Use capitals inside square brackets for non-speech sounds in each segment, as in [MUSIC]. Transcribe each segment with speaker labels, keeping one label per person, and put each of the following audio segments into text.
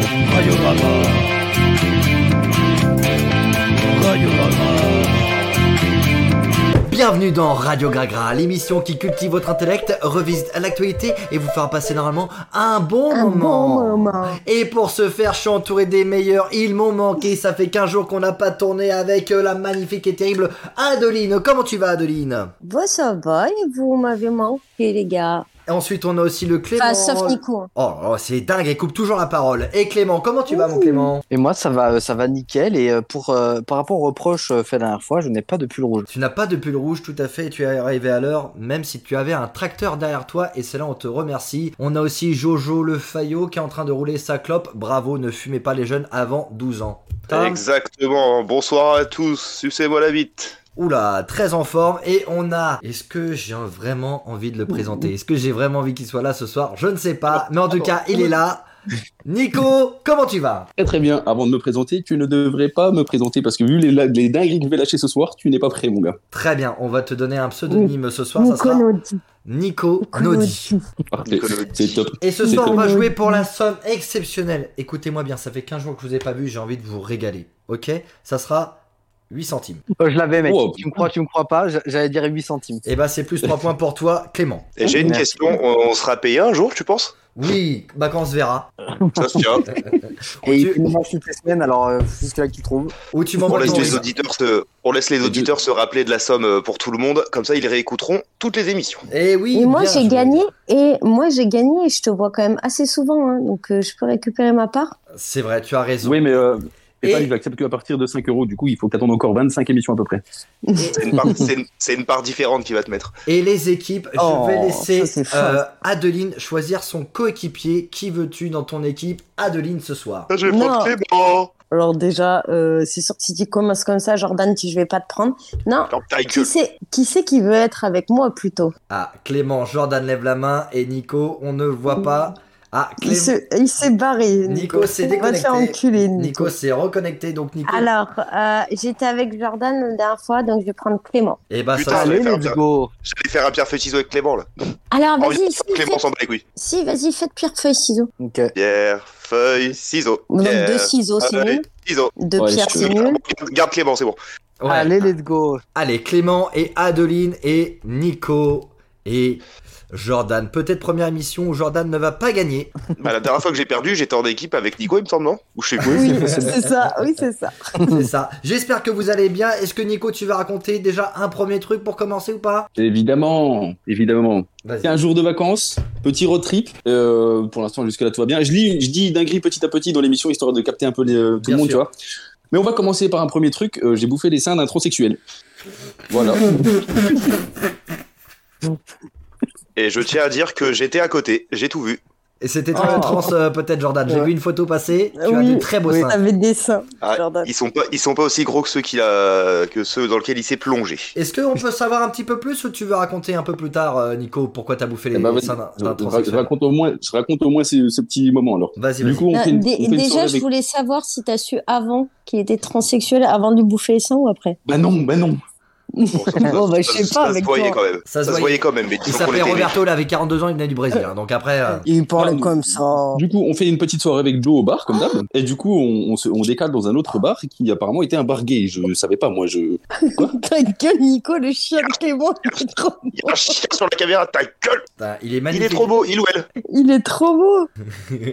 Speaker 1: Caillou Maman. Caillou Maman.
Speaker 2: Bienvenue dans Radio Gragra, l'émission qui cultive votre intellect, revisite l'actualité et vous fera passer normalement un bon moment. Et pour ce faire, je suis entouré des meilleurs. Ils m'ont manqué. Ça fait 15 jours qu'on n'a pas tourné avec euh, la magnifique et terrible Adeline. Comment tu vas, Adeline
Speaker 3: Bon, ça va, et vous m'avez manqué, les gars.
Speaker 2: Et Ensuite, on a aussi le Clément.
Speaker 3: Enfin, sauf Nico. hein.
Speaker 2: Oh, oh, c'est dingue, elle coupe toujours la parole. Et Clément, comment tu vas, mon Clément
Speaker 4: Et moi, ça va, ça va nickel. Et euh, pour, euh, par rapport aux reproches euh, faits la dernière fois, je n'ai pas de pull rouge.
Speaker 2: Tu n'as pas de pull rouge, tout à fait, et tu es arrivé à l'heure, même si tu avais un tracteur derrière toi, et c'est là on te remercie. On a aussi Jojo le Fayot qui est en train de rouler sa clope. Bravo, ne fumez pas les jeunes avant 12 ans. Tom
Speaker 5: Exactement. Bonsoir à tous. Sucez-moi la bite.
Speaker 2: Oula, très en forme. Et on a. Est-ce que j'ai vraiment envie de le présenter Est-ce que j'ai vraiment envie qu'il soit là ce soir Je ne sais pas. Mais en tout cas, il est
Speaker 3: [LAUGHS]
Speaker 2: là. Nico, comment tu vas
Speaker 6: Très Eh, très bien, avant de me présenter, tu ne devrais pas me présenter parce que vu les, la- les dingueries que je vais lâcher ce soir, tu n'es pas prêt mon gars.
Speaker 2: Très bien, on va te donner un pseudonyme ce soir. Ça
Speaker 3: Nico
Speaker 2: sera
Speaker 3: Naudi.
Speaker 2: Nico
Speaker 3: Nico
Speaker 2: Naudi.
Speaker 3: Naudi.
Speaker 6: Parfait, c'est top.
Speaker 2: Et ce
Speaker 6: C'est
Speaker 2: soir, on va
Speaker 3: Nico
Speaker 2: jouer
Speaker 3: Naudi.
Speaker 2: pour la somme exceptionnelle. Écoutez-moi bien, ça fait 15 jours que je vous ai pas vu, j'ai envie de vous régaler. Ok Ça sera 8 centimes.
Speaker 4: Euh, je l'avais, mec.
Speaker 6: Wow.
Speaker 4: Tu me crois, tu me crois pas J- J'allais dire 8 centimes.
Speaker 2: Et bah, c'est plus 3 points pour toi, Clément.
Speaker 5: Et j'ai une
Speaker 4: Merci.
Speaker 5: question. On, on sera payé un jour, tu penses
Speaker 2: Oui, bah quand on se verra.
Speaker 5: Ça se
Speaker 3: [LAUGHS]
Speaker 5: tient.
Speaker 4: Et
Speaker 2: tu-
Speaker 4: il nous reste toutes les semaines, alors euh, jusque là que tu trouves.
Speaker 2: Ou tu
Speaker 5: on
Speaker 2: m'envoies
Speaker 5: laisse
Speaker 2: ton
Speaker 5: les
Speaker 2: raisin.
Speaker 5: auditeurs se, on laisse les auditeurs se rappeler de la somme euh, pour tout le monde. Comme ça, ils réécouteront toutes les émissions.
Speaker 2: Et Eh oui,
Speaker 3: Et moi,
Speaker 2: bien
Speaker 3: j'ai
Speaker 2: joué.
Speaker 3: gagné, et moi, j'ai gagné, et je te vois quand même assez souvent, hein, donc euh, je peux récupérer ma part.
Speaker 2: C'est vrai, tu as raison.
Speaker 6: Oui mais euh,
Speaker 2: Et-
Speaker 6: PayPal, il accepte qu'à partir de 5 euros, du coup il faut t'attendre encore 25 émissions à peu près.
Speaker 5: C'est une, part-
Speaker 3: [LAUGHS]
Speaker 5: c'est une- c'est une part différente qui va te mettre.
Speaker 2: Et les équipes,
Speaker 4: Oh,
Speaker 2: je vais
Speaker 4: ça,
Speaker 2: laisser
Speaker 4: c'est fort.
Speaker 2: euh, Adeline choisir son coéquipier. Qui veux-tu dans ton équipe, Adeline, ce soir
Speaker 5: Je
Speaker 3: vais prendre Non.
Speaker 5: Clément.
Speaker 3: Alors déjà, euh, c'est sûr que si tu commences comme ça, Jordan, tu, je vais pas te prendre. Non,
Speaker 5: ta
Speaker 3: qui
Speaker 5: gueule.
Speaker 3: c'est qui, c'est qui veut être avec moi plutôt
Speaker 2: Ah, Clément, Jordan lève la main et Nico, on ne le voit pas. Ah,
Speaker 3: Il
Speaker 2: Clément,
Speaker 3: se- Il s'est barré.
Speaker 2: Nico s'est
Speaker 3: Va te faire
Speaker 2: déconnecté.
Speaker 3: enculer, Nico.
Speaker 2: Nico s'est reconnecté, donc Nico.
Speaker 3: Alors, euh, j'étais avec Jordan la dernière fois, donc je vais prendre Clément.
Speaker 2: Et bah,
Speaker 5: Putain,
Speaker 2: ça
Speaker 5: allez.
Speaker 2: c'est
Speaker 4: Allez,
Speaker 5: faire
Speaker 4: let's
Speaker 5: ça.
Speaker 4: go
Speaker 5: J'allais faire un pierre feuille ciseaux avec Clément là.
Speaker 2: Ah
Speaker 3: Alors,
Speaker 5: Oh,
Speaker 3: Ah, vas-y,
Speaker 5: il-
Speaker 3: si,
Speaker 5: Clément
Speaker 3: faites-
Speaker 5: s'en bat les couilles.
Speaker 3: si, vas-y, faites pierre, feuille, ciseaux.
Speaker 4: Ok.
Speaker 5: Pierre feuille ciseaux.
Speaker 3: Donc,
Speaker 5: Pierre,
Speaker 3: deux ciseaux, c'est
Speaker 5: feuille,
Speaker 3: nul.
Speaker 5: ciseaux.
Speaker 3: Deux
Speaker 6: Ouais,
Speaker 3: pierres,
Speaker 6: je-
Speaker 3: c'est nul.
Speaker 5: Garde- Garde Clément, c'est bon.
Speaker 2: Ouais. Allez.
Speaker 4: Allez, let's go
Speaker 2: Clément et Adeline et Nico et Jordan. Peut-être première émission où Jordan ne va pas gagner.
Speaker 5: Bah, la dernière fois que j'ai perdu, j'étais en équipe avec Nico, il me semble, non Ou je sais
Speaker 3: [LAUGHS]
Speaker 5: plus.
Speaker 3: Oui, c'est ça, oui, c'est ça.
Speaker 2: C'est ça. J'espère que vous allez bien. Est-ce que Nico, tu vas raconter déjà un premier truc pour commencer ou pas
Speaker 6: Évidemment, évidemment.
Speaker 2: Vas-y.
Speaker 6: C'est un jour de vacances, petit road trip. Euh, pour l'instant, jusque-là, tout va bien. Je, lis, je dis dinguerie petit à petit dans l'émission, histoire de capter un peu les- euh, tout
Speaker 2: Bien
Speaker 6: le monde,
Speaker 2: sûr.
Speaker 6: tu vois. Mais on va commencer par un premier truc. euh, J'ai bouffé des seins d'un transsexuel. Voilà.
Speaker 5: Et je tiens à dire que j'étais à côté, j'ai tout vu.
Speaker 2: Et c'était très
Speaker 4: Oh.
Speaker 2: trans, euh, peut-être, Jordan. J'ai
Speaker 4: Ouais.
Speaker 2: vu une photo passer. Tu as
Speaker 3: Oui.
Speaker 2: des très beaux
Speaker 4: Oui.
Speaker 2: seins.
Speaker 3: T'avais des seins,
Speaker 5: Ah,
Speaker 3: Jordan.
Speaker 5: Ils sont pas, ils sont pas aussi gros que ceux qu'il a, que ceux dans lesquels il s'est plongé.
Speaker 2: Est-ce qu'on peut savoir un petit peu plus ou tu veux raconter un peu plus tard, euh, Nico, pourquoi t'as bouffé les,
Speaker 6: Eh ben,
Speaker 2: les
Speaker 6: vas-y.
Speaker 2: seins d'un-
Speaker 6: Je,
Speaker 2: d'un
Speaker 6: je
Speaker 2: transsexuel
Speaker 6: raconte au moins, je raconte au moins ce, ce petit moment alors.
Speaker 2: Vas-y,
Speaker 6: Du
Speaker 2: vas-y.
Speaker 6: coup, on
Speaker 3: Non,
Speaker 6: fait une,
Speaker 3: Euh, dé-
Speaker 6: on fait une
Speaker 3: déjà,
Speaker 6: soirée
Speaker 3: je
Speaker 6: avec-
Speaker 3: voulais savoir si t'as su avant qu'il était transsexuel, avant de lui bouffer les seins ou après.
Speaker 6: Bah non, bah non.
Speaker 3: [LAUGHS]
Speaker 5: Bon, ça-
Speaker 3: Bon, bah, je
Speaker 5: ça-
Speaker 3: sais
Speaker 5: ça
Speaker 3: pas,
Speaker 5: se
Speaker 3: avec
Speaker 5: voyait
Speaker 3: toi.
Speaker 5: quand même.
Speaker 2: Ça se
Speaker 5: Ça se
Speaker 2: voyait.
Speaker 5: voyait quand même, mais
Speaker 2: Il
Speaker 5: disons qu'on
Speaker 2: s'appelait
Speaker 5: était
Speaker 2: Roberto, il avait 42 ans, il venait du Brésil. hein, donc après, euh,
Speaker 3: Il parlait
Speaker 6: Ah,
Speaker 3: comme ça.
Speaker 6: Du coup, on fait une petite soirée avec Joe au bar, comme d'hab. Et du coup, on, on se, on décale dans un autre bar qui apparemment était un bar gay. Je savais pas, moi, je.
Speaker 3: Ta gueule, Nico, le chien de Clément, il est trop,
Speaker 5: Il y a un chien sur la caméra, ta gueule
Speaker 2: putain, il est
Speaker 5: Il
Speaker 2: magnifique.
Speaker 5: est trop beau, il ou elle
Speaker 3: il est trop beau.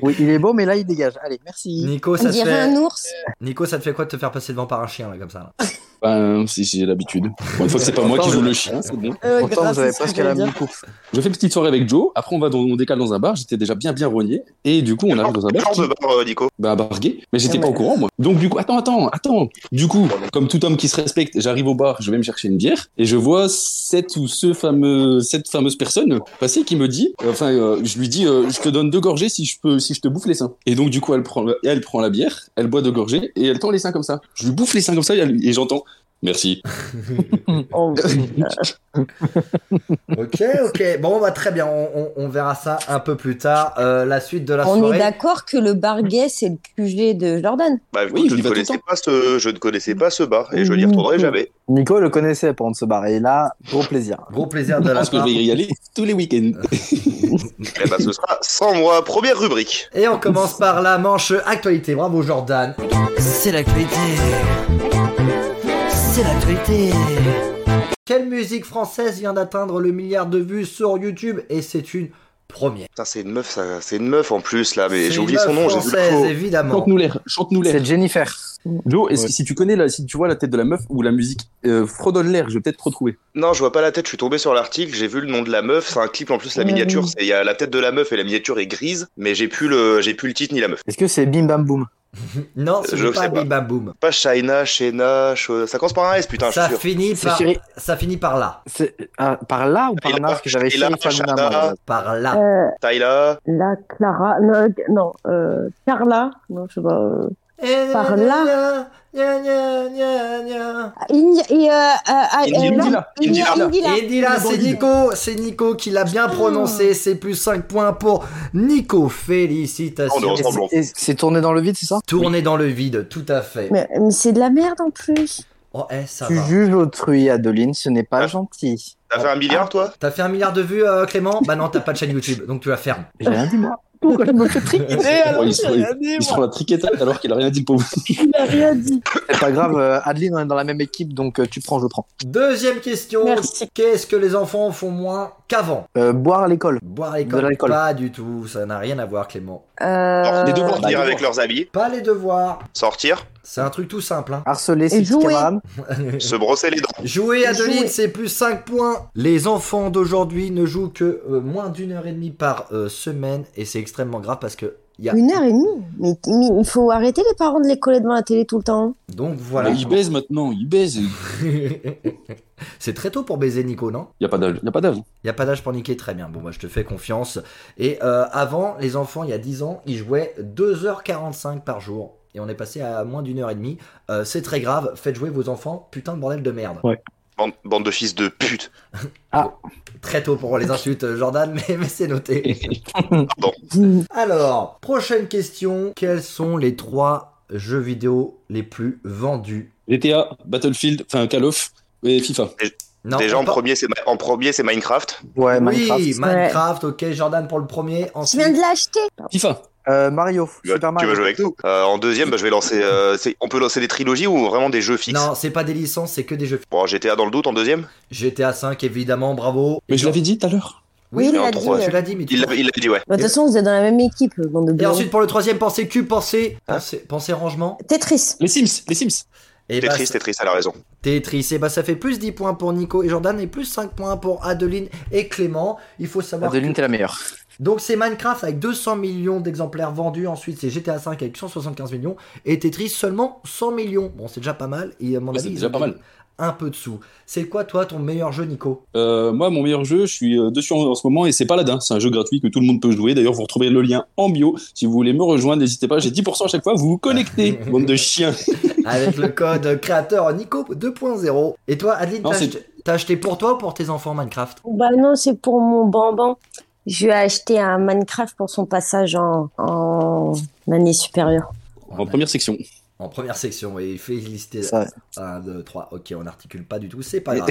Speaker 4: Oui, il est beau, mais là, il dégage. Allez, merci.
Speaker 2: Nico,
Speaker 3: On
Speaker 2: ça te
Speaker 3: dirait
Speaker 2: fait...
Speaker 3: un ours.
Speaker 2: Nico, ça te fait quoi de te faire passer devant par un chien, là, comme ça là
Speaker 6: Ben, si, si, j'ai l'habitude. Bon, une fois que c'est pas moi qui joue le chien, c'est bon.
Speaker 3: Euh,
Speaker 4: Pourtant,
Speaker 3: grave,
Speaker 4: vous avez
Speaker 3: c'est ce que
Speaker 4: presque
Speaker 3: je
Speaker 4: la
Speaker 3: voulais
Speaker 4: même
Speaker 3: dire.
Speaker 4: coupe.
Speaker 6: Je fais une petite soirée avec Joe. Après, on va dans, on décale dans un bar. J'étais déjà bien, bien rogné. Et du coup, on arrive dans un bar.
Speaker 5: Genre
Speaker 6: qui-
Speaker 5: de bar, euh, Nico.
Speaker 6: bah, un bar gay. Mais j'étais
Speaker 4: Ah
Speaker 6: pas
Speaker 4: ouais.
Speaker 6: au courant, moi. Donc, du coup, attends, attends, attends. Du coup, comme tout homme qui se respecte, j'arrive au bar, je vais me chercher une bière. Et je vois cette ou ce fameux, cette fameuse personne passer qui me dit, euh, enfin, euh, je lui dis, euh, je te donne deux gorgées si je peux, si je te bouffe les seins. Et donc, du coup, elle prend, elle prend la bière, elle boit deux gorgées et elle tend les seins comme ça. Je lui bouffe les seins comme ça et, elle- et j'entends. Merci.
Speaker 2: [LAUGHS] Ok, ok. Bon, bah très bien. On, on- on verra ça un peu plus tard. Euh, la suite de la
Speaker 3: On est
Speaker 2: soirée.
Speaker 3: d'accord que le bar gay, c'est le QG de Jordan.
Speaker 5: Bah, écoute,
Speaker 6: Oui,
Speaker 5: je,
Speaker 6: il va tout
Speaker 5: ne
Speaker 6: le
Speaker 5: connaissais
Speaker 6: temps.
Speaker 5: pas ce, je ne connaissais pas ce bar et je n'y
Speaker 2: Mm.
Speaker 5: retournerai jamais.
Speaker 4: Nico le connaissait pendant de se barrer. Et là, gros plaisir.
Speaker 2: Gros plaisir de
Speaker 6: Je
Speaker 2: la
Speaker 6: pense que je
Speaker 2: part.
Speaker 6: vais y aller tous les week-ends.
Speaker 5: Eh ben, ce sera sans moi. Première rubrique.
Speaker 2: Et on commence par la manche actualité. Bravo Jordan.
Speaker 1: C'est l'actualité. C'est l'actualité.
Speaker 2: Quelle musique française vient d'atteindre le milliard de vues sur YouTube Et c'est une première.
Speaker 5: Putain, c'est une meuf, ça. C'est une meuf en plus, là, Ah, mais
Speaker 2: C'est
Speaker 5: j'ai
Speaker 2: une
Speaker 5: oublié son
Speaker 2: meuf
Speaker 5: nom, j'ai vu le
Speaker 2: Française,
Speaker 5: pro.
Speaker 2: évidemment.
Speaker 6: Chante-nous l'air. Chante-nous l'air.
Speaker 4: C'est Jennifer.
Speaker 6: Joe, est-ce que si tu connais la, si tu vois la tête de la meuf ou la musique, euh, fredonne l'air, je vais peut-être te retrouver.
Speaker 5: Non, je vois pas la tête, je suis tombé sur l'article, j'ai vu le nom de la meuf, c'est un clip en plus, la
Speaker 3: Ouais,
Speaker 5: miniature,
Speaker 3: oui.
Speaker 5: c'est- il y a la tête de la meuf et la miniature est grise, mais j'ai plus le, j'ai plus le titre ni la meuf.
Speaker 4: Est-ce que c'est Bim Bam Boom
Speaker 2: Non, ce
Speaker 5: Je
Speaker 2: n'est pas
Speaker 5: sais pas.
Speaker 2: Bim Bam Boum.
Speaker 5: Pas Shaina, Shena, Sh- ça commence par un S, putain, je
Speaker 2: Ça
Speaker 5: suis sûr.
Speaker 2: finit,
Speaker 4: C'est
Speaker 2: par...
Speaker 4: chéri-
Speaker 2: ça finit par là.
Speaker 4: C'est ah, par là ou par
Speaker 5: Sheila,
Speaker 4: là Parce que j'avais
Speaker 5: Sheila,
Speaker 4: Sheila Faguna,
Speaker 5: Shada.
Speaker 4: moi.
Speaker 2: Par là.
Speaker 3: Euh,
Speaker 5: Tyla,
Speaker 3: la Clara. Non, non euh, Carla. Non, je sais pas. euh. par là.
Speaker 2: Gna, gna, gna, gna.
Speaker 3: Ah, Indi- et, euh, euh, euh, non,
Speaker 5: Indila.
Speaker 3: Indila,
Speaker 5: Indila.
Speaker 3: Indila.
Speaker 2: Et dit là, c'est Nico, c'est Nico qui l'a bien
Speaker 3: Hmm.
Speaker 2: prononcé. C'est plus 5 points pour Nico.
Speaker 5: Oh, on est
Speaker 2: Félicitations.
Speaker 4: Et
Speaker 5: ensemble.
Speaker 4: c'est- et C'est tourné dans le vide, c'est ça
Speaker 2: Tourné dans le vide, tout à fait.
Speaker 3: Mais, mais c'est de la merde en plus.
Speaker 2: Oh, eh, ça
Speaker 4: Tu
Speaker 2: va.
Speaker 4: juges autrui, Adeline, ce n'est pas
Speaker 5: Ah.
Speaker 4: gentil.
Speaker 5: t'as fait un milliard, toi?
Speaker 2: T'as fait un milliard de vues, euh, Clément Bah non, t'as pas de chaîne YouTube, donc tu la fermes.
Speaker 4: J'ai rien dit, moi. Pourquoi je me fais triquiner alors
Speaker 6: Ouais,
Speaker 4: que
Speaker 6: il,
Speaker 4: j'ai
Speaker 6: se prend, il-
Speaker 4: rien dit,
Speaker 6: il se prend la triquetade alors qu'il a rien dit le pauvre.
Speaker 3: Il n'a rien dit.
Speaker 4: moi C'est pas grave, euh, Adeline, on est dans la même équipe, donc euh, tu prends, je prends.
Speaker 2: Deuxième question.
Speaker 3: Merci.
Speaker 2: Qu'est-ce que les enfants font moins qu'avant
Speaker 4: Euh, boire à l'école.
Speaker 2: Boire à
Speaker 4: De
Speaker 2: l'école
Speaker 4: l'alcool.
Speaker 2: Pas du tout, ça n'a rien à voir, Clément.
Speaker 3: Euh,
Speaker 5: Les devoirs
Speaker 4: bah,
Speaker 5: venir
Speaker 4: devoirs.
Speaker 5: avec leurs amis,
Speaker 2: Pas les devoirs.
Speaker 4: [LAUGHS]
Speaker 5: sortir,
Speaker 2: C'est un truc tout simple. Hein.
Speaker 4: Harceler ses petits
Speaker 3: jouer.
Speaker 4: camarades.
Speaker 3: [LAUGHS]
Speaker 5: se brosser les dents.
Speaker 2: Jouer Adeline,
Speaker 3: Jouer.
Speaker 2: c'est plus 5 points. Les enfants d'aujourd'hui ne jouent que euh, moins d'une heure et demie par euh, semaine et c'est extrêmement grave parce que il y a
Speaker 3: Une heure et demie. Mais, mais il faut arrêter les parents de les coller devant la télé tout le temps.
Speaker 2: donc voilà.
Speaker 6: Mais il baise maintenant, il baise. Il
Speaker 2: [LAUGHS] c'est très tôt pour baiser Nico, non
Speaker 6: n'y a pas d'âge. Il y a pas d'âge.
Speaker 2: Il y a pas d'âge pour niquer, très bien. Bon, moi je te fais confiance. Et euh, avant, les enfants, il y a 10 ans, ils jouaient 2h45 par jour. Et on est passé à moins d'une heure et demie. Euh, c'est très grave. Faites jouer vos enfants. Putain de bordel de merde.
Speaker 5: Bande, bande de fils de pute.
Speaker 2: Très tôt pour les insultes, euh, Jordan, [LAUGHS] mais, mais c'est noté.
Speaker 3: Hum,
Speaker 2: Alors, prochaine question. Quels sont les trois jeux vidéo les plus vendus
Speaker 6: GTA, Battlefield, enfin Call of et FIFA.
Speaker 2: Non,
Speaker 5: Déjà,
Speaker 2: on
Speaker 5: en
Speaker 2: par-
Speaker 5: premier, c'est, en premier, c'est Minecraft.
Speaker 2: Oui,
Speaker 4: Ouais, Minecraft.
Speaker 2: Minecraft, ok, Jordan pour le premier.
Speaker 3: Je
Speaker 2: Ensuite,
Speaker 3: viens de l'acheter.
Speaker 6: FIFA.
Speaker 4: Euh, Mario,
Speaker 5: Tu vas,
Speaker 4: Super
Speaker 5: tu vas
Speaker 4: Mario.
Speaker 5: jouer avec nous. Euh, en deuxième, bah, je vais lancer, euh, c'est- on peut lancer des trilogies ou vraiment des jeux fixes.
Speaker 2: non, c'est pas des licences, c'est que des jeux.
Speaker 5: Bon, GTA dans le doute en deuxième.
Speaker 2: GTA 5, évidemment, bravo.
Speaker 6: Mais je l'avais dit tout à l'heure.
Speaker 3: Oui, il
Speaker 5: mais en
Speaker 3: l'a dit.
Speaker 5: trois,
Speaker 2: Tu
Speaker 3: euh.
Speaker 2: l'as dit, mais tu
Speaker 5: Il l'a il l'a dit, ouais.
Speaker 3: Bah, De toute façon, vous êtes dans la même équipe, bande de
Speaker 2: Et
Speaker 3: blaireaux.
Speaker 2: ensuite pour le troisième, pensez cube, pensez,
Speaker 5: Hein
Speaker 2: pensez, pensez rangement.
Speaker 3: Tetris.
Speaker 6: Les Sims, les Sims.
Speaker 2: Et
Speaker 5: T'es
Speaker 2: bah,
Speaker 5: triste, t'es triste, elle a raison.
Speaker 2: Tetris. Et bah ça fait plus 10 points pour Nico et Jordan et plus 5 points pour Adeline et Clément. Il faut savoir.
Speaker 4: Adeline,
Speaker 2: que-
Speaker 4: t'es la meilleure.
Speaker 2: Donc c'est Minecraft avec 200 millions d'exemplaires vendus. Ensuite c'est GTA 5 avec 175 millions et Tetris seulement 100 millions. Bon c'est déjà pas mal. Et à mon
Speaker 6: Ouais,
Speaker 2: avis
Speaker 6: c'est
Speaker 2: ils
Speaker 6: déjà
Speaker 2: ont
Speaker 6: pas mal.
Speaker 2: Un peu de sous. C'est quoi toi ton meilleur jeu Nico
Speaker 6: Euh,
Speaker 2: [LAUGHS]
Speaker 6: moi, mon meilleur jeu, je suis euh, dessus en, en ce moment et c'est Paladin. C'est un jeu gratuit que tout le monde peut jouer. D'ailleurs, vous retrouvez le lien en bio. Si vous voulez me rejoindre, n'hésitez pas. J'ai 10% à chaque fois. Vous vous connectez, bande de chiens.
Speaker 2: avec le code créateur Nico 2.0. Et toi Adeline
Speaker 6: Non,
Speaker 2: t'as
Speaker 6: c'est-
Speaker 2: acheté- t'as acheté pour toi ou pour tes enfants Minecraft
Speaker 3: Bah non, c'est pour mon bambin. Je lui ai acheté un Minecraft pour son passage en, en année supérieure.
Speaker 6: En première section.
Speaker 2: En première section, et félicité.
Speaker 4: Ça.
Speaker 2: 1, 2, 3, ok, on n'articule pas du tout, c'est pas grave.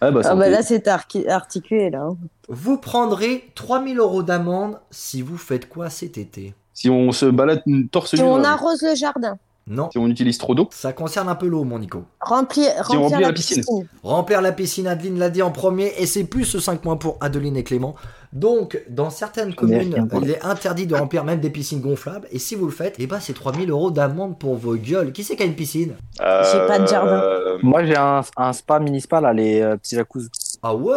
Speaker 6: Ah bah,
Speaker 3: Ah
Speaker 6: ça me
Speaker 3: bah
Speaker 6: plaît.
Speaker 3: là, c'est arqui- articulé, là. hein.
Speaker 2: vous prendrez 3000 euros d'amende si vous faites quoi cet été
Speaker 6: Si on se balade torse nu,
Speaker 3: Si on
Speaker 6: euh,
Speaker 3: arrose le jardin,
Speaker 2: Non,
Speaker 6: si on utilise trop d'eau,
Speaker 2: ça concerne un peu l'eau, mon Nico.
Speaker 3: remplir,
Speaker 6: on
Speaker 3: remplir
Speaker 6: remplit
Speaker 3: la,
Speaker 6: la piscine.
Speaker 3: piscine.
Speaker 2: Remplir la piscine, Adeline l'a dit en premier, et c'est plus 5 points pour Adeline et Clément. Donc, dans certaines communes, il est interdit de remplir même des piscines gonflables, et si vous le faites, eh ben c'est 3000 euros d'amende pour vos gueules. Qui c'est qui a une piscine
Speaker 3: J'ai pas de jardin.
Speaker 5: euh,
Speaker 4: Moi, j'ai un, un spa, mini-spa, là, les euh, petits jacuzzi.
Speaker 2: Ah ouais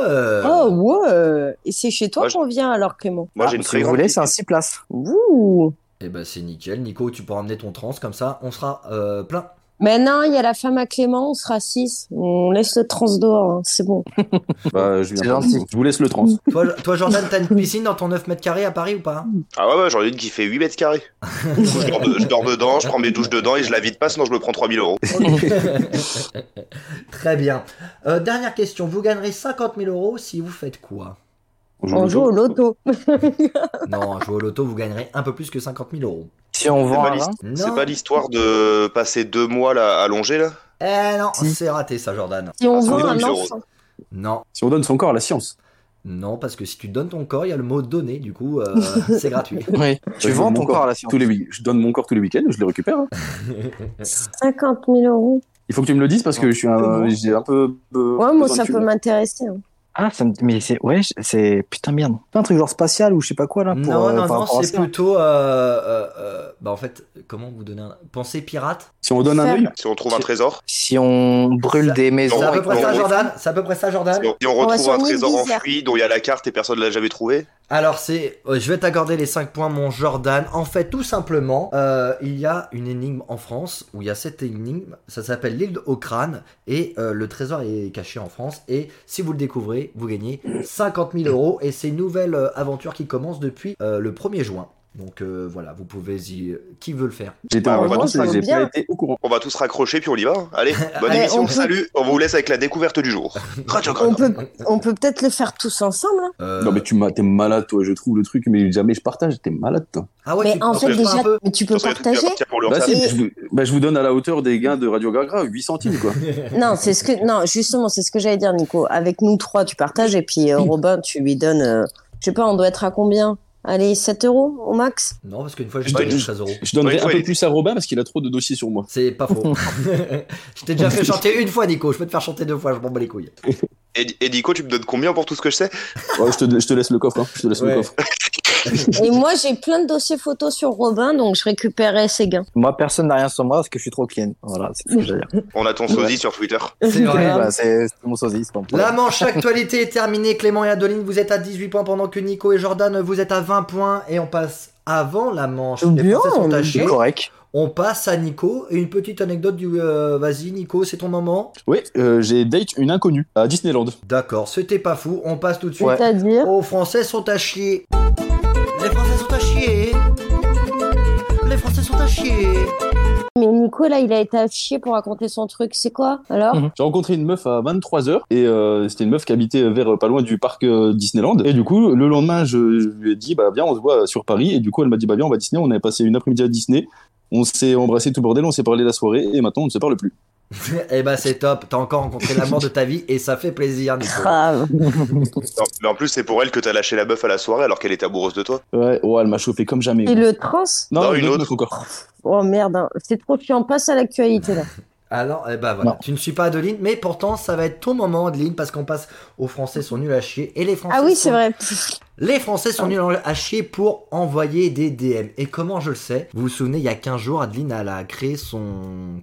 Speaker 3: Oh, ouais Et c'est chez toi
Speaker 5: Moi, je-
Speaker 3: qu'on vient, alors, Clément
Speaker 5: Moi,
Speaker 4: Ah,
Speaker 5: j'ai une
Speaker 4: si
Speaker 5: très
Speaker 4: vous
Speaker 5: grande.
Speaker 4: voulez, c'est un 6 places.
Speaker 3: Ouh
Speaker 2: Eh ben c'est nickel, Nico, tu pourras emmener ton trans, comme ça on sera euh, plein.
Speaker 3: Mais non, il y a la femme à Clément, on sera six. On laisse le trans dehors, hein, c'est bon.
Speaker 6: Bah, Julien,
Speaker 4: C'est gentil.
Speaker 6: Je vous laisse le trans.
Speaker 2: Toi, toi, Jordan, t'as une piscine dans ton 9 mètres carrés à Paris ou pas hein
Speaker 5: Ah ouais, ouais, j'en ai une qui fait 8 mètres carrés. je, dors de- je dors dedans, je prends mes douches dedans et je la vide pas, sinon je me prends 3000 euros.
Speaker 2: Très bien. Euh, dernière question. Vous gagnerez 50 000 euros si vous faites quoi
Speaker 3: On joue au loto.
Speaker 2: Non, jouer au loto, vous gagnerez un peu plus que 50 000 euros.
Speaker 4: Si on vend
Speaker 5: pas
Speaker 4: un
Speaker 5: liste.
Speaker 4: vin,
Speaker 2: Non.
Speaker 5: C'est pas l'histoire de passer deux mois là, allongé là
Speaker 2: Eh non,
Speaker 4: Si.
Speaker 2: c'est raté ça, Jordan.
Speaker 3: Si on
Speaker 5: Ah,
Speaker 3: vend
Speaker 5: c'est
Speaker 3: un
Speaker 5: bien,
Speaker 3: enfant.
Speaker 2: Non,
Speaker 6: Si on donne son corps à la science.
Speaker 2: non, parce que si tu donnes ton corps, il y a le mot donner, du coup, [LAUGHS] euh, c'est gratuit.
Speaker 4: oui.
Speaker 6: Je
Speaker 4: tu vends
Speaker 6: donne mon
Speaker 4: ton corps à la science.
Speaker 6: Tous les week- je donne mon corps tous les week-ends, je le récupère. hein.
Speaker 3: 50 000 euros.
Speaker 6: Il faut que tu me le dises parce que je suis un,
Speaker 4: Ouais.
Speaker 6: j'ai un peu. euh,
Speaker 3: Ouais, moi,
Speaker 6: besoin de
Speaker 3: ça
Speaker 6: thunes.
Speaker 3: peut m'intéresser. hein.
Speaker 4: Ah, ça me... mais c'est ouais, je- c'est putain merde. Pas un truc genre spatial ou je sais pas quoi là. Pour,
Speaker 2: non,
Speaker 4: euh,
Speaker 2: non,
Speaker 4: par
Speaker 2: non,
Speaker 4: rapport à
Speaker 2: c'est
Speaker 4: ça.
Speaker 2: plutôt. euh, euh, euh, bah, en fait, comment vous donner un. Pensez pirate
Speaker 6: Si on donne un
Speaker 3: Faire.
Speaker 6: œil,
Speaker 5: Si on trouve un
Speaker 4: C'est-
Speaker 5: trésor
Speaker 4: Si on brûle
Speaker 2: Ça-
Speaker 4: des
Speaker 2: C'est
Speaker 4: maisons,
Speaker 2: à
Speaker 5: Non,
Speaker 2: peu
Speaker 5: ouais,
Speaker 2: près
Speaker 5: non,
Speaker 2: ça,
Speaker 5: ouais.
Speaker 2: Jordan C'est à peu près ça, Jordan
Speaker 5: Si on- si on
Speaker 3: va
Speaker 5: retrouve
Speaker 3: sur
Speaker 5: un
Speaker 3: une île
Speaker 5: trésor
Speaker 3: déserte.
Speaker 5: enfoui dont il y a la carte et personne l'a jamais trouvé
Speaker 2: Alors c'est, euh, je vais t'accorder les 5 points mon Jordan. En fait tout simplement, euh, il y a une énigme en France où il y a cette énigme, ça s'appelle l'île au crâne et euh, le trésor est caché en France et si vous le découvrez vous gagnez 50 000 euros et c'est une nouvelle euh, aventure qui commence depuis euh, le 1er juin. Donc euh, voilà, vous pouvez y... euh, Qui veut le faire
Speaker 6: j'étais en
Speaker 5: Bah, on va
Speaker 6: vacances
Speaker 3: tous
Speaker 6: et j'ai
Speaker 3: bien.
Speaker 6: pas été au courant.
Speaker 5: On va tous raccrocher puis on y va. hein.
Speaker 3: [LAUGHS]
Speaker 5: Allez, bonne
Speaker 3: Allez,
Speaker 5: émission,
Speaker 3: on peut-
Speaker 5: salut On vous laisse avec la découverte du jour. Radiographe.
Speaker 3: On peut, on peut peut-être le faire tous ensemble. hein.
Speaker 2: Euh,
Speaker 6: Non mais tu m'as- t'es malade toi, je trouve le truc, mais jamais je partage, t'es malade toi.
Speaker 2: Ah ouais,
Speaker 3: mais
Speaker 2: tu-
Speaker 3: en fait,
Speaker 2: tu parles un
Speaker 3: déjà,
Speaker 2: peu
Speaker 3: mais tu peux
Speaker 5: Attention, il y a tout qui va
Speaker 3: partager
Speaker 5: partir pour le
Speaker 6: Bah,
Speaker 5: retard.
Speaker 6: si,
Speaker 3: Et-
Speaker 6: je, vous- bah, je vous donne à la hauteur des gains de Radio Gagra, 8 centimes quoi.
Speaker 3: Non, c'est ce que non, justement, c'est ce que j'allais dire, Nico. Avec nous trois, tu partages et puis euh, Robin, tu lui donnes. euh, je sais pas, on doit être à combien Allez, 7 euros au
Speaker 2: [LAUGHS]
Speaker 3: max.
Speaker 2: Non parce qu'une fois j'ai
Speaker 6: Je
Speaker 2: pas
Speaker 6: te-
Speaker 2: gagné 13 euros.
Speaker 6: Je donnerai
Speaker 5: Ouais,
Speaker 6: un
Speaker 5: ouais.
Speaker 6: peu plus à Robin parce qu'il a trop de dossiers sur moi.
Speaker 2: C'est pas
Speaker 3: [LAUGHS]
Speaker 2: faux. [LAUGHS] je t'ai déjà fait chanter une fois Nico, je peux te faire chanter deux fois, je m'en bats les couilles.
Speaker 5: Et, et Nico, tu me donnes combien pour tout ce que je sais
Speaker 6: Ouais, je, te, je te laisse le coffre, hein. je te laisse
Speaker 2: Ouais.
Speaker 6: le coffre.
Speaker 3: Et moi, j'ai plein de dossiers photos sur Robin, donc je récupérerai ses gains.
Speaker 4: moi personne n'a rien sur moi parce que je suis trop clean. Voilà, c'est ce que j'allais
Speaker 2: [LAUGHS]
Speaker 4: dire.
Speaker 5: On a ton sosie
Speaker 4: Ouais.
Speaker 5: sur Twitter.
Speaker 2: C'est vrai.
Speaker 4: Voilà, c'est c'est mon sosie, c'est pas mon
Speaker 2: La
Speaker 4: problème.
Speaker 2: manche actualité est terminée. Clément et Adeline, vous êtes à 18 points pendant que Nico et Jordan, vous êtes à 20 points. Et on passe avant la manche. Les
Speaker 3: Bien,
Speaker 2: Français sont
Speaker 3: on est
Speaker 4: Je suis
Speaker 2: tachés.
Speaker 4: correct.
Speaker 2: On passe à Nico. Et une petite anecdote du. euh, Vas-y, Nico, c'est ton moment.
Speaker 6: Oui, euh, j'ai date une inconnue à Disneyland.
Speaker 2: D'accord, c'était pas fou. On passe tout de suite.
Speaker 4: Ouais.
Speaker 3: [LAUGHS] C'est-à-dire
Speaker 2: Aux Français sont à chier. Les Français sont à chier. Les Français sont à chier.
Speaker 3: Mais Nico, là, il a été affiché pour raconter son truc. C'est quoi Alors
Speaker 6: J'ai rencontré une meuf à 23h et euh, c'était une meuf qui habitait vers pas loin du parc euh, Disneyland. Et du coup, le lendemain, je, je lui ai dit, bah viens, on se voit sur Paris. Et du coup, elle m'a dit, bah viens, on va à Disney. On avait passé une après-midi à Disney. On s'est embrassé tout bordel, on s'est parlé la soirée et maintenant on ne se parle plus.
Speaker 2: Eh bah, c'est top. T'as encore rencontré l'amour de ta vie. Et ça fait plaisir, Nico.
Speaker 3: Grave.
Speaker 5: Non, mais en plus, c'est pour elle que t'as lâché la meuf à la soirée alors qu'elle était amoureuse de toi.
Speaker 6: Ouais, oh, elle m'a chauffé comme jamais.
Speaker 3: Et le trans
Speaker 6: Non,
Speaker 5: Non,
Speaker 6: une
Speaker 5: une
Speaker 6: autre,
Speaker 5: autre.
Speaker 6: meuf encore.
Speaker 3: Oh merde, hein. c'est trop chiant. Passe à l'actualité là.
Speaker 2: Alors, eh ben voilà,
Speaker 4: Non.
Speaker 2: tu ne suis pas Adeline, mais pourtant ça va être ton moment Adeline parce qu'on passe aux Français sont nuls à chier et les Français
Speaker 3: Ah oui,
Speaker 2: sont-
Speaker 3: c'est vrai. Ah
Speaker 2: les Français sont nuls à chier pour envoyer des DM. Et comment je le sais Vous vous souvenez, il y a 15 jours, Adeline elle a créé son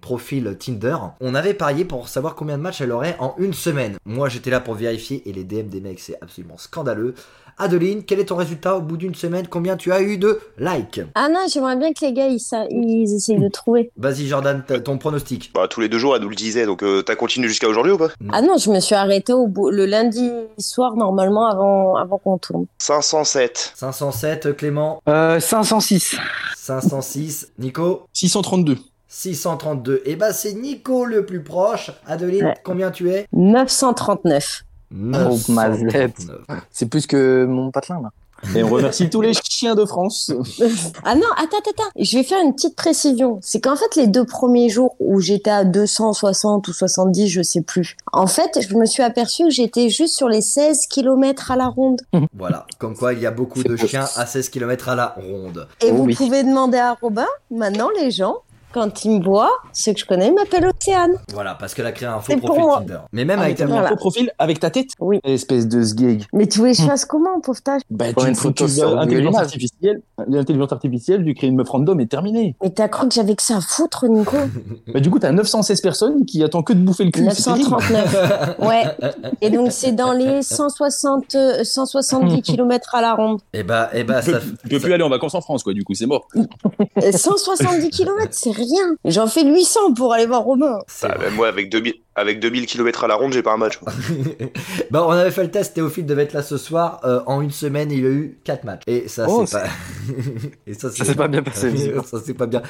Speaker 2: profil Tinder. On avait parié pour savoir combien de matchs elle aurait en une semaine. Moi, j'étais là pour vérifier et les DM des mecs, c'est absolument scandaleux. Adeline, quel est ton résultat au bout d'une semaine Combien tu as eu de likes
Speaker 3: Ah non, j'aimerais bien que les gars ils, sa- ils essayent de trouver.
Speaker 2: Vas-y Jordan, t- ton pronostic.
Speaker 5: Bah, tous les deux jours, elle nous le disait, donc euh, t'as continué jusqu'à aujourd'hui ou pas
Speaker 3: Ah non, je me suis arrêtée au bout, le lundi soir normalement avant, avant qu'on tourne.
Speaker 5: 507.
Speaker 2: 507 Clément,
Speaker 4: [LAUGHS] Euh, 506.
Speaker 2: 506 Nico,
Speaker 6: 632.
Speaker 2: 632. Et bah c'est Nico le plus proche. Adeline,
Speaker 3: Ouais.
Speaker 2: combien tu es
Speaker 3: [LAUGHS] 939.
Speaker 4: Mazette. C'est plus que mon patelin là.
Speaker 6: Et on remercie tous les chiens de France.
Speaker 3: ah non, attends, attends, attends. Je vais faire une petite précision. C'est qu'en fait, les deux premiers jours où j'étais à 260 ou 70, je sais plus. En fait, je me suis aperçue que j'étais juste sur les 16 kilomètres à la ronde.
Speaker 2: Voilà, comme quoi il y a beaucoup
Speaker 4: C'est
Speaker 2: de
Speaker 4: beau.
Speaker 2: chiens à 16 km à la ronde.
Speaker 3: Et
Speaker 4: Oh
Speaker 3: vous
Speaker 4: oui.
Speaker 3: pouvez demander à Robin, maintenant les gens, quand ils me voient, ceux que je connais m'appellent Océane.
Speaker 2: Voilà, parce qu'elle a créé un faux
Speaker 3: C'est pour
Speaker 2: profil
Speaker 3: moi. Ah,
Speaker 2: Tinder. Mais même avec
Speaker 6: Avec
Speaker 3: voilà.
Speaker 6: un faux profil, avec ta tête.
Speaker 3: Oui.
Speaker 6: Espèce de sgeg.
Speaker 3: Mais tu
Speaker 4: Hmm.
Speaker 3: les chasses comment, pauvre tâche
Speaker 6: Bah,
Speaker 4: Prends
Speaker 6: tu
Speaker 4: une
Speaker 6: te fous
Speaker 4: photo
Speaker 6: tu
Speaker 4: sur
Speaker 6: veux
Speaker 4: Google
Speaker 6: intelligence
Speaker 4: Images.
Speaker 6: artificielle, l'intelligence artificielle, tu crées une meuf random et terminé.
Speaker 3: Mais t'as cru que j'avais que ça à foutre,
Speaker 4: [LAUGHS]
Speaker 3: Nico
Speaker 6: Bah, du coup, t'as 916 personnes qui attendent que de bouffer le cul. c'est terrible.
Speaker 3: 939. Ouais.
Speaker 4: [LAUGHS]
Speaker 3: Et donc, c'est dans les 160, euh, 170
Speaker 4: [LAUGHS]
Speaker 3: km à la ronde.
Speaker 2: Et bah, et bah
Speaker 6: Tu
Speaker 2: ça.
Speaker 6: peux- tu peux plus aller en vacances en France, quoi. Du coup, c'est mort.
Speaker 3: Euh, 170 km, c'est rien. J'en fais 800 pour aller voir Romain.
Speaker 2: C'est
Speaker 5: Bah, même moi, avec 2000, avec 2000 km à la ronde, j'ai pas un match. moi.
Speaker 2: [LAUGHS] Bah, on avait fait le test, Théophile devait être là ce soir. euh, en une semaine, il a eu 4 matchs. Et ça,
Speaker 4: Oh,
Speaker 2: c'est pas. [LAUGHS] Et ça,
Speaker 4: Ça s'est pas bien passé,
Speaker 2: [LAUGHS]
Speaker 4: visiblement.
Speaker 2: ça, c'est pas bien.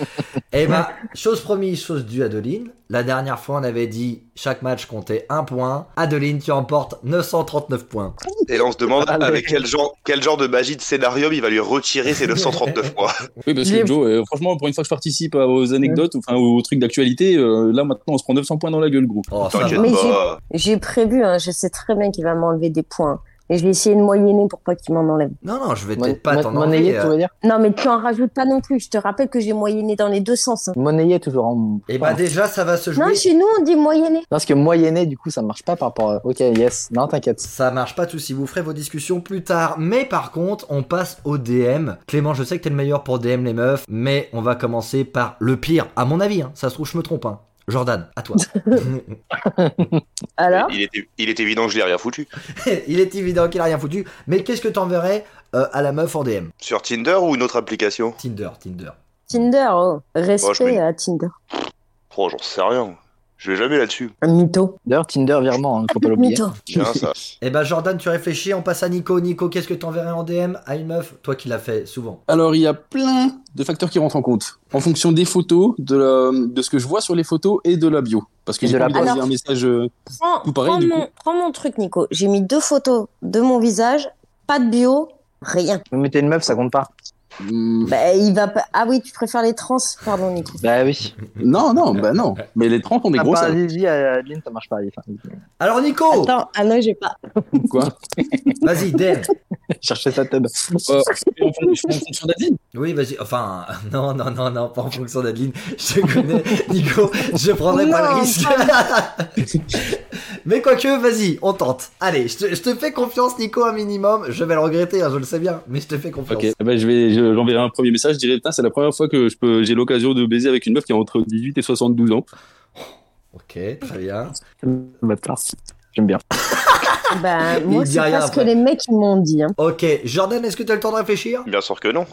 Speaker 2: Eh ben, chose promise, chose due, Adeline. La dernière fois, on avait dit chaque match comptait un point. Adeline, tu emportes 939 points.
Speaker 5: Et là, on se demande
Speaker 2: Ah,
Speaker 4: Allez.
Speaker 5: avec quel genre, quel genre de magie de scénario il va lui retirer ses 939 mois.
Speaker 6: Oui, parce que
Speaker 3: J'ai-
Speaker 6: Joe, euh, franchement, pour une fois que je participe à- aux anecdotes, ou, enfin aux trucs d'actualité, euh, là maintenant on se prend 900 points dans la gueule, gros.
Speaker 2: Oh, [LAUGHS] ça va.
Speaker 5: T'inquiète
Speaker 3: Mais
Speaker 5: pas.
Speaker 3: J'ai prévu, hein, je sais très bien qu'il va m'enlever des points. Et je vais essayer de moyenner pour pas qu'il m'en enlève.
Speaker 2: Non, non, je vais
Speaker 4: Mon-
Speaker 2: peut-être pas
Speaker 4: mon-
Speaker 2: t'en euh. hein.
Speaker 4: Monnayer,
Speaker 2: enlever.
Speaker 4: tu veux dire
Speaker 3: Non, mais tu en rajoutes pas non plus. Je te rappelle que j'ai moyenné dans les deux sens. hein.
Speaker 4: Monnayer, toujours en.
Speaker 2: Et bah, déjà, ça va se jouer.
Speaker 3: Non, chez nous, on dit moyenné.
Speaker 4: Parce que moyenné, du coup, ça marche pas par rapport. à- Ok, yes. Non, t'inquiète.
Speaker 2: Ça marche pas tout si vous ferez vos discussions plus tard. Mais par contre, on passe au DM. Clément, je sais que t'es le meilleur pour DM les meufs, mais on va commencer par le pire, à mon avis. hein. Ça se trouve, je me trompe. hein. Jordan, à toi. [LAUGHS]
Speaker 3: Alors
Speaker 5: Il était, il est évident que je l'ai rien foutu.
Speaker 2: Il est évident qu'il a rien foutu, mais qu'est-ce que t'enverrais euh, à la meuf en DM
Speaker 5: Sur Tinder ou une autre application
Speaker 2: Tinder, Tinder.
Speaker 3: Tinder, oh.
Speaker 5: Moi, je
Speaker 3: respect
Speaker 5: mets-
Speaker 3: à Tinder.
Speaker 5: Oh, j'en sais rien. Je vais jamais là-dessus.
Speaker 3: Un mytho.
Speaker 4: D'ailleurs, Tinder virement, hein, faut pas l'oublier.
Speaker 3: mytho.
Speaker 5: Tiens,
Speaker 2: [LAUGHS]
Speaker 5: ça.
Speaker 2: Eh ben, Jordan, tu réfléchis, on passe à Nico. Nico, qu'est-ce que t'enverrais en DM à une meuf Toi qui l'as fait souvent.
Speaker 6: Alors, il y a plein de facteurs qui rentrent en compte, en fonction des photos, de, la- de ce que je vois sur les photos et de la bio. Parce que
Speaker 4: Et
Speaker 6: j'ai
Speaker 4: de
Speaker 6: pas
Speaker 4: la
Speaker 6: envie
Speaker 3: bio.
Speaker 6: d'envoyer un message. euh,
Speaker 3: Prends,
Speaker 6: Tout pareil,
Speaker 3: prends
Speaker 6: du
Speaker 3: mon, prends mon truc, Nico. J'ai mis deux photos de mon visage, pas de bio, rien.
Speaker 4: Vous mettez une meuf, ça compte pas.
Speaker 6: hmm,
Speaker 3: Bah, il va pas... Ah oui, tu préfères les trans, pardon, Nico.
Speaker 4: Bah oui.
Speaker 6: Non, non, bah non. Mais les 30 ont des
Speaker 4: Ah,
Speaker 6: grosses.
Speaker 4: pas
Speaker 6: hein.
Speaker 4: Lily, à Adeline, ça marche pas. Lily.
Speaker 2: Alors, Nico
Speaker 3: Attends, ah non, j'ai pas.
Speaker 6: Quoi
Speaker 2: Vas-y, DM.
Speaker 4: [LAUGHS] Cherchez sa tête.
Speaker 6: Euh, et en fon- en fonction d'Adeline.
Speaker 2: Oui, vas-y. Enfin, [LAUGHS] non, non, non, non, pas en fonction d'Adeline. Je te connais, Nico. Je prendrai pas le
Speaker 3: Non,
Speaker 2: risque. [LAUGHS] Mais quoique, vas-y, on tente. Allez, je te, je te fais confiance, Nico, un minimum. Je vais le regretter, hein, je le sais bien, mais je te fais confiance.
Speaker 6: Ok, bah, je vais, je- j'enverrai un premier message. Je dirai, putain, c'est la première fois que je peux, j'ai l'occasion de baiser avec une meuf qui a entre 18 et 72 ans.
Speaker 2: Ok, très bien.
Speaker 4: Euh. J'aime bien.
Speaker 3: Bah, moi,
Speaker 2: dit
Speaker 3: c'est
Speaker 2: rien
Speaker 3: pas ce que
Speaker 2: après.
Speaker 3: les mecs ils m'ont dit. Hein.
Speaker 2: Ok, Jordan, est-ce que tu as le temps de réfléchir [LAUGHS]
Speaker 5: Bien sûr que non.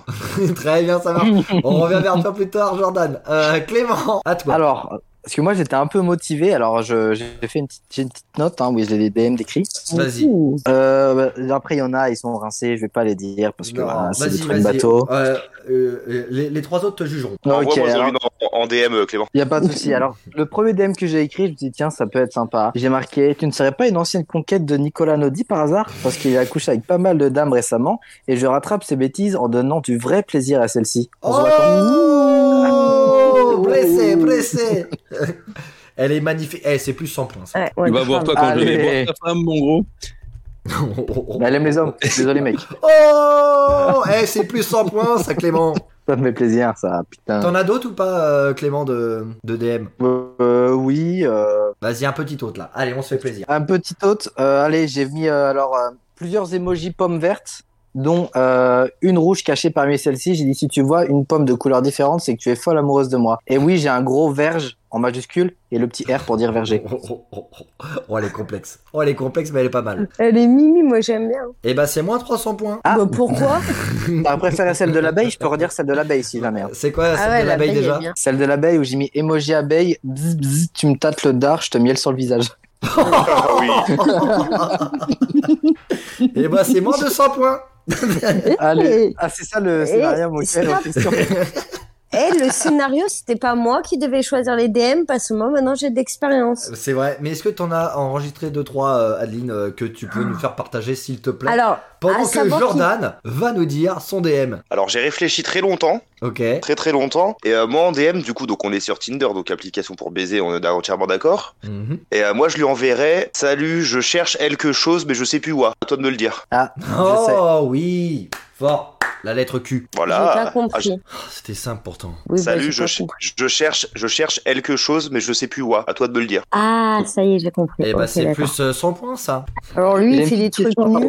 Speaker 2: Très bien, ça marche. On revient vers toi plus tard, Jordan. Euh, Clément, à toi.
Speaker 4: Alors, parce que moi j'étais un peu motivé, alors je- j'ai fait une petite, j'ai une petite note hein, où j'ai les DM décrits.
Speaker 2: vas-y.
Speaker 3: Ouh.
Speaker 4: Euh, bah, après, il y en a, ils sont rincés, je vais pas les dire parce que
Speaker 2: Non,
Speaker 4: voilà, c'est des
Speaker 2: vas-y, Ah,
Speaker 4: trucs
Speaker 2: vas-y.
Speaker 4: bateaux.
Speaker 2: Euh, euh, les, les trois autres te jugeront.
Speaker 4: Ok,
Speaker 5: Envoie-moi
Speaker 4: alors,
Speaker 5: celui en, en DM,
Speaker 2: [LAUGHS]
Speaker 5: euh, Clément.
Speaker 4: il n'y a pas de souci. Alors, le premier DM que j'ai écrit, je me dis, tiens, ça peut être sympa. J'ai marqué, tu ne serais pas une ancienne conquête de Nicolas Naudi par hasard Parce qu'il a couché avec pas mal de dames récemment et je rattrape ses bêtises en donnant du vrai plaisir à celle-ci. On se voit quand
Speaker 2: Oh Blessé, blessé [LAUGHS] Elle est magnifique. Eh, c'est plus 100 points. [LAUGHS] ça.
Speaker 3: Ouais, bah, ouais,
Speaker 6: tu vas voir
Speaker 3: grave.
Speaker 6: toi quand je vais
Speaker 4: Allez.
Speaker 6: voir ta femme, mon gros.
Speaker 2: Oh, oh, oh.
Speaker 4: Mais Elle aime
Speaker 2: [LAUGHS]
Speaker 4: les hommes. Désolé, mec.
Speaker 2: Oh Eh, c'est plus 100 points, ça, [LAUGHS] Clément.
Speaker 4: Ça me fait plaisir, ça. Putain.
Speaker 2: T'en as d'autres ou pas, euh, Clément, de, de DM
Speaker 4: Euh, oui, euh,
Speaker 2: Vas-y, un petit autre, là. Allez, on se fait plaisir.
Speaker 4: Un petit autre. Euh, allez, j'ai mis euh, alors euh, plusieurs émojis pommes vertes, dont euh, une rouge cachée parmi celles-ci. J'ai dit si tu vois une pomme de couleur différente, c'est que tu es folle amoureuse de moi. Et oui, j'ai un gros verge en majuscule et le petit R pour dire verger.
Speaker 2: Oh, oh, oh, oh. Oh, elle est complexe. Oh, elle est complexe, mais elle est pas mal.
Speaker 3: Elle est mimi, moi j'aime bien.
Speaker 2: Eh ben, c'est moins 300 points.
Speaker 4: Ah.
Speaker 3: Bah,
Speaker 4: [LAUGHS]
Speaker 3: pourquoi
Speaker 4: T'as préféré celle de l'abeille Je peux redire celle de l'abeille si jamais. hein.
Speaker 2: Ah, C'est quoi, celle de
Speaker 3: Ah la
Speaker 2: l'abeille
Speaker 3: veille est
Speaker 2: déjà
Speaker 3: bien.
Speaker 4: Celle de l'abeille où j'ai mis émoji abeille, bzz, bzz, tu me tâtes le dard, je te miel sur le visage.
Speaker 5: Ah oui.
Speaker 2: Eh ben, c'est moins 200
Speaker 3: [LAUGHS]
Speaker 2: points.
Speaker 4: Allez. Ah, c'est ça le
Speaker 3: Eh,
Speaker 4: scénario auquel
Speaker 3: stop.
Speaker 4: on
Speaker 2: [LAUGHS]
Speaker 4: fait sur-
Speaker 3: Eh, le scénario, c'était pas moi qui devais choisir les DM parce que moi maintenant j'ai de l'expérience.
Speaker 2: C'est vrai. Mais est-ce que t'en as enregistré 2-3, Adeline, euh, que tu peux nous faire partager, s'il te plaît
Speaker 3: Ah. Alors, à
Speaker 2: Pendant que
Speaker 3: savoir
Speaker 2: Jordan va nous dire son DM.
Speaker 5: Alors, j'ai réfléchi très longtemps.
Speaker 2: Ok.
Speaker 5: Très très longtemps. Et euh, moi, en DM, du coup, donc on est sur Tinder, donc application pour baiser, on est entièrement d'accord.
Speaker 2: Mhm.
Speaker 5: Et euh, moi, je lui enverrai Salut, je cherche quelque chose, mais je sais plus où. hein. À toi de me le dire.
Speaker 2: Oh oui Fort La lettre Q.
Speaker 5: Voilà.
Speaker 3: J'ai pas
Speaker 5: Ah, je-
Speaker 3: compris.
Speaker 2: Oh, C'était simple pourtant.
Speaker 3: Oui, bah, j'ai
Speaker 5: Salut,
Speaker 3: pas
Speaker 5: je, ch-
Speaker 3: compris.
Speaker 5: je cherche, je cherche quelque chose, mais je sais plus où. hein. À toi de me le dire.
Speaker 3: Ah, ça y est, j'ai compris.
Speaker 2: Eh bah
Speaker 3: Ok,
Speaker 2: c'est
Speaker 3: d'accord. Ah,
Speaker 2: plus euh, 100 points ça.
Speaker 3: Alors lui,
Speaker 4: ben, Il a
Speaker 3: il fait
Speaker 4: une
Speaker 3: des
Speaker 4: petite
Speaker 3: trucs
Speaker 4: question.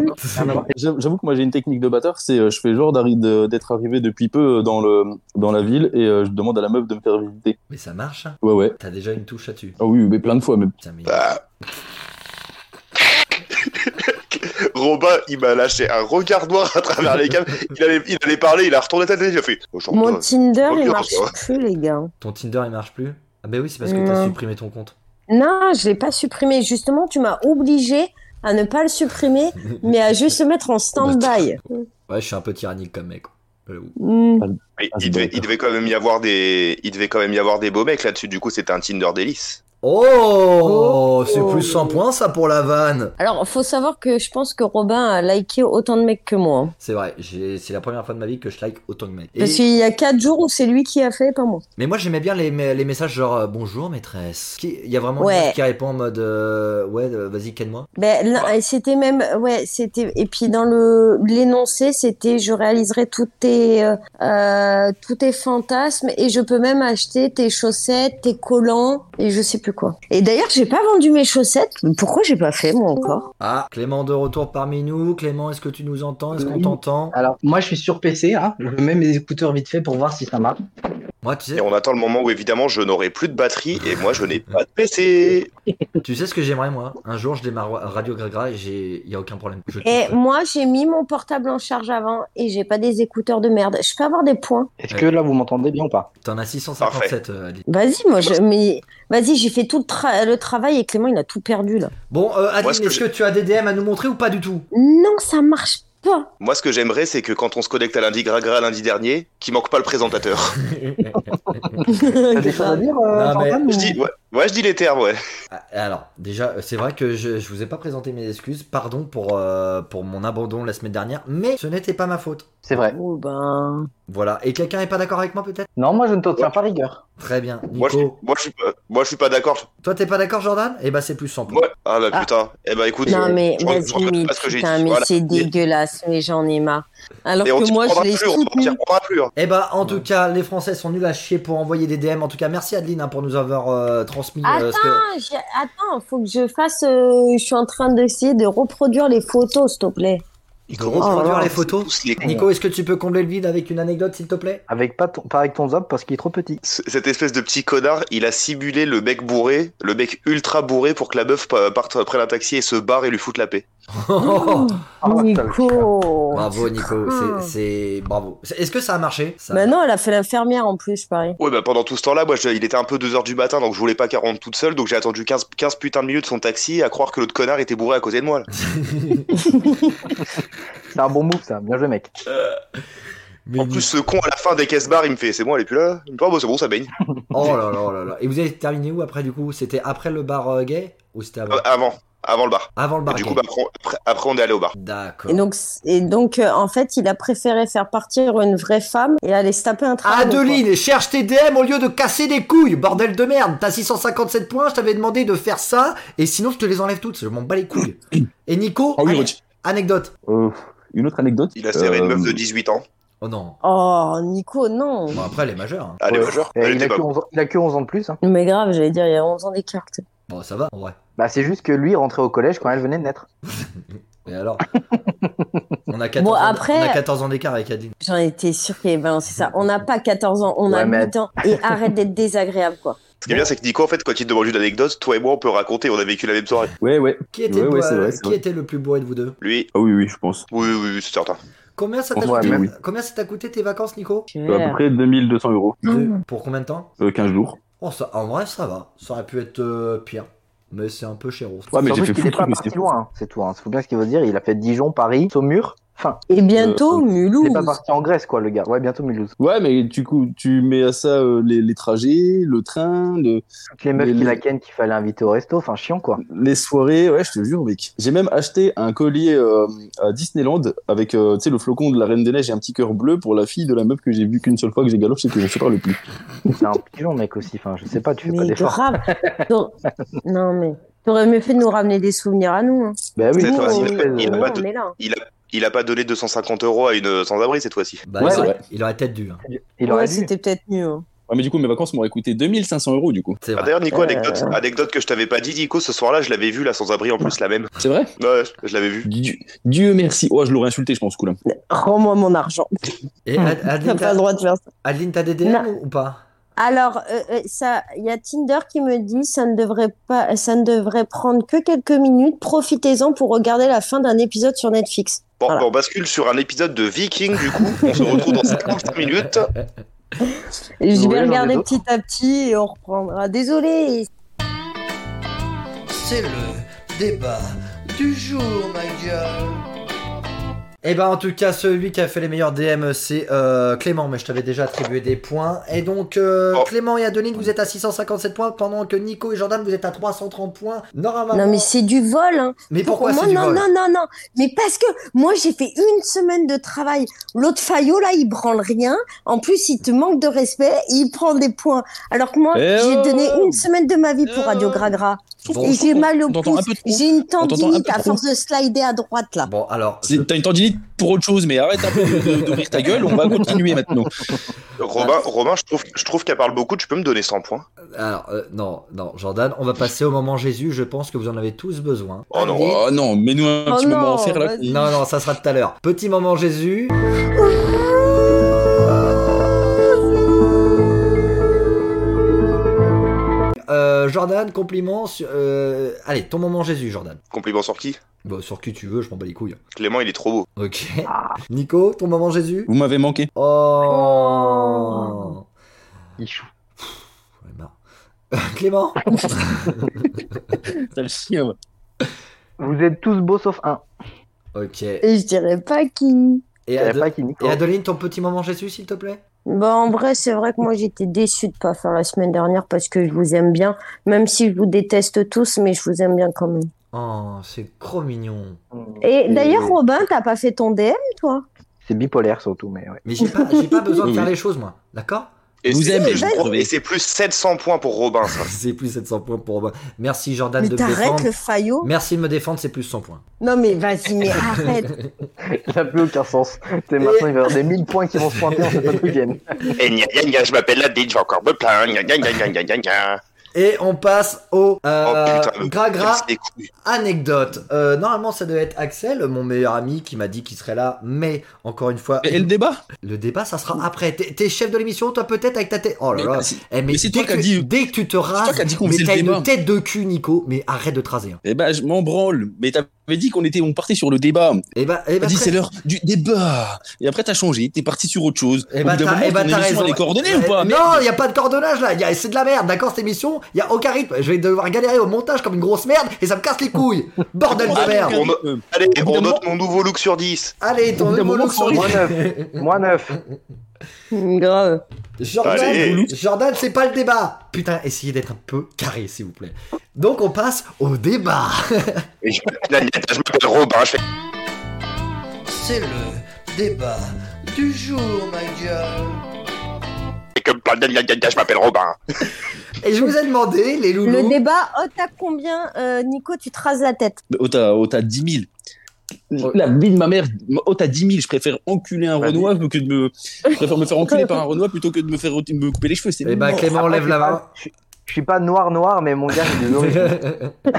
Speaker 3: nuls.
Speaker 6: J'avoue j'avoue que moi j'ai une technique de batteur, c'est euh, je fais genre d'arri- de- d'être arrivé depuis peu euh, dans, le, dans la ville et euh, je demande à la meuf de me faire visiter.
Speaker 2: [LAUGHS] Mais ça marche. hein.
Speaker 6: Ouais ouais.
Speaker 2: T'as déjà une touche
Speaker 6: Oh.
Speaker 2: là-dessus.
Speaker 6: Ah oui, mais plein de fois même.
Speaker 2: Putain, mais-
Speaker 5: Bah. Robin, il m'a lâché un regard noir à travers les câbles. Il allait, il allait parler, il a retourné sa tête, il a fait. Oh, chante,
Speaker 3: Mon
Speaker 5: euh,
Speaker 3: Tinder,
Speaker 5: ok,
Speaker 3: il
Speaker 5: on
Speaker 3: marche
Speaker 5: se voit.
Speaker 3: plus, les gars.
Speaker 2: Ton Tinder il marche plus Ah bah oui, c'est parce que t'as
Speaker 3: Non.
Speaker 2: supprimé ton compte.
Speaker 3: Non, je l'ai pas supprimé. Justement, tu m'as obligé à ne pas le supprimer, mais à juste le mettre en stand-by.
Speaker 2: Ouais, je suis un peu tyrannique comme mec. Euh, J'avoue.
Speaker 3: Mm.
Speaker 5: Mais
Speaker 4: Ah, c'est
Speaker 5: il, devait,
Speaker 4: d'accord.
Speaker 5: il devait quand même y avoir des, il devait quand même y avoir des beaux mecs là-dessus. Du coup, c'était un Tinder délice.
Speaker 2: Oh,
Speaker 3: Oh.
Speaker 2: c'est plus 100 points ça pour la vanne.
Speaker 3: Alors, faut savoir que je pense que Robin a liké autant de mecs que moi.
Speaker 2: C'est vrai, j'ai- c'est la première fois de ma vie que je like autant de mecs. Et-
Speaker 3: Parce qu'il y a 4 jours où c'est lui qui a fait, pas moi.
Speaker 2: Mais moi j'aimais bien les, me- les messages genre euh, bonjour maîtresse. Qui- Il y a vraiment
Speaker 3: Ouais.
Speaker 2: une meuf qui répond en mode euh, ouais euh, vas-y ken-moi.
Speaker 3: Ben, là, c'était même, ouais, c'était, et puis dans le, l'énoncé, c'était je réaliserai tous tes, euh, euh, tous tes fantasmes et je peux même acheter tes chaussettes, tes collants et je sais plus quoi. Et d'ailleurs, j'ai pas vendu mes chaussettes. Pourquoi j'ai pas fait, moi encore?
Speaker 2: Ah Clément de retour parmi nous. Clément est-ce que tu nous entends Est-ce qu'on
Speaker 4: Oui. Ah.
Speaker 2: t'entend
Speaker 4: [LAUGHS] Alors, moi, je suis sur PC. Hein. Je mets mes écouteurs vite fait pour voir si ça marche.
Speaker 2: Moi tu
Speaker 5: Et
Speaker 2: sais
Speaker 5: on attend le moment où évidemment je n'aurai plus de batterie et moi je n'ai pas de PC.
Speaker 2: tu sais ce que j'aimerais moi Un jour je démarre Radio Gragra et j'ai y a aucun problème. Je-
Speaker 3: Et moi, j'ai mis mon portable en charge avant et j'ai pas des écouteurs de merde. Je peux avoir des points?
Speaker 4: Est-ce
Speaker 2: Ouais.
Speaker 4: que là, vous m'entendez bien ou pas
Speaker 2: T'en as 657 euh, Adeline.
Speaker 3: Vas-y, moi, je, mais, vas-y, j'ai fait tout le, tra- le travail et Clément, il a tout perdu, là.
Speaker 2: Bon euh, Adeline,
Speaker 5: Moi, ce que
Speaker 2: est-ce que
Speaker 5: j'ai-
Speaker 2: tu as des DM à nous montrer ou pas du tout
Speaker 3: Non, ça marche pas.
Speaker 5: [LAUGHS] Moi, ce que j'aimerais, c'est que quand on se connecte à lundi Gragra lundi dernier, qu'il manque pas le présentateur.
Speaker 4: T'as des choses à dire, euh,
Speaker 2: Non, mais-
Speaker 4: Jordan, ou-
Speaker 5: Je dis, ouais, ouais, je dis les termes, ouais.
Speaker 2: Ah, Alors, déjà, euh, c'est vrai que je, je vous ai pas présenté mes excuses. Pardon pour, euh, pour mon abandon la semaine dernière, mais ce n'était pas ma faute.
Speaker 4: C'est vrai.
Speaker 3: Oh, ben.
Speaker 2: Voilà. Et quelqu'un est pas d'accord avec moi, peut-être
Speaker 4: Non, moi, je ne te tiens pas rigueur.
Speaker 2: Très bien.
Speaker 5: Moi, je,
Speaker 2: Nico,
Speaker 5: moi, je suis pas, moi, je suis pas d'accord.
Speaker 2: toi, t'es pas d'accord, Jordan Eh ben, c'est plus 100 points.
Speaker 5: Moi- Ah bah
Speaker 4: Ah.
Speaker 5: putain. Eh ben écoute.
Speaker 3: Non, mais
Speaker 5: je- je
Speaker 3: vas-y,
Speaker 5: regrette
Speaker 3: mais
Speaker 5: pas ce que j'ai
Speaker 3: putain,
Speaker 5: dit.
Speaker 3: mais
Speaker 5: Voilà.
Speaker 3: c'est dégueulasse, mais j'en ai marre. Alors
Speaker 5: Et on
Speaker 3: que
Speaker 5: t'y
Speaker 3: moi, je
Speaker 5: reprendra
Speaker 3: l'ai
Speaker 5: plus, on t'y
Speaker 3: soutenu.
Speaker 5: reprendra plus. hein.
Speaker 2: Eh ben, en tout cas, les Français sont nuls à chier pour envoyer des DM. En tout cas, merci Adeline hein, pour nous avoir euh, transmis euh, ce que.
Speaker 3: Attends, Ah, j'ai- attends, faut que je fasse. euh, je suis en train d'essayer de reproduire les photos, s'il te plaît.
Speaker 2: de reproduire
Speaker 3: Oh,
Speaker 2: les photos.
Speaker 5: Tous les cons.
Speaker 2: Nico, est-ce que tu peux combler le vide avec une anecdote, s'il te
Speaker 3: [LAUGHS]
Speaker 2: plaît
Speaker 4: Avec pas, ton- pas avec ton zob parce qu'il est trop petit.
Speaker 5: C- Cette espèce de petit connard, il a simulé le mec bourré, le mec ultra bourré pour que la meuf pa- parte après un taxi et se barre et lui foute la paix.
Speaker 2: Ah,
Speaker 4: Oh,
Speaker 3: Nico
Speaker 2: Bravo Nico,
Speaker 3: crains.
Speaker 2: c'est c'est- bravo. C'est- Est-ce que ça a marché ça
Speaker 3: Bah non, elle a fait l'infirmière en plus, pareil.
Speaker 5: Ouais, bah pendant tout ce temps-là, moi, je- il était un peu 2h du matin, donc je voulais pas qu'elle rentre toute seule, donc j'ai attendu 15, 15 putains de minutes son taxi à croire que l'autre connard était bourré à côté de moi. là.
Speaker 4: C'est un bon move, ça. Bien joué, mec.
Speaker 2: Mais
Speaker 5: En plus, ce con, à la fin, dès qu'elle se barre, il me fait C'est bon, elle est plus là Il me fait Ah, bah, c'est bon, ça baigne.
Speaker 2: Oh là là oh là là. Et vous avez terminé où après du coup C'était après le bar euh, gay ou c'était avant
Speaker 5: Euh, avant, avant le bar.
Speaker 2: Avant le
Speaker 5: Et
Speaker 2: bar
Speaker 5: du
Speaker 2: gay.
Speaker 5: coup, bah, après, après- après, on est allé au bar.
Speaker 2: D'accord.
Speaker 3: Et donc, c- et donc euh, en fait, il a préféré faire partir une vraie femme et aller se taper un travail.
Speaker 2: Adeline, cherche tes DM au lieu de casser des couilles, bordel de merde. T'as 657 points, je t'avais demandé de faire ça, et sinon je te les enlève toutes, je m'en bats les couilles. Et Nico,
Speaker 6: Ah oui,
Speaker 2: ane-
Speaker 6: Roth.
Speaker 2: anecdote.
Speaker 6: Euh, une autre anecdote.
Speaker 5: Il a serré une
Speaker 6: Euh,
Speaker 5: meuf de 18 ans.
Speaker 2: Oh non.
Speaker 3: Oh, Nico, non.
Speaker 2: Bon après elle est majeure. hein.
Speaker 5: Allez,
Speaker 4: Ouais.
Speaker 5: majeur.
Speaker 4: Et
Speaker 5: Elle
Speaker 4: il,
Speaker 5: était
Speaker 4: a
Speaker 5: pas
Speaker 4: que 11 ans, il a que 11 ans de plus. hein.
Speaker 3: Mais grave, j'allais dire, il y a 11 ans d'écart.
Speaker 2: Bon ça va en vrai.
Speaker 4: Bah, c'est juste que lui rentrait au collège quand elle venait de naître.
Speaker 2: Et
Speaker 3: [LAUGHS]
Speaker 2: alors On a 14
Speaker 3: Bon,
Speaker 2: ans-
Speaker 3: après-
Speaker 2: on a 14 ans d'écart avec Adeline.
Speaker 3: J'en étais sûre qu'il allait balancer ça. On n'a pas 14 ans, on a
Speaker 4: Ouais, mais-
Speaker 3: 8 ans.
Speaker 4: [LAUGHS]
Speaker 3: Et arrête d'être désagréable, quoi.
Speaker 5: Ce qui est bien, c'est que Nico, en fait, quand il te demande une anecdote, toi et moi, on peut raconter, on a vécu la même soirée.
Speaker 6: Ouais, ouais.
Speaker 2: Qui était,
Speaker 6: Ouais, ouais,
Speaker 2: bo-
Speaker 6: c'est vrai, c'est
Speaker 2: qui
Speaker 6: vrai.
Speaker 2: était le plus bourré de vous deux
Speaker 5: Lui,
Speaker 6: Ah oui, oui, je pense.
Speaker 5: oui, oui, oui, c'est certain.
Speaker 2: Combien ça t'a
Speaker 4: Ouais,
Speaker 2: coûté,
Speaker 6: mais oui.
Speaker 2: combien ça t'a coûté tes vacances Nico
Speaker 3: Tu
Speaker 6: Euh, à peu
Speaker 4: bah,
Speaker 3: verras.
Speaker 6: près 2200 euros.
Speaker 2: Deux. Pour combien de temps
Speaker 6: Euh, 15 jours.
Speaker 2: Oh, ça, en vrai, ça va. Ça aurait pu être euh, pire. Mais c'est un peu cher.
Speaker 6: Ouais, mais
Speaker 4: Surtout
Speaker 6: j'ai fait
Speaker 4: qu'il
Speaker 6: fou
Speaker 4: est
Speaker 6: le
Speaker 4: pas
Speaker 6: truc, mais
Speaker 4: parti
Speaker 6: c'est-
Speaker 4: loin, hein. c'est tout. Hein. C'est bien ce qu'il veut dire. Il a fait Dijon, Paris, Saumur. Enfin,
Speaker 3: Et bientôt,
Speaker 4: il
Speaker 3: Mulhouse.
Speaker 4: est euh, pas parti en Grèce, quoi, le gars. Ouais, bientôt Mulhouse.
Speaker 6: Ouais, mais du coup, tu mets à ça euh, les, les trajets, le train, le-
Speaker 4: Toutes les meufs
Speaker 6: Mais
Speaker 4: qui
Speaker 6: le-
Speaker 4: la ken qu'il fallait inviter au resto. Enfin, chiant, quoi.
Speaker 6: les soirées. Ouais, je te jure, mec. J'ai même acheté un collier euh, à Disneyland avec, euh, tu sais, le flocon de la Reine des Neiges et un petit cœur bleu pour la fille de la meuf que j'ai vue qu'une seule fois que j'ai galopé, c'est que je ne parle plus.
Speaker 4: C'est un pigeon, mec, aussi. Enfin, je sais pas, tu fais pas
Speaker 3: Mais
Speaker 4: d'efforts. [LAUGHS]
Speaker 3: grave. T'aurais- non, mais t'aurais mieux fait de nous ramener des souvenirs à nous. Hein.
Speaker 4: Bah oui,
Speaker 5: C'est
Speaker 4: c'est
Speaker 5: toi,
Speaker 4: une
Speaker 5: il-
Speaker 4: espèce de-
Speaker 5: il-
Speaker 3: Non,
Speaker 5: va te-
Speaker 3: on est là.
Speaker 5: Il a, il a pas donné 250 euros à une sans-abri cette fois-ci.
Speaker 2: Bah,
Speaker 6: Ouais,
Speaker 2: il,
Speaker 6: c'est
Speaker 2: aurait,
Speaker 6: vrai.
Speaker 2: il aurait peut-être dû. hein.
Speaker 4: il aurait
Speaker 3: Ouais,
Speaker 4: dû.
Speaker 3: c'était peut-être mieux. hein.
Speaker 6: Ouais, mais du coup, mes vacances m'auraient coûté 2500 euros, du coup.
Speaker 2: C'est
Speaker 5: Ah,
Speaker 2: vrai.
Speaker 5: D'ailleurs, Nico,
Speaker 3: Euh.
Speaker 5: anecdote, anecdote que je t'avais pas dit, Nico, ce soir-là, je l'avais vu, la sans-abri en plus, la même.
Speaker 6: C'est vrai
Speaker 5: Ouais, je- je l'avais vu.
Speaker 6: Dieu, Dieu merci. Oh, je l'aurais insulté, je pense, cool.
Speaker 3: Rends-moi mon argent.
Speaker 2: Et Ad-
Speaker 3: Hmm. T'as
Speaker 2: Adeline,
Speaker 3: pas le
Speaker 2: t'as-
Speaker 3: droit de faire ça.
Speaker 2: Adeline, t'as des DM
Speaker 3: Non.
Speaker 2: ou- ou pas
Speaker 3: Alors, euh, euh, ça, il y a Tinder qui me dit ça ne devrait pas, ça ne devrait prendre que quelques minutes. Profitez-en pour regarder la fin d'un épisode sur Netflix.
Speaker 5: Bon,
Speaker 3: Voilà.
Speaker 5: bon, on bascule sur un épisode de Viking, du coup. On se retrouve dans 55 minutes.
Speaker 3: Et je
Speaker 4: Ouais,
Speaker 3: vais
Speaker 4: j'en ai
Speaker 3: regarder
Speaker 4: d'autres.
Speaker 3: petit à petit et on reprendra. Désolé.
Speaker 2: C'est le débat du jour, ma gueule. Et ben en tout cas, celui qui a fait les meilleurs DM, c'est euh, Clément, mais je t'avais déjà attribué des points. Et donc, euh,
Speaker 5: Oh.
Speaker 2: Clément et Adeline, vous êtes à 657 points, pendant que Nico et Jordan, vous êtes à 330 points. Normalement.
Speaker 3: Non mais c'est du vol. Hein.
Speaker 2: Mais pourquoi
Speaker 3: moi,
Speaker 2: c'est du
Speaker 3: non,
Speaker 2: vol
Speaker 3: non, non, non. Mais parce que moi, j'ai fait une semaine de travail. L'autre faillot, là, il branle rien. En plus, il te manque de respect. Il prend des points. Alors que moi,
Speaker 7: Eh
Speaker 3: j'ai
Speaker 7: oh.
Speaker 3: donné une semaine de ma vie
Speaker 7: Eh
Speaker 3: pour Radio
Speaker 7: oh.
Speaker 3: Gragra.
Speaker 7: Bon,
Speaker 3: Et j'ai mal au
Speaker 7: on t'entend
Speaker 3: pouce.
Speaker 7: un peu trop.
Speaker 3: J'ai une
Speaker 7: t'entend un peu
Speaker 3: tendinite à
Speaker 7: trop.
Speaker 3: force de slider à droite, là.
Speaker 2: Bon, alors, euh,
Speaker 7: C'est- T'as une tendinite pour autre chose, mais arrête un peu de- de- d'ouvrir ta gueule, on va continuer maintenant.
Speaker 5: Robin, Robin je trouve, je trouve qu'elle parle beaucoup. Tu peux me donner 100 points
Speaker 2: alors euh, non, non, Jordan, on va passer au moment Jésus. Je pense que vous en avez tous besoin.
Speaker 5: Oh non.
Speaker 2: Allez.
Speaker 7: Oh non, mets-nous un
Speaker 3: Oh
Speaker 7: petit
Speaker 3: non,
Speaker 7: moment en fer là.
Speaker 3: vas-y.
Speaker 2: Non, non, ça sera tout à l'heure. Petit moment Jésus. Euh, Jordan, compliment. sur- euh, allez, ton moment Jésus, Jordan.
Speaker 5: Compliment sur qui
Speaker 2: Bon, sur qui tu veux, je m'en bats les couilles. hein.
Speaker 5: Clément, il est trop beau.
Speaker 2: Ok. Nico, ton moment Jésus.
Speaker 7: Vous m'avez manqué.
Speaker 2: Oh.
Speaker 4: Michou.
Speaker 2: J'en ai marre. [LAUGHS] Clément.
Speaker 7: T'as le chien, ouais.
Speaker 4: Vous êtes tous beaux sauf un.
Speaker 2: Ok.
Speaker 3: Et je dirais pas qui.
Speaker 2: Et,
Speaker 4: Il y avait
Speaker 2: Ade-
Speaker 4: pas qui Nico.
Speaker 2: et Adeline, ton petit moment Jésus, s'il te plaît.
Speaker 3: Bah, en vrai, c'est vrai que moi, j'étais déçue de pas faire la semaine dernière parce que je vous aime bien. Même si je vous déteste tous, mais je vous aime bien quand même.
Speaker 2: Oh, c'est trop mignon.
Speaker 4: Hmm.
Speaker 3: Et
Speaker 4: Et-
Speaker 3: d'ailleurs, Robin, t'as pas fait ton DM, toi?
Speaker 4: C'est bipolaire surtout, mais ouais.
Speaker 2: Mais j'ai pas, j'ai pas besoin de
Speaker 7: Oui,
Speaker 2: faire
Speaker 7: oui.
Speaker 2: les choses, moi. D'accord
Speaker 5: Et
Speaker 7: Vous
Speaker 5: c'est
Speaker 7: aimez,
Speaker 5: plus-
Speaker 7: vous
Speaker 5: pour-
Speaker 7: crevez.
Speaker 5: Et c'est plus 700 points pour Robin, ça.
Speaker 2: C'est plus 700 points pour moi. Merci Jordan
Speaker 3: Mais
Speaker 2: de me
Speaker 3: t'arrêtes
Speaker 2: défendre.
Speaker 3: le faillot.
Speaker 2: Merci de me défendre, c'est plus 100 points.
Speaker 3: Non mais vas-y, mais arrête.
Speaker 4: Ça n'a plus aucun sens. C'est maintenant, il va y avoir des 1000 points qui vont se pointer,
Speaker 2: [LAUGHS]
Speaker 4: on sait pas d'où ils viennent.
Speaker 5: Et gna, gna, gna, je m'appelle Nadine, je vais encore me plaindre. Gna, gna, gna, gna, gna, gna, gna.
Speaker 2: Et on passe au euh,
Speaker 5: Oh, putain,
Speaker 2: Gragra
Speaker 5: C'est des couilles.
Speaker 2: anecdote. Euh, normalement, ça devait être Axel, mon meilleur ami, qui m'a dit qu'il serait là, mais encore une fois,
Speaker 7: Et, et le débat
Speaker 2: le débat, ça sera après. T'es t'es chef de l'émission, toi peut-être avec ta tête. Oh là
Speaker 7: Mais-
Speaker 2: là.
Speaker 7: c'est-
Speaker 2: Eh, mais
Speaker 7: mais c'est
Speaker 2: dès
Speaker 7: toi qui as
Speaker 2: que-
Speaker 7: dit-
Speaker 2: Dès que tu te
Speaker 7: toi
Speaker 2: rases,
Speaker 7: qui as dit qu'on
Speaker 2: mais
Speaker 7: faisait le
Speaker 2: t'as une
Speaker 7: débat.
Speaker 2: tête de cul, Nico. Mais arrête de te raser. hein.
Speaker 7: Eh ben, je m'en branle. Mais t'avais dit qu'on était, on partait sur le débat.
Speaker 2: Eh bah,
Speaker 7: T'as
Speaker 2: eh
Speaker 3: ben,
Speaker 2: bah,
Speaker 7: dit
Speaker 2: très-
Speaker 7: c'est l'heure du débat. Et après t'as changé, t'es parti sur autre chose.
Speaker 2: Eh
Speaker 7: Au
Speaker 3: ben,
Speaker 2: bah,
Speaker 7: bout d'un
Speaker 2: t'as-
Speaker 7: moment,
Speaker 2: eh bah,
Speaker 7: on est
Speaker 2: t'as
Speaker 7: juste sur
Speaker 2: raison.
Speaker 7: les coordonnées ou
Speaker 2: Eh,
Speaker 7: pas
Speaker 2: Non, il y a pas de coordonnage là, y a- c'est de la merde, d'accord, cette émission, il y a aucun rythme. Je vais devoir galérer au montage comme une grosse merde et ça me casse les couilles. Bordel de
Speaker 7: Ah,
Speaker 2: merde.
Speaker 5: on-
Speaker 7: euh,
Speaker 5: Allez,
Speaker 7: Au bout
Speaker 5: on
Speaker 7: d'un
Speaker 5: note mon nouveau look sur 10.
Speaker 2: Allez, ton
Speaker 7: Au bout d'un
Speaker 2: nouveau
Speaker 7: moment,
Speaker 2: look sur
Speaker 4: Moins 9. Moins 9.
Speaker 3: Grave.
Speaker 2: [LAUGHS] Jordan,
Speaker 5: Allez.
Speaker 2: Jordan, c'est pas le débat. Putain, essayez d'être un peu carré s'il vous plaît. Donc on passe au débat.
Speaker 5: Et gna, gna, gna, je m'appelle Robin, je fais
Speaker 2: C'est le débat du jour, my gueule.
Speaker 5: comme plein de gna, gna, gna, je m'appelle Robin.
Speaker 2: Et je vous ai demandé les [LAUGHS]
Speaker 3: Le
Speaker 2: loulous.
Speaker 3: débat, oh t'as combien, euh, Nico, tu te rases la tête.
Speaker 7: Au t'as au t'as 10 000.
Speaker 2: Ouais.
Speaker 7: La vie de ma mère, au t'as 10 000, je préfère enculer un
Speaker 5: Bah,
Speaker 4: Vas-y.
Speaker 7: Renoir que de me. Je préfère me faire enculer
Speaker 5: [LAUGHS]
Speaker 7: par un Renoir plutôt que de me faire me couper les cheveux. C'est
Speaker 2: Eh bah
Speaker 7: mort.
Speaker 2: Clément,
Speaker 4: Après,
Speaker 2: lève la main.
Speaker 4: Je suis pas- je suis pas noir noir, mais mon gars, j'ai des origines.
Speaker 2: [LAUGHS]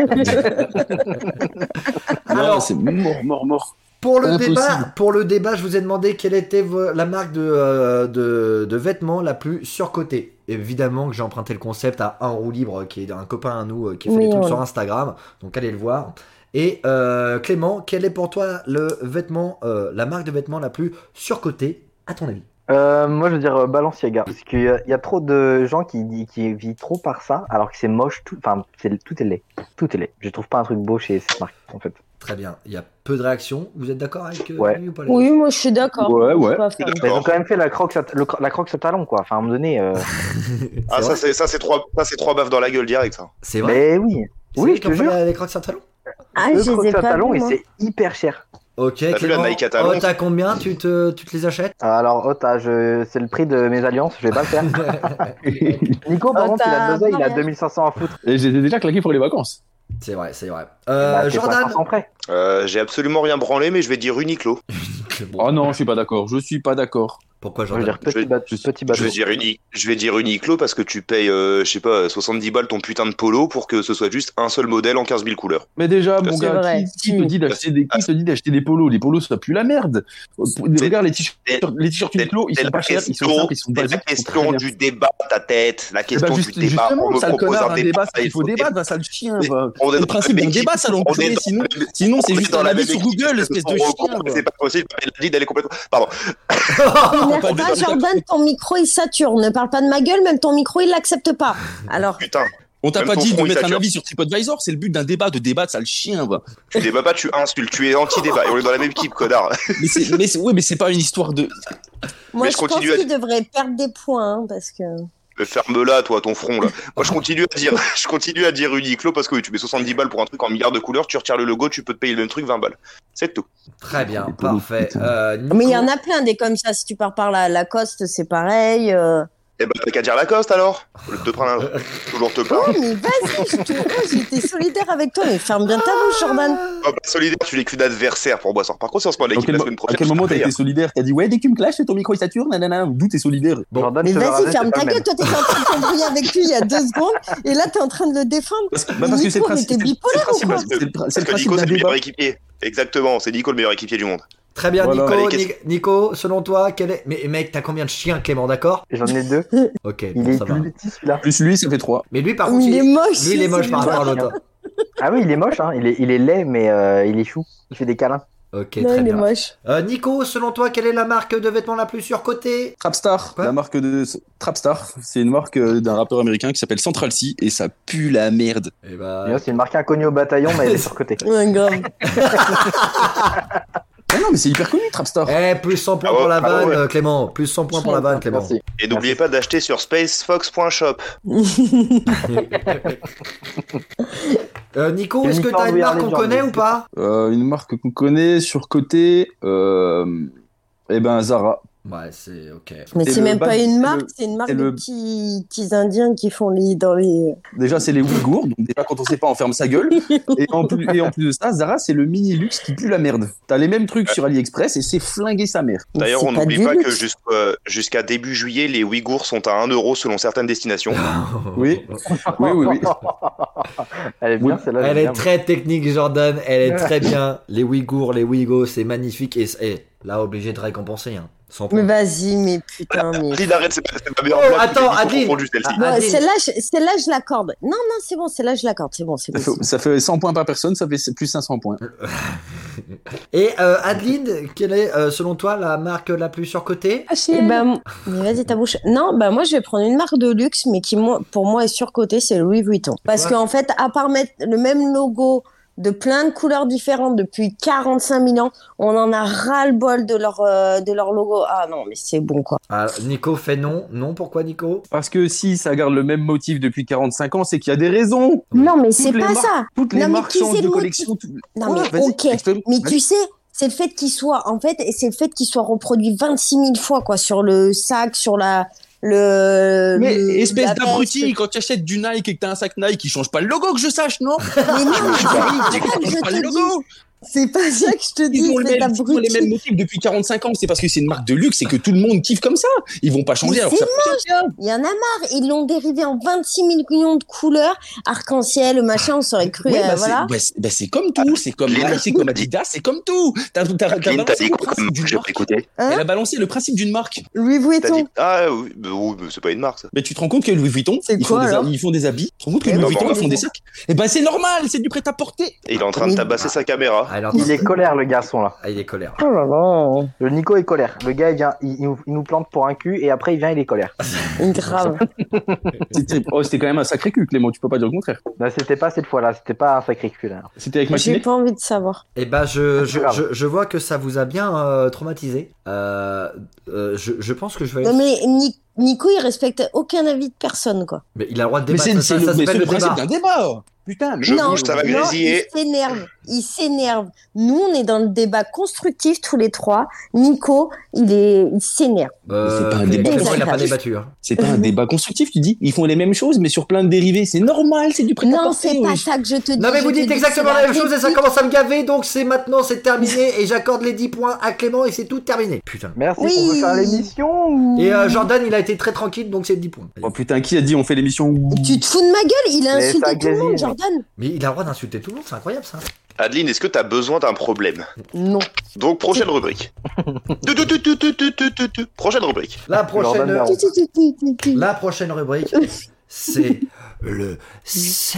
Speaker 7: Non,
Speaker 2: Alors,
Speaker 7: c'est mort, mort, mort.
Speaker 2: Pour le,
Speaker 7: Impossible.
Speaker 2: débat, pour le débat, je vous ai demandé quelle était vo- la marque de, euh, de, de vêtements la plus surcotée. Évidemment que j'ai emprunté le concept à Un Roue Libre, qui est un copain à nous euh, qui fait
Speaker 3: Oui,
Speaker 2: des trucs
Speaker 3: voilà.
Speaker 2: sur Instagram. Donc allez le voir. Et euh, Clément, quel est pour toi le vêtement, euh, la marque de vêtements la plus surcotée, à ton avis
Speaker 4: Euh, moi, je veux dire euh, Balenciaga, parce qu'il y a- il y a trop de gens qui di- qui vivent trop par ça, alors que c'est moche. Tout, enfin, c'est tout est laid. Tout est laid. Je trouve pas un truc beau chez cette marque, en fait.
Speaker 2: Très bien. Il y a peu de réactions. Vous êtes d'accord avec euh,
Speaker 4: Ouais.
Speaker 2: lui ou pas les-
Speaker 3: Oui, moi je suis d'accord.
Speaker 7: Ouais, ouais.
Speaker 3: Pas fan.
Speaker 4: Mais ils ont quand même fait la croque, à- le cro- la croque à talon, quoi. Enfin, à un moment donné. euh,
Speaker 2: C'est
Speaker 5: Ah, ça,
Speaker 2: vrai
Speaker 5: c'est ça, c'est trois, ça, c'est trois baffes dans la gueule direct. ça.
Speaker 2: C'est vrai.
Speaker 4: Mais oui.
Speaker 2: C'est
Speaker 4: Oui,
Speaker 2: lui
Speaker 4: je
Speaker 2: qui
Speaker 4: te
Speaker 2: en fait
Speaker 4: jure.
Speaker 2: les crocs sur talon
Speaker 3: Ah,
Speaker 4: Le
Speaker 3: je les ai
Speaker 4: croque à
Speaker 3: pas
Speaker 4: talon,
Speaker 3: vus,
Speaker 4: et
Speaker 3: moi.
Speaker 4: c'est hyper cher.
Speaker 2: Ok,
Speaker 5: vu la
Speaker 2: Clément.
Speaker 5: Nike à talons
Speaker 2: Oh, t'as combien tu te, tu te les
Speaker 4: [LAUGHS]
Speaker 2: achètes
Speaker 4: Alors, Ota, je... c'est le prix de mes alliances, je vais pas le faire. Nico, par
Speaker 3: Oh,
Speaker 4: contre, il
Speaker 3: t'as
Speaker 4: a deux ans, il a
Speaker 3: mariage. 2500
Speaker 4: 2500 à foutre.
Speaker 7: Et j'ai déjà claqué pour les vacances.
Speaker 2: C'est vrai, c'est vrai.
Speaker 4: Bah,
Speaker 2: Euh,
Speaker 4: t'es pas
Speaker 2: Jordan,
Speaker 4: 500 près.
Speaker 5: Euh, J'ai absolument rien branlé, mais je vais dire Uniqlo.
Speaker 6: Oh,
Speaker 7: Oh non, je suis pas d'accord. Je suis pas d'accord.
Speaker 2: Pourquoi
Speaker 4: Je veux
Speaker 2: Jordan
Speaker 4: dire, petit,
Speaker 5: Je-
Speaker 4: ba- petit bateau.
Speaker 5: Je vais dire Uni- je vais dire Uniqlo parce que tu payes, euh, je sais pas, 70 balles ton putain de polo pour que ce soit juste un seul modèle en 15 000 couleurs.
Speaker 6: Mais déjà, mon
Speaker 5: C'est Ah.
Speaker 6: gars,
Speaker 3: vrai.
Speaker 6: qui, qui te dit d'acheter des, qui te dit d'acheter des polos Les polos, ça pue la merde. Euh, pour-
Speaker 5: C'est-
Speaker 6: Regarde les t-shirts,
Speaker 5: c'est-
Speaker 6: les t-shirts Uniqlo, ils
Speaker 5: C'est
Speaker 6: sont
Speaker 5: la
Speaker 6: pas chers, ils sont
Speaker 5: question-
Speaker 6: simples, ils sont
Speaker 5: c'est la
Speaker 6: basiques. ils sont très
Speaker 5: question
Speaker 6: bien.
Speaker 5: du débat dans ta tête, la
Speaker 6: Eh
Speaker 5: question
Speaker 6: ben,
Speaker 5: du
Speaker 6: juste-
Speaker 5: débat.
Speaker 6: justement,
Speaker 5: me
Speaker 6: sale
Speaker 5: propose
Speaker 6: connard, un débat, c'est qu'il faut
Speaker 5: dé-
Speaker 6: débattre, va, sale chien,
Speaker 5: Mais-
Speaker 6: va.
Speaker 5: on est
Speaker 6: Le
Speaker 5: dans
Speaker 6: principe d'un
Speaker 5: la même
Speaker 6: débat, ça
Speaker 5: équipe. On est
Speaker 6: l'enculé,
Speaker 5: dans-
Speaker 6: sinon, sinon c'est
Speaker 5: on est
Speaker 6: juste
Speaker 5: dans
Speaker 6: un
Speaker 5: la
Speaker 6: avis
Speaker 5: même
Speaker 6: sur
Speaker 5: équipe,
Speaker 6: Google,
Speaker 5: parce que
Speaker 6: espèce de
Speaker 5: son recours,
Speaker 6: chien, euh. va.
Speaker 5: C'est pas possible, Bah, elle a dit d'aller complètement. Pardon,
Speaker 3: T'énerve
Speaker 6: pas du
Speaker 3: pas,
Speaker 6: tout.
Speaker 3: Jordan, ton micro il sature. Ne parle pas de ma gueule, même ton micro il l'accepte pas. Alors,
Speaker 5: putain,
Speaker 6: On t'a
Speaker 5: Même
Speaker 6: pas
Speaker 5: ton
Speaker 6: dit de
Speaker 5: front, il
Speaker 6: mettre un
Speaker 5: sature.
Speaker 6: avis sur TripAdvisor, c'est le but d'un débat, de débattre, sale chien, va.
Speaker 5: [LAUGHS] tu débats pas, tu insultes, tu es anti-débat. Et on est dans la même équipe, connard. [LAUGHS]
Speaker 6: Mais c'est, mais c'est- ouais, mais c'est pas une histoire de.
Speaker 3: moi
Speaker 5: je
Speaker 3: je, pense
Speaker 5: continue à-
Speaker 3: qu'il devrait perdre des points hein, parce que.
Speaker 5: Euh, Ferme-la, toi, ton front, là. Moi, je continue à dire, [LAUGHS] je continue à dire Uniqlo parce que oui, tu mets 70 balles pour un truc en milliards de couleurs, tu retires le logo, tu peux te payer le même truc 20 balles. C'est tout.
Speaker 2: Très bien,
Speaker 8: Les polos,
Speaker 2: parfait.
Speaker 8: putain.
Speaker 2: Euh,
Speaker 3: Mais il y
Speaker 2: Nico-
Speaker 3: en a plein des comme ça. Si tu pars par la Lacoste, c'est pareil. euh.
Speaker 5: Eh ben, t'as qu'à dire Lacoste, alors. Au lieu de te prendre
Speaker 6: [LAUGHS]
Speaker 5: un- Toujours te plaindre.
Speaker 3: Non, Oh, [LAUGHS] mais vas-y, je te- oh, j'étais solidaire avec toi, mais ferme bien ta bouche, Jordan.
Speaker 5: Oh, bah, solidaire, tu l'es qu'une adversaire pour Boissard. Par contre, si on se prend l'équipe la
Speaker 6: mo-
Speaker 5: semaine
Speaker 6: à
Speaker 5: prochaine,
Speaker 6: quel
Speaker 5: je
Speaker 6: moment
Speaker 5: te
Speaker 6: t'as
Speaker 5: paye,
Speaker 6: été solidaire T'as dit, ouais, dès que tu me clashes, ton micro il sature, nanana, d'où t'es solidaire
Speaker 5: Bah,
Speaker 2: Bon,
Speaker 4: Jordan
Speaker 3: Mais
Speaker 4: Severhaven,
Speaker 3: vas-y,
Speaker 4: c'est
Speaker 3: ferme
Speaker 4: pas
Speaker 3: ta
Speaker 4: le même.
Speaker 3: gueule. Toi, t'étais en train de t'embrouiller avec lui il y
Speaker 2: [LAUGHS]
Speaker 3: a deux secondes, et là, t'es en train de le défendre.
Speaker 6: Parce que, bah, parce que c'est le
Speaker 3: Nico, mais
Speaker 6: principe.
Speaker 3: t'es
Speaker 6: c'est-
Speaker 3: bipolaire
Speaker 6: c'est le
Speaker 3: ou quoi
Speaker 6: principe- c'est le prin- C'est
Speaker 5: Parce
Speaker 6: le
Speaker 5: que
Speaker 6: principe
Speaker 5: Nico,
Speaker 6: d'un
Speaker 5: c'est le
Speaker 6: débat.
Speaker 5: meilleur équipier. Exactement, c'est Nico le meilleur équipier du monde.
Speaker 2: Très bien,
Speaker 6: Voilà.
Speaker 2: Nico.
Speaker 5: Allez, qu'est-ce-
Speaker 2: Ni- Nico, selon toi, quel est. Mais mec, t'as combien de chiens, Clément, d'accord
Speaker 4: J'en ai deux.
Speaker 2: Ok,
Speaker 4: Il
Speaker 2: bon,
Speaker 4: est
Speaker 2: ça va.
Speaker 4: tout petit celui-là.
Speaker 6: Plus lui, ça fait 3.
Speaker 2: Mais lui, par
Speaker 3: Mais
Speaker 2: contre,
Speaker 3: il est moche.
Speaker 2: lui, il est moche par rapport à
Speaker 4: celui-là.
Speaker 2: l'autre.
Speaker 4: Ah oui, il est moche, hein. il, est, il est laid, mais euh, il est chou. Il fait des câlins.
Speaker 2: Ok,
Speaker 3: Non,
Speaker 2: très
Speaker 3: il est
Speaker 2: bien.
Speaker 3: moche.
Speaker 2: Euh, Nico, selon toi, quelle est la marque de vêtements la plus surcotée
Speaker 6: Trapstar,
Speaker 2: Quoi
Speaker 6: la marque de. Trapstar, c'est une marque euh, d'un rappeur américain qui s'appelle Central C et ça pue la merde.
Speaker 2: Eh bah.
Speaker 4: D'ailleurs, C'est une marque inconnue au bataillon, mais elle
Speaker 2: [LAUGHS]
Speaker 4: est surcotée.
Speaker 3: Ouais, grave.
Speaker 6: Ah non, mais c'est hyper connu, Trapstar.
Speaker 2: Eh, plus 100 points
Speaker 5: Ah
Speaker 2: pour
Speaker 5: ouais,
Speaker 2: la
Speaker 5: ah
Speaker 2: vanne,
Speaker 5: ouais.
Speaker 2: euh, Clément. Plus 100 points pour la vanne, Clément.
Speaker 4: Merci.
Speaker 5: Et n'oubliez
Speaker 4: Merci.
Speaker 5: pas d'acheter sur spacefox.shop.
Speaker 2: [LAUGHS] Euh, Nico,
Speaker 4: Et
Speaker 2: est-ce que
Speaker 4: Nicolas
Speaker 2: t'as une
Speaker 4: Louis
Speaker 2: marque qu'on
Speaker 4: Armstrong.
Speaker 2: connaît ou pas
Speaker 6: Euh, une marque qu'on connaît, surcotée. Euh... Eh ben, Zara.
Speaker 2: Ouais, c'est ok.
Speaker 3: Mais
Speaker 6: C'est
Speaker 3: c'est
Speaker 6: le
Speaker 3: même
Speaker 6: bas-
Speaker 3: pas
Speaker 6: c'est
Speaker 3: une
Speaker 6: le-
Speaker 3: marque, c'est une marque
Speaker 6: c'est
Speaker 3: de
Speaker 6: le-
Speaker 3: petits, petits indiens qui font les dans les.
Speaker 6: Déjà, c'est les Ouïghours, donc déjà, quand on sait pas, on ferme sa gueule. Et en plus, et en plus de ça, Zara, c'est le mini luxe qui pue la merde. T'as les mêmes trucs sur AliExpress et c'est flinguer sa mère.
Speaker 5: D'ailleurs,
Speaker 3: C'est
Speaker 5: on n'oublie
Speaker 3: du
Speaker 5: pas
Speaker 3: luxe.
Speaker 5: que jusqu'à jusqu'à début juillet, les Ouïghours sont à 1 euro selon certaines destinations.
Speaker 6: Ah.
Speaker 2: [LAUGHS]
Speaker 6: Oui. Oui, oui, oui.
Speaker 4: [LAUGHS] Elle est bien, celle-là.
Speaker 2: Elle
Speaker 4: j'aime
Speaker 2: est
Speaker 4: bien.
Speaker 2: très technique, Jordan. Elle est
Speaker 4: [LAUGHS]
Speaker 2: très bien. Les Ouïghours, les Ouïgos, c'est magnifique. Et, et là, obligé de récompenser. Hein. 100
Speaker 3: Mais
Speaker 2: points.
Speaker 3: vas-y, mais putain, mais.
Speaker 5: Adeline, arrête, c'est pas, c'est pas bien.
Speaker 2: Oh, attends, Adeline.
Speaker 5: celle-ci.
Speaker 2: Ah,
Speaker 3: Bon,
Speaker 2: Adèle.
Speaker 3: celle-là, je, celle-là, je l'accorde. Non, non, c'est bon, celle-là, je l'accorde. C'est bon, c'est
Speaker 6: Ça
Speaker 3: bon.
Speaker 6: fait, ça fait 100 points par personne, ça fait plus 500 points.
Speaker 2: Et euh, Adeline, quelle est, euh, selon toi, la marque la plus surcotée
Speaker 3: Eh ben, mais vas-y ta bouche. Non, bah moi je vais prendre une marque de luxe, mais qui moi- pour moi est surcotée, c'est Louis Vuitton. Parce
Speaker 2: Ouais.
Speaker 3: qu'en fait, à part mettre le même logo de plein de couleurs différentes depuis 45 000 ans, on en a ras-le-bol de leur, euh, de leur logo. Ah non, mais c'est bon quoi.
Speaker 2: Ah, Nico fait non. Non, pourquoi Nico
Speaker 6: Parce que si ça garde le même motif depuis 45 ans, c'est qu'il y a des raisons.
Speaker 3: Non, mais c'est
Speaker 6: les
Speaker 3: pas
Speaker 6: marques-
Speaker 3: ça.
Speaker 6: Toutes
Speaker 3: Non,
Speaker 6: les
Speaker 3: mais
Speaker 6: marques
Speaker 3: qui c'est
Speaker 6: changent de
Speaker 3: le
Speaker 6: collection. tout-
Speaker 3: Non, mais
Speaker 6: Ouais, vas-y,
Speaker 3: ok.
Speaker 6: explique-le.
Speaker 3: Mais
Speaker 6: Vas-y.
Speaker 3: tu sais, c'est le fait qu'il soit, en fait, et c'est le fait qu'il soit reproduit 26 000 fois, quoi, sur le sac, sur la, le.
Speaker 6: Mais
Speaker 3: le-
Speaker 6: espèce
Speaker 3: la
Speaker 6: d'abruti,
Speaker 3: veste.
Speaker 6: quand tu achètes du Nike et que t'as un sac Nike, il change pas le logo que je sache, non
Speaker 3: Mais
Speaker 6: Il
Speaker 3: non, mais c'est pas ça que
Speaker 6: change pas
Speaker 3: je
Speaker 6: Ah, le
Speaker 3: te dis.
Speaker 6: logo
Speaker 3: [LAUGHS] C'est pas ça que je te dis,
Speaker 6: Ils ont le
Speaker 3: espèce
Speaker 6: même- ils ont les mêmes
Speaker 3: d'abruti.
Speaker 6: motifs depuis 45 ans, c'est parce que c'est une marque de luxe et que tout le monde kiffe comme ça. Ils vont pas changer.
Speaker 3: Mais
Speaker 6: alors
Speaker 3: c'est
Speaker 6: ça fonctionne bien.
Speaker 3: Il y en a marre. Ils l'ont dérivé en 26 000 millions de couleurs, arc-en-ciel, machin, on serait cru.
Speaker 6: Ouais,
Speaker 3: euh,
Speaker 6: bah,
Speaker 3: voilà. Ah,
Speaker 6: c'est, bah, c'est- bah, c'est comme tout, c'est comme
Speaker 5: Lynn.
Speaker 6: Nike, c'est comme Adidas, c'est comme tout. T'as, t'as, t'as
Speaker 5: Adeline, t'as
Speaker 6: balancé
Speaker 5: dit
Speaker 6: le
Speaker 5: quoi comme
Speaker 6: principe
Speaker 5: marque
Speaker 6: d'une
Speaker 5: J'ai
Speaker 6: marque.
Speaker 5: pas écouté.
Speaker 3: Hein
Speaker 6: Elle a balancé le principe d'une marque.
Speaker 3: Louis
Speaker 5: T'as
Speaker 3: Vuitton.
Speaker 5: dit. Ah oui, bah, oui, mais c'est pas une marque, ça.
Speaker 6: Mais tu te rends compte que Louis Vuitton,
Speaker 3: C'est
Speaker 6: ils,
Speaker 3: quoi,
Speaker 6: font des,
Speaker 3: alors
Speaker 6: ils font des habits. Tu te rends compte que
Speaker 3: Eh
Speaker 6: Louis
Speaker 5: ben,
Speaker 6: Vuitton,
Speaker 5: bon,
Speaker 6: ils font
Speaker 3: bah.
Speaker 6: des sacs. Et ben c'est normal, c'est du prêt-à-porter.
Speaker 5: Et il est en train de
Speaker 3: Oui.
Speaker 5: tabasser sa caméra.
Speaker 2: ah, il, est en train
Speaker 4: Il
Speaker 2: de-
Speaker 4: est colère, le garçon, là.
Speaker 2: ah, il est colère.
Speaker 3: Oh là là.
Speaker 4: Le Nico est colère. Le gars, il, vient, il, il nous- il nous plante pour un cul, et après, il vient, il est colère.
Speaker 3: Grave.
Speaker 6: C'est terrible. Oh, c'était quand même un sacré cul, Clément. Tu peux pas dire le contraire.
Speaker 4: Non, c'était pas cette fois-là. C'était pas un sacré cul, là.
Speaker 6: C'était avec
Speaker 3: J'ai
Speaker 6: Machiné.
Speaker 3: pas envie de savoir.
Speaker 2: Eh ben, je,
Speaker 4: Ah,
Speaker 2: je,
Speaker 4: c'est grave.
Speaker 2: je, je vois que ça vous a bien euh, traumatisé. Euh, euh, je, je pense que je vais.
Speaker 3: Non, mais Ni- Nico, il respecte aucun avis de personne, quoi.
Speaker 2: Mais il a le droit de
Speaker 6: Mais
Speaker 2: débattre.
Speaker 6: c'est,
Speaker 2: ça,
Speaker 6: c'est
Speaker 2: ça
Speaker 6: le, hein. mais
Speaker 2: s'appelle
Speaker 6: c'est le
Speaker 2: débat.
Speaker 6: principe d'un débat. oh. Putain, mais
Speaker 5: Je bouge, ça va
Speaker 3: non,
Speaker 5: grésiller.
Speaker 3: Il s'énerve. il s'énerve. Nous, on est dans le débat constructif tous les trois. Nico, il est, il s'énerve.
Speaker 2: Euh,
Speaker 6: pas un débat
Speaker 2: Clément, il a pas
Speaker 3: constructif.
Speaker 2: débattu. hein.
Speaker 6: C'est pas un
Speaker 3: Mhm.
Speaker 6: débat constructif, tu dis. Ils font les mêmes choses, mais sur plein de dérivés. C'est normal, c'est du prêt
Speaker 3: Non, c'est pas ça que je te dis.
Speaker 2: Non mais
Speaker 3: Je
Speaker 2: vous
Speaker 3: te
Speaker 2: dites
Speaker 3: dis,
Speaker 2: exactement
Speaker 3: c'est
Speaker 2: la même chose et ça
Speaker 3: réplique.
Speaker 2: commence à me gaver donc c'est maintenant c'est terminé et j'accorde les 10 points à Clément et c'est tout terminé. Putain.
Speaker 4: Merci
Speaker 3: Oui.
Speaker 4: pour faire l'émission. ou-
Speaker 2: Et euh, Jordan il a été très tranquille donc c'est 10 points.
Speaker 7: Oh putain, qui a dit on fait l'émission
Speaker 3: Tu te fous de ma gueule, il a
Speaker 4: Mais
Speaker 3: insulté
Speaker 4: ça
Speaker 3: tout le monde,
Speaker 4: gazine.
Speaker 3: Jordan.
Speaker 2: Mais il a le droit d'insulter tout le monde, c'est incroyable ça.
Speaker 5: Adeline, est-ce que t'as besoin d'un problème
Speaker 3: Non.
Speaker 5: Donc,
Speaker 6: [LAUGHS]
Speaker 5: prochaine rubrique. Tu, tu, tu, tu, tu, tu, tu, tu, tu. Prochaine rubrique.
Speaker 2: La prochaine,
Speaker 4: Jordan,
Speaker 2: la prochaine rubrique c'est
Speaker 1: [LAUGHS]
Speaker 2: le sexe.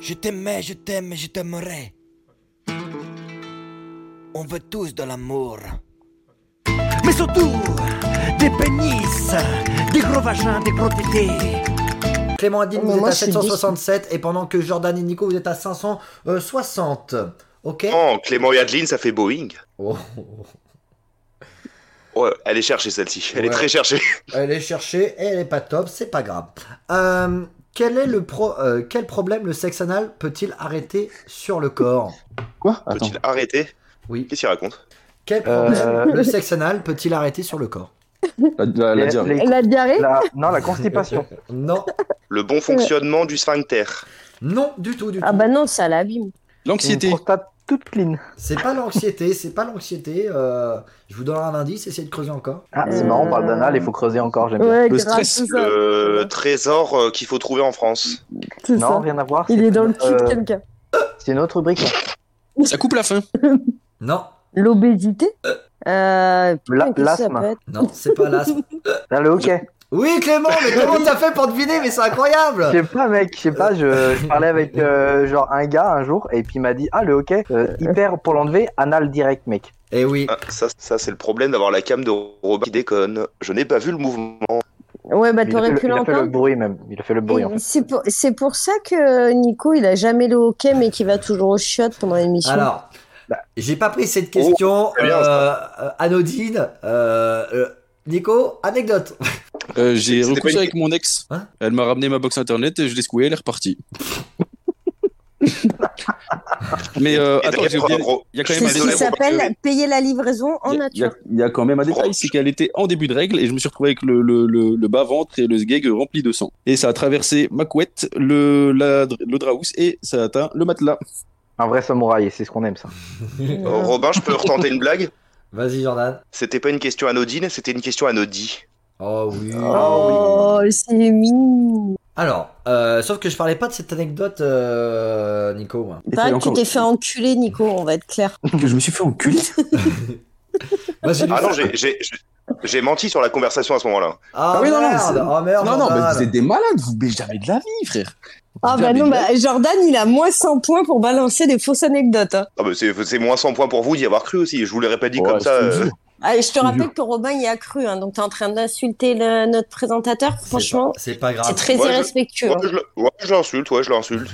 Speaker 1: Je t'aimais, je t'aime et je t'aimerai. On veut tous de l'amour. Mais surtout, des pénis, des gros vagins, des gros tétés.
Speaker 2: Clément Adine
Speaker 3: Mais
Speaker 2: vous
Speaker 3: Oh, moi,
Speaker 2: êtes à
Speaker 3: je suis
Speaker 2: 767 et pendant que Jordan et Nico vous êtes à 560. Ok
Speaker 5: Oh, Clément et Adeline, ça fait Boeing.
Speaker 2: Oh.
Speaker 5: Ouais, allez chercher celle-ci. Elle
Speaker 2: Ouais.
Speaker 5: est très cherchée.
Speaker 2: Elle est cherchée et elle est pas top, c'est pas grave. Euh, quel est le pro euh, quel problème le sexe anal peut-il arrêter sur le corps
Speaker 7: Quoi Attends.
Speaker 5: Peut-il arrêter
Speaker 2: Oui.
Speaker 5: Qu'est-ce qu'il raconte
Speaker 2: Quel problème
Speaker 4: Euh.
Speaker 2: le sexe anal peut-il arrêter sur le corps
Speaker 7: La, la- la
Speaker 4: Les-
Speaker 7: diarrhée.
Speaker 4: les-
Speaker 3: La diarrhée [LAUGHS]
Speaker 4: la- Non, la
Speaker 7: [LAUGHS]
Speaker 4: constipation.
Speaker 2: Non,
Speaker 5: Le bon fonctionnement du sphincter.
Speaker 2: non du tout, du tout.
Speaker 3: Ah bah non, c'est à l'abîme.
Speaker 4: Une
Speaker 7: L'anxiété.
Speaker 4: prostate toute clean.
Speaker 2: C'est pas l'anxiété, c'est pas l'anxiété. euh, je vous donnerai un indice, essayez de creuser encore.
Speaker 4: Ah, c'est
Speaker 3: Euh.
Speaker 4: marrant, on parle d'anal, il faut creuser encore, j'aime bien.
Speaker 3: Ouais,
Speaker 7: Le
Speaker 3: grave,
Speaker 7: stress,
Speaker 3: tout ça.
Speaker 5: Le trésor euh, qu'il faut trouver en France.
Speaker 3: C'est
Speaker 4: Non,
Speaker 3: ça.
Speaker 4: rien à voir.
Speaker 3: Il
Speaker 4: c'est-
Speaker 3: est dans le cul de
Speaker 4: euh,
Speaker 3: quelqu'un.
Speaker 4: C'est une autre rubrique.
Speaker 7: Ça coupe la faim.
Speaker 2: Non,
Speaker 3: L'obésité euh, putain,
Speaker 4: La-
Speaker 3: qu'est-ce que ça
Speaker 4: l'asthme.
Speaker 3: peut être
Speaker 2: non, c'est pas l'asthme.
Speaker 4: Ah, le hockey.
Speaker 2: Oui, Clément, mais comment t'as fait pour deviner Mais c'est
Speaker 4: Je
Speaker 2: incroyable
Speaker 4: sais pas, mec, je sais pas, je, je parlais avec euh, genre un gars un jour et puis il m'a dit Ah, le hockey, euh, hyper pour l'enlever, anal direct, mec.
Speaker 2: Eh oui.
Speaker 5: Ah, ça, ça c'est le problème d'avoir la cam de Robin qui déconne. Je n'ai pas vu le mouvement.
Speaker 3: Ouais, bah
Speaker 4: Il a,
Speaker 3: t'aurais pu
Speaker 4: fait le, il a fait le
Speaker 3: l'entendre.
Speaker 4: bruit même, il a fait le bruit en
Speaker 3: Et
Speaker 4: fait.
Speaker 3: C'est pour, c'est pour ça que Nico, il a jamais le hockey, mais qu'il va toujours aux chiottes pendant l'émission.
Speaker 2: Alors, j'ai pas pris cette question
Speaker 5: c'est bien,
Speaker 2: euh, anodine. euh, euh, Nico, anecdote.
Speaker 6: Euh, J'ai
Speaker 5: C'était pas
Speaker 6: recouché
Speaker 5: une-
Speaker 6: avec mon ex.
Speaker 2: Hein
Speaker 6: elle m'a ramené ma box internet, et je l'ai secouée, elle est [LAUGHS] repartie. Mais euh,
Speaker 5: Et
Speaker 6: attends, j'ai
Speaker 5: d'ailleurs,
Speaker 6: oublié-
Speaker 5: gros,
Speaker 6: il y a quand
Speaker 5: je
Speaker 6: même
Speaker 3: C'est
Speaker 5: suis
Speaker 6: un
Speaker 3: ce
Speaker 6: désolé,
Speaker 3: qui
Speaker 5: désolé pour pas
Speaker 3: s'appelle payer la livraison en
Speaker 6: Il y a- il y a-
Speaker 3: nature.
Speaker 7: Il y a quand même un détail, c'est qu'elle était en début de règle et je me suis retrouvé avec le, le, le, le bas-ventre et le sgeg rempli de sang. Et ça a traversé ma couette, le, la, le draus et ça a atteint le matelas.
Speaker 4: Un vrai samouraï, c'est ce qu'on aime ça.
Speaker 5: te-
Speaker 3: Oh.
Speaker 5: Euh, Robin, je peux retenter une blague
Speaker 2: Vas-y, Jordan.
Speaker 5: C'était pas une question anodine, c'était une question anodie.
Speaker 2: Oh oui.
Speaker 3: Oh, c'est mignon.
Speaker 2: Alors, euh, sauf que je parlais pas de cette anecdote, euh, Nico. moi.
Speaker 7: Et fallait
Speaker 3: Pareil que Bah, tu
Speaker 7: encore-
Speaker 3: t'es fait enculer, Nico, on va être clair.
Speaker 7: Je me suis fait
Speaker 3: [LAUGHS]
Speaker 7: enculer.
Speaker 2: Vas-y,
Speaker 5: Ah
Speaker 2: Lucien.
Speaker 5: non, j'ai- j'ai j'ai- j'ai menti sur la conversation à ce moment-là.
Speaker 2: Ah,
Speaker 7: Ah oui, non, non,
Speaker 2: merde.
Speaker 7: c'est-
Speaker 2: oh merde.
Speaker 7: Non, non, mais
Speaker 2: Jordan.
Speaker 7: vous êtes des malades, vous baissez jamais de la vie, frère.
Speaker 3: Ah bah
Speaker 7: Jamais
Speaker 3: non,
Speaker 7: de la
Speaker 3: bah, Jordan, il a moins 100 points pour balancer des fausses anecdotes. hein.
Speaker 5: Ah bah c'est c'est moins 100 points pour vous d'y avoir cru aussi. Je vous l'aurais pas dit
Speaker 7: Ouais,
Speaker 5: comme ça.
Speaker 7: je te
Speaker 5: euh,
Speaker 7: jure.
Speaker 3: Ah, et je te
Speaker 7: Oh,
Speaker 3: rappelle
Speaker 7: Dieu.
Speaker 3: que Robin y a cru, hein, donc t'es en train d'insulter le- notre présentateur.
Speaker 2: C'est
Speaker 3: Franchement,
Speaker 2: pas- c'est pas grave.
Speaker 3: c'est très
Speaker 5: Ouais, je-
Speaker 3: irrespectueux. hein.
Speaker 5: ouais, je le- ouais, je l'insulte, ouais, je l'insulte.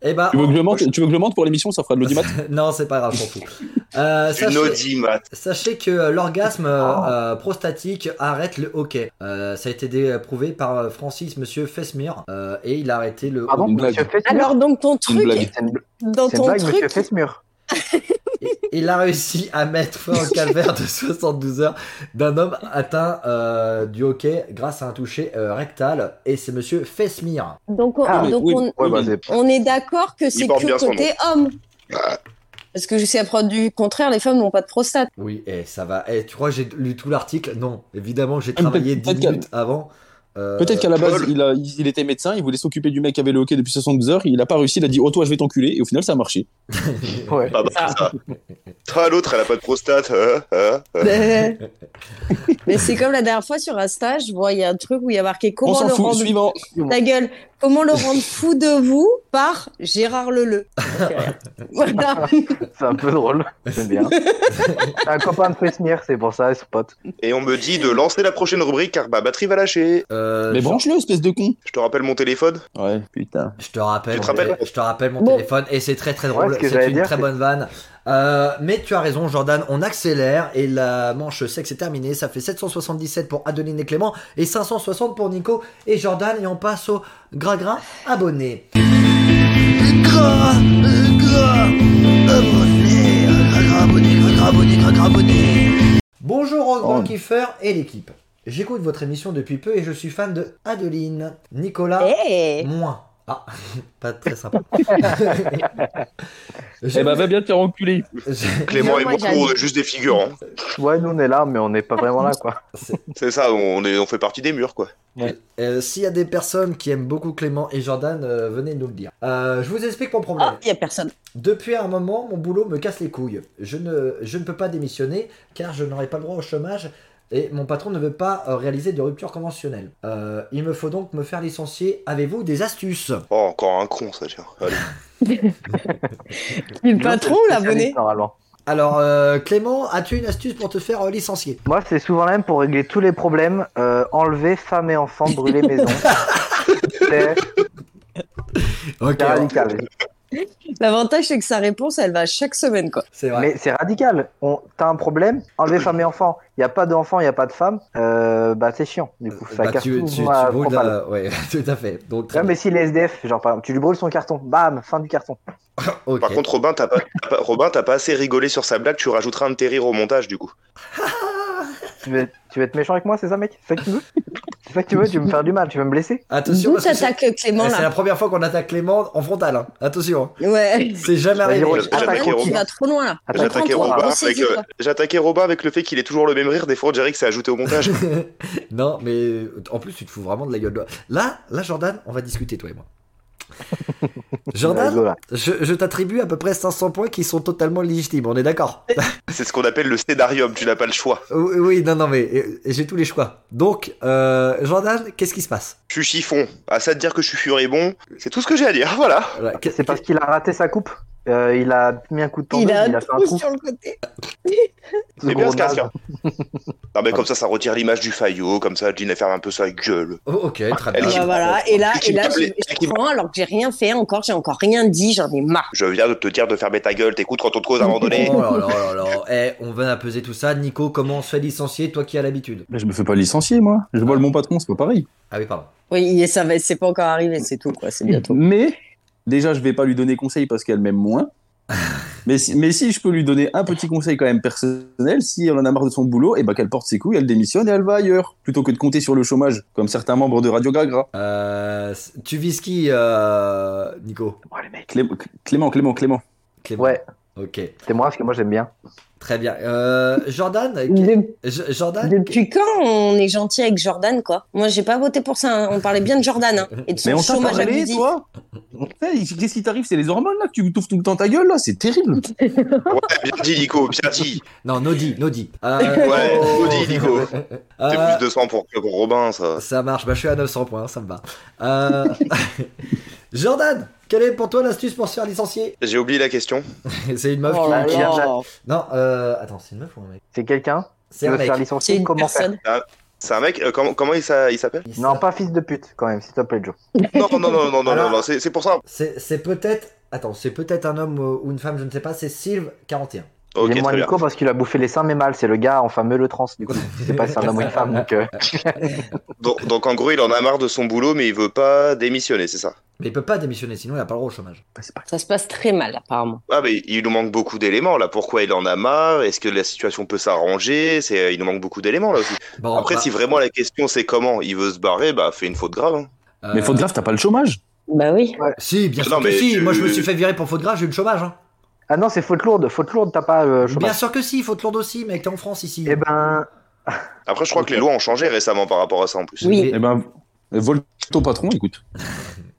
Speaker 2: Eh ben,
Speaker 7: Tu veux que je mente, tu veux que je mente pour l'émission, ça fera de l'audimat.
Speaker 2: [LAUGHS] non, c'est pas grave, je m'en fous. Euh,
Speaker 5: Une
Speaker 2: sachez,
Speaker 5: audimat.
Speaker 2: sachez que euh, l'orgasme euh,
Speaker 3: Ah.
Speaker 2: euh, prostatique arrête le hockey. Euh, ça a été dé- prouvé par euh, Francis Monsieur Fesmire euh, et il a arrêté le.
Speaker 5: Ah
Speaker 4: Pardon,
Speaker 7: une blague.
Speaker 4: monsieur Fesmur
Speaker 3: Alors, donc ton
Speaker 7: Une blague.
Speaker 3: truc,
Speaker 4: C'est une, bl-
Speaker 3: dans
Speaker 4: c'est une
Speaker 3: ton
Speaker 4: blague,
Speaker 3: truc,
Speaker 4: monsieur Fesmur.
Speaker 2: Et- Il a réussi à mettre fin au calvaire de 72 heures d'un homme atteint euh, du hockey grâce à un toucher euh, rectal. Et c'est monsieur Fesmire.
Speaker 3: donc on,
Speaker 4: Ah,
Speaker 7: mais
Speaker 3: donc
Speaker 7: oui.
Speaker 3: on,
Speaker 4: Ouais, bah,
Speaker 7: Oui,
Speaker 4: c'est
Speaker 3: on est d'accord que c'est
Speaker 5: porte
Speaker 3: que
Speaker 5: bien son
Speaker 3: côté homme. Parce que je sais, après, du contraire, les femmes n'ont pas de prostate.
Speaker 2: Oui, et ça va. Et tu crois que j'ai lu tout l'article Non, évidemment, j'ai travaillé
Speaker 7: Ah, peut-être
Speaker 2: 10
Speaker 7: qu'à-
Speaker 2: minutes avant. Euh,
Speaker 7: Peut-être qu'à la base,
Speaker 5: Paul.
Speaker 7: il, a- il était médecin, il voulait s'occuper du mec qui avait le hockey depuis 72 heures, il a pas réussi, il a dit Oh, toi, je vais t'enculer, et au final, ça a marché.
Speaker 4: ouais.
Speaker 5: Ah bah, ça. Ah, l'autre, elle a pas de prostate. hein, hein, hein.
Speaker 4: Euh.
Speaker 3: Mais c'est comme la dernière fois sur Insta, je vois, il y a un truc où il y a marqué
Speaker 7: On
Speaker 3: comment
Speaker 7: s'en
Speaker 3: le
Speaker 7: fout,
Speaker 3: rendre
Speaker 7: suivant.
Speaker 3: ta gueule, comment le rendre fou de vous par Gérard Leleu. voilà.
Speaker 4: C'est un peu drôle.
Speaker 7: [LAUGHS]
Speaker 4: J'aime bien. C'est un copain de Fesmir, c'est pour ça, son pote.
Speaker 5: Et on me dit de lancer la prochaine rubrique car ma batterie va lâcher.
Speaker 2: euh,
Speaker 7: Mais
Speaker 2: je-
Speaker 7: branche-le, espèce de con.
Speaker 5: Je te rappelle mon téléphone
Speaker 7: Ouais, putain.
Speaker 2: Je te rappelle,
Speaker 5: Tu te
Speaker 2: mon
Speaker 5: rappelles
Speaker 2: télé- je te rappelle mon
Speaker 3: Bon.
Speaker 2: téléphone et c'est très très drôle.
Speaker 4: Ouais, ce que
Speaker 2: c'est
Speaker 4: j'allais
Speaker 2: une
Speaker 4: dire,
Speaker 2: très
Speaker 4: c'est-
Speaker 2: bonne vanne. Euh, mais tu as raison, Jordan, on accélère et la manche sexe est terminée. Ça fait 777 pour Adeline et Clément et 560 pour Nico et Jordan. Et on passe au gras-gras abonné.
Speaker 1: Gras, gras, abonné, gras, abonné, gras, abonné, gras, abonné.
Speaker 2: Bonjour aux grands
Speaker 4: Oh.
Speaker 2: kiffeurs et l'équipe. J'écoute votre émission depuis peu et je suis fan de Adeline, Nicolas,
Speaker 3: [LAUGHS] Eh
Speaker 2: moins. Ah, [LAUGHS] pas très
Speaker 3: [LAUGHS]
Speaker 2: sympa.
Speaker 7: Eh ben, va bien te faire enculer.
Speaker 2: J'ai-
Speaker 5: Clément et
Speaker 3: Moi,
Speaker 5: moi,
Speaker 3: j'allais-
Speaker 5: on est juste des figurants.
Speaker 4: Ouais, nous on est là, mais on n'est pas vraiment là, quoi.
Speaker 2: [LAUGHS]
Speaker 5: C'est ça, on, est, on fait partie des murs, quoi.
Speaker 2: Euh, S'il y a des personnes qui aiment beaucoup Clément et Jordan, euh, venez nous le dire. Euh, je vous explique mon problème.
Speaker 3: Ah, il y a personne.
Speaker 2: Depuis un moment, mon boulot me casse les couilles. Je ne, je ne peux pas démissionner car je n'aurai pas le droit au chômage et mon patron ne veut pas euh, réaliser de rupture conventionnelle. Euh, il me faut donc me faire licencier. Avez-vous des astuces
Speaker 5: Oh, encore un con, ça, tiens. Allez.
Speaker 3: Le patron ou l'abonné
Speaker 4: Normalement.
Speaker 2: Alors, euh, Clément, as-tu une astuce pour te faire euh, licencier
Speaker 4: Moi, c'est souvent la même pour régler tous les problèmes. euh, enlever femme et enfant,
Speaker 2: [LAUGHS]
Speaker 4: brûler maison. c'est
Speaker 2: Ok,
Speaker 4: c'est radical.
Speaker 3: L'avantage, c'est que sa réponse, elle va chaque semaine, quoi.
Speaker 2: c'est vrai.
Speaker 4: Mais c'est radical. On... T'as un problème, enlever femme et enfant. Il n'y a pas d'enfant, il n'y a pas de femme. euh, bah, c'est chiant. Du coup, ça
Speaker 2: Bah,
Speaker 4: casse
Speaker 2: tu,
Speaker 4: tout
Speaker 2: tu- tu
Speaker 4: ma
Speaker 2: brûles
Speaker 4: propale.
Speaker 2: la- ouais, [LAUGHS] tout à fait. Donc, très
Speaker 4: Ouais, mais s'il est SDF, genre par exemple, tu lui brûles son carton, bam, fin du carton.
Speaker 2: bien. Ok.
Speaker 5: Par contre, Robin, t'as pas, t'as pas- Robin, t'as pas assez rigolé sur sa blague, tu rajouteras un de tes rires au montage, du coup.
Speaker 4: Tu veux, tu veux être méchant avec moi, c'est ça, mec C'est ça que tu veux C'est ça que tu veux Tu veux me faire du mal Tu veux me blesser
Speaker 2: Attention,
Speaker 3: D'où
Speaker 2: parce que c'est-
Speaker 3: t'attaques Clément,
Speaker 2: Eh, c'est la
Speaker 3: là
Speaker 2: première fois qu'on attaque Clément en frontal. hein. Attention, hein.
Speaker 3: Ouais.
Speaker 2: c'est jamais
Speaker 4: Vas-y,
Speaker 2: arrivé.
Speaker 4: Romain,
Speaker 5: J'ai attaqué
Speaker 3: Vraiment, tu
Speaker 5: Robin.
Speaker 3: vas trop loin, là.
Speaker 4: Attaque-
Speaker 5: J'ai attaqué
Speaker 3: Prends-toi,
Speaker 5: Robin, avec,
Speaker 3: ressaisis-toi.
Speaker 5: euh, j'ai attaqué Robin avec le fait qu'il est toujours le même rire. Des fois, on dirait que c'est ajouté
Speaker 2: [LAUGHS]
Speaker 5: au montage.
Speaker 2: [LAUGHS] non, mais euh, en plus, tu te fous vraiment de la gueule. de- Là, là, Jordan, on va discuter, toi et
Speaker 4: [LAUGHS]
Speaker 2: moi. Jordan,
Speaker 4: Rigolo, là.
Speaker 2: je, je t'attribue à peu près 500 points qui sont totalement légitimes, on est d'accord
Speaker 5: c'est ce qu'on appelle le scénarium, tu n'as pas le choix.
Speaker 2: oui, oui, non, non, mais euh, j'ai tous les choix. Donc, euh, Jordan, qu'est-ce qui se passe
Speaker 5: Je suis chiffon. À ça de dire que je suis furibond, c'est tout ce que j'ai à dire, [LAUGHS] voilà.
Speaker 2: Voilà, qu'est-
Speaker 4: C'est parce qu'il a raté sa coupe. Euh, il a mis un coup de
Speaker 3: Il
Speaker 4: tondeuse,
Speaker 3: a
Speaker 4: il a
Speaker 3: un
Speaker 4: fait un
Speaker 3: trou
Speaker 4: trou.
Speaker 3: sur le côté.
Speaker 4: Ce
Speaker 5: C'est
Speaker 4: gros
Speaker 5: bien ce casque.
Speaker 4: dalle.
Speaker 5: hein. non, mais comme ça, ça retire l'image du faillot. Comme ça, Jean, elle ferme un peu sa gueule.
Speaker 2: Oh, ok, très
Speaker 5: Elle
Speaker 2: bien.
Speaker 5: qui-
Speaker 3: Bah,
Speaker 4: Ah,
Speaker 3: voilà. Et là,
Speaker 5: Elle qui
Speaker 3: et là
Speaker 5: tape
Speaker 3: je,
Speaker 5: les-
Speaker 3: je prends alors que j'ai rien fait encore, j'ai encore rien dit, j'en ai marre.
Speaker 5: Je viens de te dire de fermer ta gueule. T'écoutes quand on te cause à un moment donné.
Speaker 2: Oh là là là là. Eh, on va apaiser tout ça. Nico, comment on se fait licencier, toi qui as l'habitude
Speaker 7: Mais je me fais pas licencier, moi. Je vole mon patron, c'est pas pareil.
Speaker 2: Ah oui, pardon.
Speaker 3: Oui, et ça va, c'est pas encore arrivé, c'est tout, quoi.
Speaker 4: Mm.
Speaker 3: C'est bientôt.
Speaker 7: Mais déjà, je vais pas lui donner conseil parce qu'elle m'aime [LAUGHS] moins. mais, si, mais si je peux lui donner un petit conseil quand même personnel, si elle en a marre de son boulot, et ben qu'elle porte ses couilles, elle démissionne et elle va ailleurs, plutôt que de compter sur le chômage, comme certains membres de Radio Gagra.
Speaker 2: Euh, tu vises qui, euh, Nico
Speaker 4: Oh, les mecs.
Speaker 7: Clé- Clément, Clément, Clément.
Speaker 2: Clément.
Speaker 4: Ouais,
Speaker 2: Ok,
Speaker 4: c'est moi parce que moi j'aime bien.
Speaker 2: très bien. Euh, Jordan,
Speaker 3: De-
Speaker 2: J- Jordan,
Speaker 3: depuis quand on est gentil avec Jordan, quoi Moi, j'ai pas voté pour ça. hein. On parlait bien de Jordan hein, et de son
Speaker 7: Mais on t'a
Speaker 3: chômage
Speaker 7: parlé,
Speaker 3: abusif.
Speaker 7: toi Hey, Qu'est-ce qui t'arrive C'est les hormones, là, que tu touffes tout le temps ta gueule, là C'est terrible
Speaker 5: Ouais, bien dit, Nico. Bien dit.
Speaker 2: non, Nodi, Nodi. Euh, [LAUGHS]
Speaker 5: Ouais, Nodi, Nico. C'est
Speaker 2: Euh, [LAUGHS]
Speaker 5: plus de sang pour, pour Robin, ça.
Speaker 2: ça marche, bah, je suis à 900 points, ça me va. Euh, [LAUGHS] Jordan, quelle est pour toi l'astuce pour se faire licencier [LAUGHS]
Speaker 5: J'ai oublié la question.
Speaker 2: C'est une meuf
Speaker 3: Oh
Speaker 2: qui...
Speaker 3: là
Speaker 2: qui-
Speaker 3: là,
Speaker 2: Non, euh, attends, c'est une meuf ou un mec
Speaker 4: C'est quelqu'un qui
Speaker 2: C'est un
Speaker 4: veut se
Speaker 2: mec.
Speaker 4: faire
Speaker 3: c'est
Speaker 4: licencier,
Speaker 3: une
Speaker 4: comment faire
Speaker 3: personne.
Speaker 5: C'est un mec. euh, comment, comment il s'a- il s'appelle
Speaker 4: Non, pas fils de pute quand même, s'il te plaît, Joe.
Speaker 5: Non, non, non, non, non, non,
Speaker 2: Alors-
Speaker 5: non, non, C'est c'est pour ça.
Speaker 2: C'est c'est peut-être... Attends, c'est peut-être un homme euh, ou une femme, je ne sais pas, c'est Sylve41.
Speaker 5: Ok,
Speaker 4: il est moins
Speaker 5: très bien.
Speaker 4: Nico parce qu'il a bouffé les seins, mais mal. C'est le gars en fameux le trans, du coup. Je sais pas si c'est un homme ou une femme, donc. euh,
Speaker 5: Donc, donc, en gros, il en a marre de son boulot, mais il veut pas démissionner, c'est ça.
Speaker 2: [LAUGHS] Mais il peut pas démissionner, sinon il n'a pas le droit au chômage.
Speaker 3: Ça se passe très mal, apparemment.
Speaker 5: Ah, mais il nous manque beaucoup d'éléments là. Pourquoi il en a marre Est-ce que la situation peut s'arranger C'est euh, il nous manque beaucoup d'éléments là aussi.
Speaker 2: Bon,
Speaker 5: Après,
Speaker 2: bah,
Speaker 5: si vraiment la question c'est comment il veut se barrer, bah fait une faute grave. hein.
Speaker 2: euh,
Speaker 7: Mais faute grave, t'as pas le chômage
Speaker 3: Bah
Speaker 5: [LAUGHS]
Speaker 3: oui.
Speaker 2: Si, bien
Speaker 5: Non,
Speaker 2: sûr que
Speaker 5: mais
Speaker 2: si.
Speaker 5: tu-
Speaker 2: Moi, je me suis fait virer pour faute grave, j'ai eu le chômage. hein.
Speaker 4: Ah non, c'est faute lourde. Faute lourde, t'as pas euh,
Speaker 2: Bien
Speaker 4: chômage.
Speaker 2: sûr que si, faute lourde aussi, mec, t'es en France ici.
Speaker 4: Eh ben,
Speaker 5: Après, je crois que les lois ont changé récemment par rapport à ça en plus.
Speaker 3: Oui.
Speaker 7: Eh ben, vole ton patron, écoute.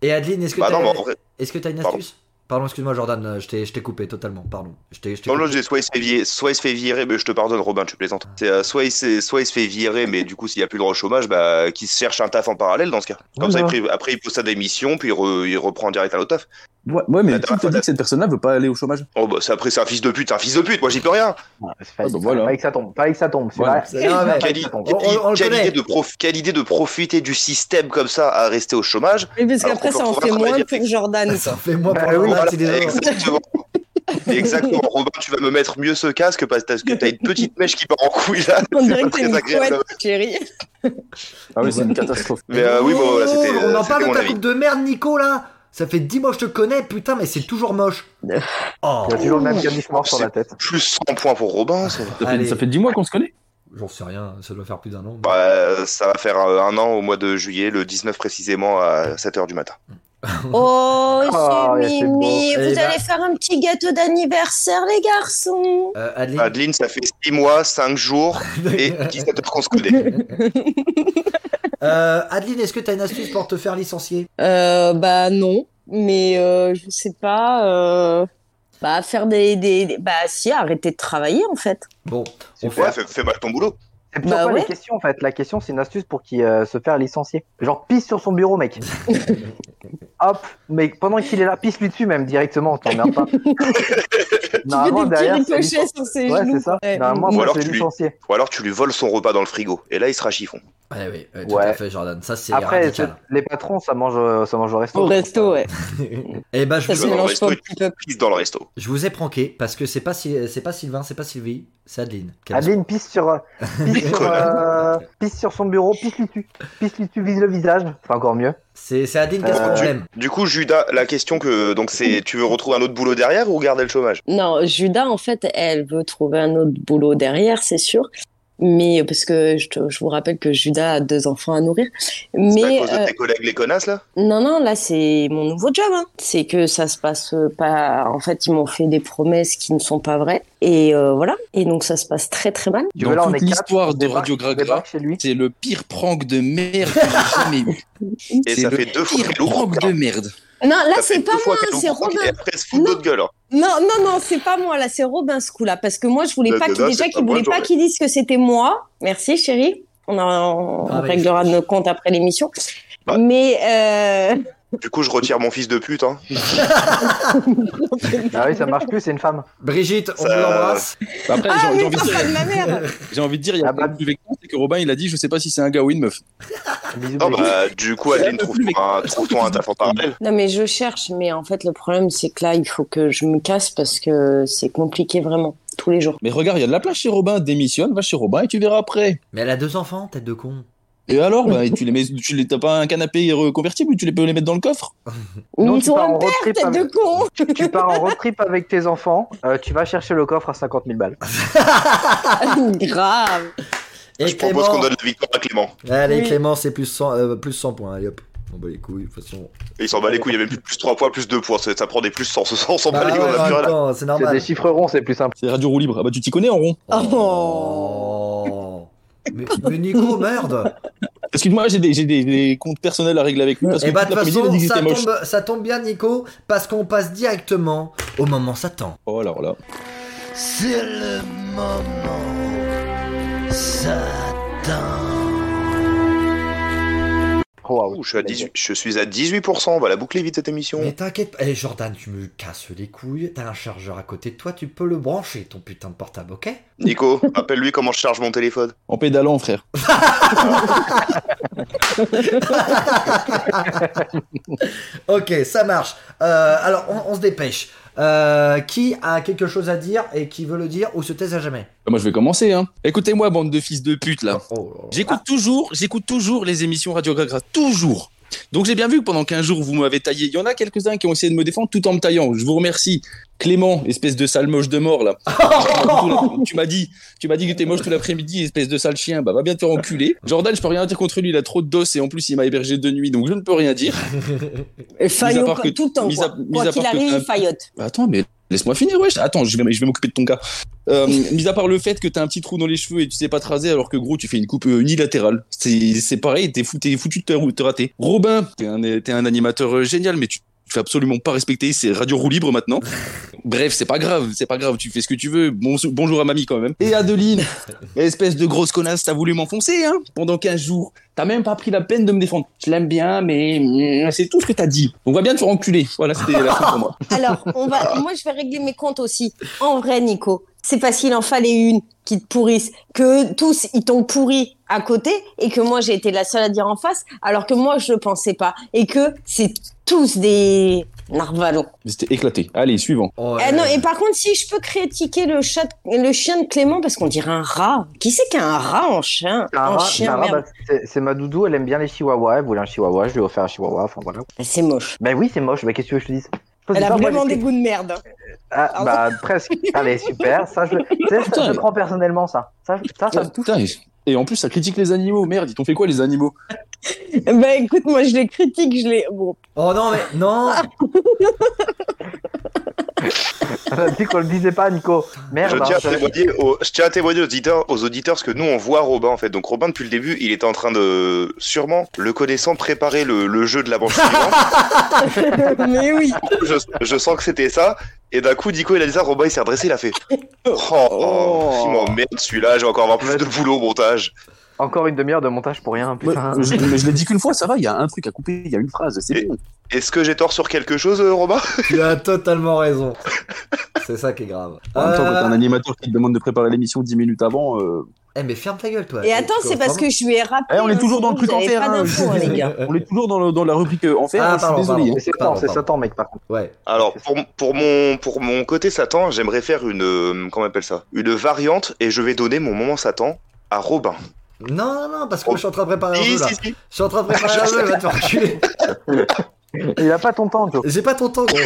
Speaker 2: Et Adeline, est-ce que
Speaker 5: Bah
Speaker 2: t'as
Speaker 5: non, mais en vrai,
Speaker 2: est-ce que t'as une
Speaker 5: Pardon.
Speaker 2: astuce Pardon, excuse-moi, Jordan, euh, je t'ai je t'ai coupé totalement, pardon. Je t'ai je t'ai
Speaker 5: dans
Speaker 2: coupé.
Speaker 5: l'autre, j'ai soit il se fait virer, soit il se fait virer, mais je te pardonne, Robin, tu plaisantes. C'est euh, soit il se, soit il se fait virer, mais du coup, s'il y a plus le droit au chômage, bah qu'il se cherche un taf en parallèle dans ce cas. Comme ça,
Speaker 4: Voilà.
Speaker 5: après, après, il pose sa démission, puis il, re- il reprend direct un autre taf.
Speaker 7: Ouais, ouais, mais
Speaker 5: La
Speaker 7: qui te dit que cette personne-là veut pas aller au chômage
Speaker 5: Oh bah, c'est- après, c'est un fils de pute, c'est un fils de pute. Moi, j'y peux rien.
Speaker 4: c'est pas,
Speaker 7: Ah, bah, voilà.
Speaker 4: pas que ça tombe. Pas que ça tombe. C'est
Speaker 7: Voilà.
Speaker 4: vrai.
Speaker 2: C'est- non, mais-
Speaker 4: Pas
Speaker 5: Quelle,
Speaker 4: que ça tombe.
Speaker 5: quelle-
Speaker 2: On- on le
Speaker 5: quelle
Speaker 2: connaît.
Speaker 5: idée de prof- quelle idée de profiter du système comme ça à rester au chômage
Speaker 3: Oui, parce
Speaker 5: Alors
Speaker 3: qu'après,
Speaker 5: qu'on
Speaker 3: ça en
Speaker 5: peut
Speaker 3: fait
Speaker 5: retravailler
Speaker 3: moins
Speaker 5: avec-
Speaker 3: pour Jordan.
Speaker 2: Ça fait moi pour
Speaker 4: Bah
Speaker 2: Jordan,
Speaker 4: oui,
Speaker 5: Voilà,
Speaker 2: c'est désolé.
Speaker 5: exactement. Exactement, Robin, tu vas me mettre mieux ce casque parce que t'as une petite mèche qui part en couille là. [LAUGHS]
Speaker 9: On
Speaker 5: C'est
Speaker 9: dirait
Speaker 5: pas
Speaker 9: que t'es
Speaker 5: très
Speaker 9: une
Speaker 5: agréable.
Speaker 9: couette, chérie.
Speaker 7: Ah oui, c'est une catastrophe.
Speaker 5: Mais euh, oui, bon, voilà, c'était
Speaker 2: Oh, On en
Speaker 5: c'était
Speaker 2: parle de
Speaker 5: mon
Speaker 2: ta
Speaker 5: avis.
Speaker 2: coupe de merde, Nico, là Ça fait 10 mois que je te connais, putain, mais c'est toujours moche. Oh,
Speaker 4: Il y a toujours le même caniche mort sur la tête.
Speaker 5: Plus 100 points pour Robin, ça, va.
Speaker 7: Ah, Ça fait,
Speaker 2: Allez.
Speaker 7: ça fait 10 mois qu'on se connaît
Speaker 2: j'en sais rien, ça doit faire plus d'un an. mais-
Speaker 5: Bah, ça va faire euh, un an au mois de juillet, le 19 précisément à 7h du matin.
Speaker 3: Oh,
Speaker 4: Ah,
Speaker 3: c'est
Speaker 4: ouais, c'est beau.
Speaker 3: mimi.
Speaker 2: Eh
Speaker 3: Vous
Speaker 2: ben-
Speaker 3: allez faire un petit gâteau d'anniversaire, les garçons.
Speaker 2: Euh, Adeline [LAUGHS]
Speaker 5: Adeline, ça fait 6 mois, 5 jours et 17 heures qu'on se connaît.
Speaker 2: Euh, Adeline, est-ce que t'as une astuce pour te faire licencier
Speaker 9: Euh, bah non, mais euh, je sais pas. euh, Bah faire des, des, des- Bah si, arrêter de travailler en fait.
Speaker 2: Bon, on
Speaker 5: Ouais,
Speaker 2: fait...
Speaker 5: fais, fais mal ton boulot.
Speaker 4: C'est plutôt
Speaker 9: Bah
Speaker 4: pas
Speaker 9: ouais.
Speaker 4: les questions en fait. La question, c'est une astuce pour qu'il euh, se faire licencier. Genre, pisse sur son bureau,
Speaker 9: [LAUGHS]
Speaker 4: mec. Hop, mais pendant qu'il est là, pisse-lui dessus même directement, t'emmerdes
Speaker 9: [LAUGHS]
Speaker 4: pas.
Speaker 9: Tu fais des petits
Speaker 4: c'est
Speaker 9: ricochets
Speaker 4: licen-
Speaker 9: sur ses
Speaker 4: Ouais,
Speaker 9: genoux.
Speaker 4: c'est ça.
Speaker 9: Ouais.
Speaker 4: Normalement,
Speaker 5: Ou
Speaker 4: après,
Speaker 5: alors
Speaker 4: c'est
Speaker 5: tu-
Speaker 4: licencié.
Speaker 5: Ou alors tu lui voles son repas dans le frigo et là il sera chiffon.
Speaker 2: Ouais, ouais, ouais, Eh tout
Speaker 4: Ouais.
Speaker 2: à fait, Jordan, ça c'est
Speaker 4: Après,
Speaker 2: radical.
Speaker 4: c'est- les patrons, ça mange, euh, ça mange au
Speaker 5: Oh.
Speaker 4: resto.
Speaker 9: Au resto, ouais.
Speaker 2: Eh ben, je
Speaker 9: Ça
Speaker 5: Tu
Speaker 9: se
Speaker 2: vous,
Speaker 5: vas dans le
Speaker 9: mélange
Speaker 5: resto
Speaker 9: pas au
Speaker 5: et
Speaker 9: petit peuple.
Speaker 5: Pisse dans le resto.
Speaker 2: je vous ai pranké parce que c'est pas, Sy- c'est pas Sylvain, c'est pas Sylvie, c'est Adeline. Quelle-
Speaker 4: Adeline pisse sur, euh, pisse sur, euh, pisse sur son bureau, pisse-lui dessus. Pisse-lui dessus, vise le visage. C'est encore mieux.
Speaker 2: C'est c'est Adeline, qu'est-ce
Speaker 4: Euh,
Speaker 2: qu'on problème
Speaker 5: Du coup, Judas, la question que donc c'est tu veux retrouver un autre boulot derrière ou garder le chômage
Speaker 9: Non, Judas, en fait, elle veut trouver un autre boulot derrière, c'est sûr. Mais parce que je, te- je vous rappelle que Judas a deux enfants à nourrir.
Speaker 5: C'est
Speaker 9: Mais
Speaker 5: à cause de
Speaker 9: euh,
Speaker 5: tes collègues les connasses là
Speaker 9: non, non, là, c'est mon nouveau job. hein. C'est que ça se passe euh, pas. En fait, ils m'ont fait des promesses qui ne sont pas vraies. Et euh, voilà. Et donc, ça se passe très, très mal.
Speaker 4: Tu
Speaker 6: Dans
Speaker 4: veux, là, on
Speaker 6: toute
Speaker 4: est quatre,
Speaker 6: l'histoire
Speaker 4: on
Speaker 6: de
Speaker 4: débarque-
Speaker 6: Radio
Speaker 4: on
Speaker 6: Gragra,
Speaker 4: débarque chez lui.
Speaker 6: C'est le pire prank de merde que j'ai jamais eu.
Speaker 5: Et
Speaker 6: C'est
Speaker 5: ça
Speaker 6: le
Speaker 5: fait deux fois
Speaker 6: pire
Speaker 5: qu'elle ouvre.
Speaker 6: prank de merde.
Speaker 9: Non, là,
Speaker 5: Ça fait
Speaker 9: c'est
Speaker 5: deux
Speaker 9: pas
Speaker 5: fois
Speaker 9: moi,
Speaker 5: qu'elle
Speaker 9: hein,
Speaker 5: ouvre
Speaker 9: c'est
Speaker 5: le bras,
Speaker 9: Robin.
Speaker 5: Et après, elle se fout de
Speaker 9: Non.
Speaker 5: notre gueule. hein.
Speaker 9: Non, non, non, c'est pas moi, là, c'est Robin ce coup-là. Parce que moi, je voulais
Speaker 5: Là,
Speaker 9: pas
Speaker 5: de
Speaker 9: qu'il,
Speaker 5: là,
Speaker 9: déjà,
Speaker 5: c'est
Speaker 9: qu'il
Speaker 5: pas
Speaker 9: voulait
Speaker 5: moi,
Speaker 9: pas qu'il dise que c'était moi. Merci, chérie. On, en- on
Speaker 2: Ah oui.
Speaker 9: réglera nos comptes après l'émission.
Speaker 5: Bah.
Speaker 9: Mais, euh...
Speaker 5: Du coup, je retire mon fils de
Speaker 6: [LAUGHS]
Speaker 5: pute. Hein.
Speaker 4: Ah oui, ça marche plus, c'est une femme.
Speaker 2: Brigitte, on
Speaker 5: Ça-
Speaker 2: l'embrasse.
Speaker 6: Bah, Après,
Speaker 9: Ah,
Speaker 6: j'ai- j'ai
Speaker 9: mais
Speaker 6: envie de
Speaker 9: c'est
Speaker 6: dire-
Speaker 9: pas de ma mère.
Speaker 6: j'ai envie de dire, il y a
Speaker 4: Ah,
Speaker 6: un
Speaker 4: bah.
Speaker 6: truc plus vexant, c'est que Robin, il a dit, je sais pas si c'est un gars ou une meuf.
Speaker 4: Bisous,
Speaker 5: Non,
Speaker 4: bisous.
Speaker 5: bah, du coup, Adeline, trouve-toi un, trouve-toi un taf en parallèle.
Speaker 9: Non, mais je cherche, mais en fait, le problème, c'est que là, il faut que je me casse parce que c'est compliqué vraiment, tous
Speaker 6: [LAUGHS]
Speaker 9: les jours.
Speaker 6: Mais regarde, il y a de la place chez Robin, démissionne, va chez Robin et tu verras après.
Speaker 2: Mais elle a deux enfants, tête de con.
Speaker 6: Et alors, bah, tu les mets, tu les, t'as pas un canapé reconvertible, tu les peux les mettre dans le coffre
Speaker 4: Non,
Speaker 9: Ils
Speaker 4: tu
Speaker 9: sont
Speaker 4: pars en
Speaker 9: un
Speaker 4: road
Speaker 9: père,
Speaker 4: trip hein.
Speaker 9: tête de
Speaker 4: avec-
Speaker 9: con.
Speaker 4: tu pars en road trip avec tes enfants, euh, tu vas chercher le coffre à 50 000 balles.
Speaker 9: Grave.
Speaker 2: Et
Speaker 5: Je propose qu'on donne la victoire à Clément.
Speaker 2: Allez,
Speaker 9: Oui.
Speaker 2: Clément, c'est plus 100, euh, plus 100 points. Allez hop. On bat les couilles, de toute façon.
Speaker 5: Et il s'en bat les couilles, il y a même plus- plus 3 points, plus 2 points. Ça ça prend des plus 100. On s'en bat
Speaker 2: Bah
Speaker 5: les couilles,
Speaker 2: ouais,
Speaker 5: on
Speaker 2: en
Speaker 5: a plus
Speaker 2: même
Speaker 5: rien.
Speaker 2: temps, c'est
Speaker 4: C'est
Speaker 2: normal.
Speaker 4: des chiffres ronds, c'est plus simple.
Speaker 6: C'est radio roue libre. Ah bah, tu t'y connais en rond.
Speaker 2: Oh. Mais, mais Nico, merde
Speaker 6: Excuse-moi, j'ai des, j'ai des, des comptes personnels à régler avec lui parce que
Speaker 2: Et bah de
Speaker 6: toute
Speaker 2: toute
Speaker 6: l'après-midi, il a
Speaker 2: façon,
Speaker 6: dit que
Speaker 2: ça
Speaker 6: c'était moche.
Speaker 2: tombe, ça tombe bien Nico, parce qu'on passe directement au moment Satan.
Speaker 6: Oh là là.
Speaker 1: C'est le moment. Satan.
Speaker 4: Oh, ah oui.
Speaker 5: Ouh, je suis à 18 je suis à 18%. On va la boucler vite cette
Speaker 2: Mais
Speaker 5: émission.
Speaker 2: t'inquiète pas, Eh, Jordan, tu me casses les couilles, t'as un chargeur à côté de toi, tu peux le brancher, ton putain de portable, ok
Speaker 5: Nico, appelle-lui comment je charge mon téléphone.
Speaker 6: En pédalant, frère.
Speaker 2: Ok, ça marche. Euh, alors, on, on se dépêche. Euh, qui a quelque chose à dire et qui veut le dire ou se taise à jamais
Speaker 6: Bah, moi, je vais commencer, hein. Écoutez-moi, bande de fils de pute, là.
Speaker 2: Oh là là.
Speaker 6: J'écoute toujours, j'écoute toujours les émissions Radio Gragra, toujours. Donc j'ai bien vu que pendant 15 jours, vous m'avez taillé. Il y en a quelques-uns qui ont essayé de me défendre tout en me taillant. Je vous remercie. Clément, espèce de sale moche de mort,
Speaker 2: [LAUGHS]
Speaker 6: là. tu m'as dit, tu m'as dit que t'es moche tout l'après-midi, espèce de sale chien. Bah, va bien te faire enculer. Jordan, je peux rien dire contre lui, il a trop de dos et en plus, il m'a hébergé de nuit, donc je ne peux rien dire. Mis à
Speaker 9: Et Euh, faillot
Speaker 6: part que-
Speaker 9: tout le temps.
Speaker 6: mis à-
Speaker 9: quoi.
Speaker 6: mis
Speaker 9: Quoi
Speaker 6: à
Speaker 9: qu'il
Speaker 6: part que-
Speaker 9: arrive,
Speaker 6: un-
Speaker 9: il faillote.
Speaker 6: Bah, attends, mais laisse-moi finir, wesh. Attends, je vais, je vais m'occuper de ton cas. Euh, mis à part le fait que t'as un petit trou dans les cheveux et tu sais pas te raser alors que gros tu fais une coupe euh, unilatérale. C'est c'est pareil, t'es fou- t'es foutu de te, te rater. Robin, t'es un, t'es un animateur euh, génial mais tu tu fais absolument pas respecter, c'est radio roue libre maintenant. Bref, c'est pas grave, c'est pas grave, tu fais ce que tu veux. Bon- bonjour à mamie quand même. Et Adeline, espèce de grosse connasse, t'as voulu m'enfoncer hein pendant 15 jours. T'as même pas pris la peine de me défendre. Je l'aime bien, mais mm, c'est tout ce que t'as dit. On va bien te faire enculer. Voilà, c'était la fin pour moi.
Speaker 9: Alors, on va, moi, je vais régler mes comptes aussi. En vrai, Nico, c'est parce qu'il en fallait une qui te pourrisse, que tous, ils t'ont pourri à côté et que moi, j'ai été la seule à dire en face, alors que moi, je le pensais pas. Et que c'est tous des, Narvalo.
Speaker 6: Mais C'était éclaté. Allez, suivant.
Speaker 2: Oh, là
Speaker 9: Eh non,
Speaker 2: là.
Speaker 9: et par contre, si je peux critiquer le chat, le chien de Clément, parce qu'on dirait un rat. Qui c'est qui a un rat en chien En
Speaker 4: Tara,
Speaker 9: Oh, chien,
Speaker 4: Tara,
Speaker 9: merde.
Speaker 4: bah, c'est- c'est ma doudou, elle aime bien les chihuahuas, elle voulait un chihuahua, je lui ai offert un chihuahua, enfin voilà.
Speaker 9: Bah, C'est moche.
Speaker 4: Ben oui, c'est moche, bah qu'est-ce que tu veux que je te dise Je sais
Speaker 9: Elle a
Speaker 4: pas, moi,
Speaker 9: vraiment
Speaker 4: j'ai-
Speaker 9: des goûts de merde. hein.
Speaker 4: Ah,
Speaker 9: Pardon.
Speaker 4: bah presque. Allez, super, ça je, tu sais, ça, je prends personnellement ça. Ça, Ah, ça, ça me touche.
Speaker 6: Putain, et- Et en plus, ça critique les animaux. Merde, ils t'ont fait quoi les animaux
Speaker 9: [LAUGHS] Bah écoute, moi je les critique, je les. Bon.
Speaker 2: Oh non, mais non
Speaker 4: On a dit qu'on le disait pas, Nico. Merde,
Speaker 5: Je
Speaker 2: bah,
Speaker 4: hein,
Speaker 5: tiens, à
Speaker 4: ça-
Speaker 5: témoigner aux, je tiens à témoigner aux auditeurs, aux auditeurs ce que nous on voit Robin en fait. Donc Robin depuis le début, il était en train de sûrement le connaissant préparer le, le jeu de la manche suivante.
Speaker 9: [LAUGHS] Mais oui.
Speaker 5: je, je sens que c'était ça. Et d'un coup, Nico il a dit ça, Robin il s'est redressé, il a fait. Oh, oh, il m'emmerde celui-là, je vais encore avoir plus de boulot au montage.
Speaker 4: Encore une demi-heure de montage pour rien,
Speaker 7: Moi,
Speaker 4: putain.
Speaker 7: je, mais je l'ai dit qu'une fois, ça va, il y a un truc à couper, il y a une phrase, c'est
Speaker 5: Et-
Speaker 7: bon.
Speaker 5: Est-ce que j'ai tort sur quelque chose, euh, Robin
Speaker 2: Tu as totalement raison. C'est ça qui est grave.
Speaker 7: En même temps, quand
Speaker 2: Euh,
Speaker 7: t'as un animateur qui te demande de préparer l'émission 10 minutes avant, euh,
Speaker 2: Eh mais ferme ta gueule toi.
Speaker 9: Et attends,
Speaker 2: Tu
Speaker 9: c'est parce que
Speaker 2: comprends
Speaker 9: je lui ai rappelé.
Speaker 7: Eh, on est
Speaker 9: hein,
Speaker 7: toujours dans le
Speaker 9: sinon,
Speaker 7: truc en
Speaker 9: j'avais
Speaker 7: fer,
Speaker 9: pas
Speaker 7: hein,
Speaker 9: d'infos,
Speaker 7: je-
Speaker 9: hein, les gars.
Speaker 7: on est toujours dans, le- dans la rubrique euh, enfer.
Speaker 2: Ah,
Speaker 7: je suis
Speaker 2: pardon,
Speaker 7: désolé.
Speaker 2: pardon.
Speaker 7: hein.
Speaker 4: Mais c'est
Speaker 2: Pardon,
Speaker 4: Satan, c'est
Speaker 2: pardon.
Speaker 4: Satan, mec, par contre.
Speaker 2: [LAUGHS] Ouais.
Speaker 5: Alors pour, pour mon pour mon côté Satan, j'aimerais faire une euh, comment on appelle ça Une variante et je vais donner mon moment Satan à Robin.
Speaker 2: Non, non, non, parce que moi, je suis en train de préparer un
Speaker 5: Si,
Speaker 2: jeu là.
Speaker 5: si, si.
Speaker 2: Je suis en train de préparer un jeu, elle va te faire reculer.
Speaker 4: Il a pas ton temps, Joe.
Speaker 2: J'ai pas ton temps, gros.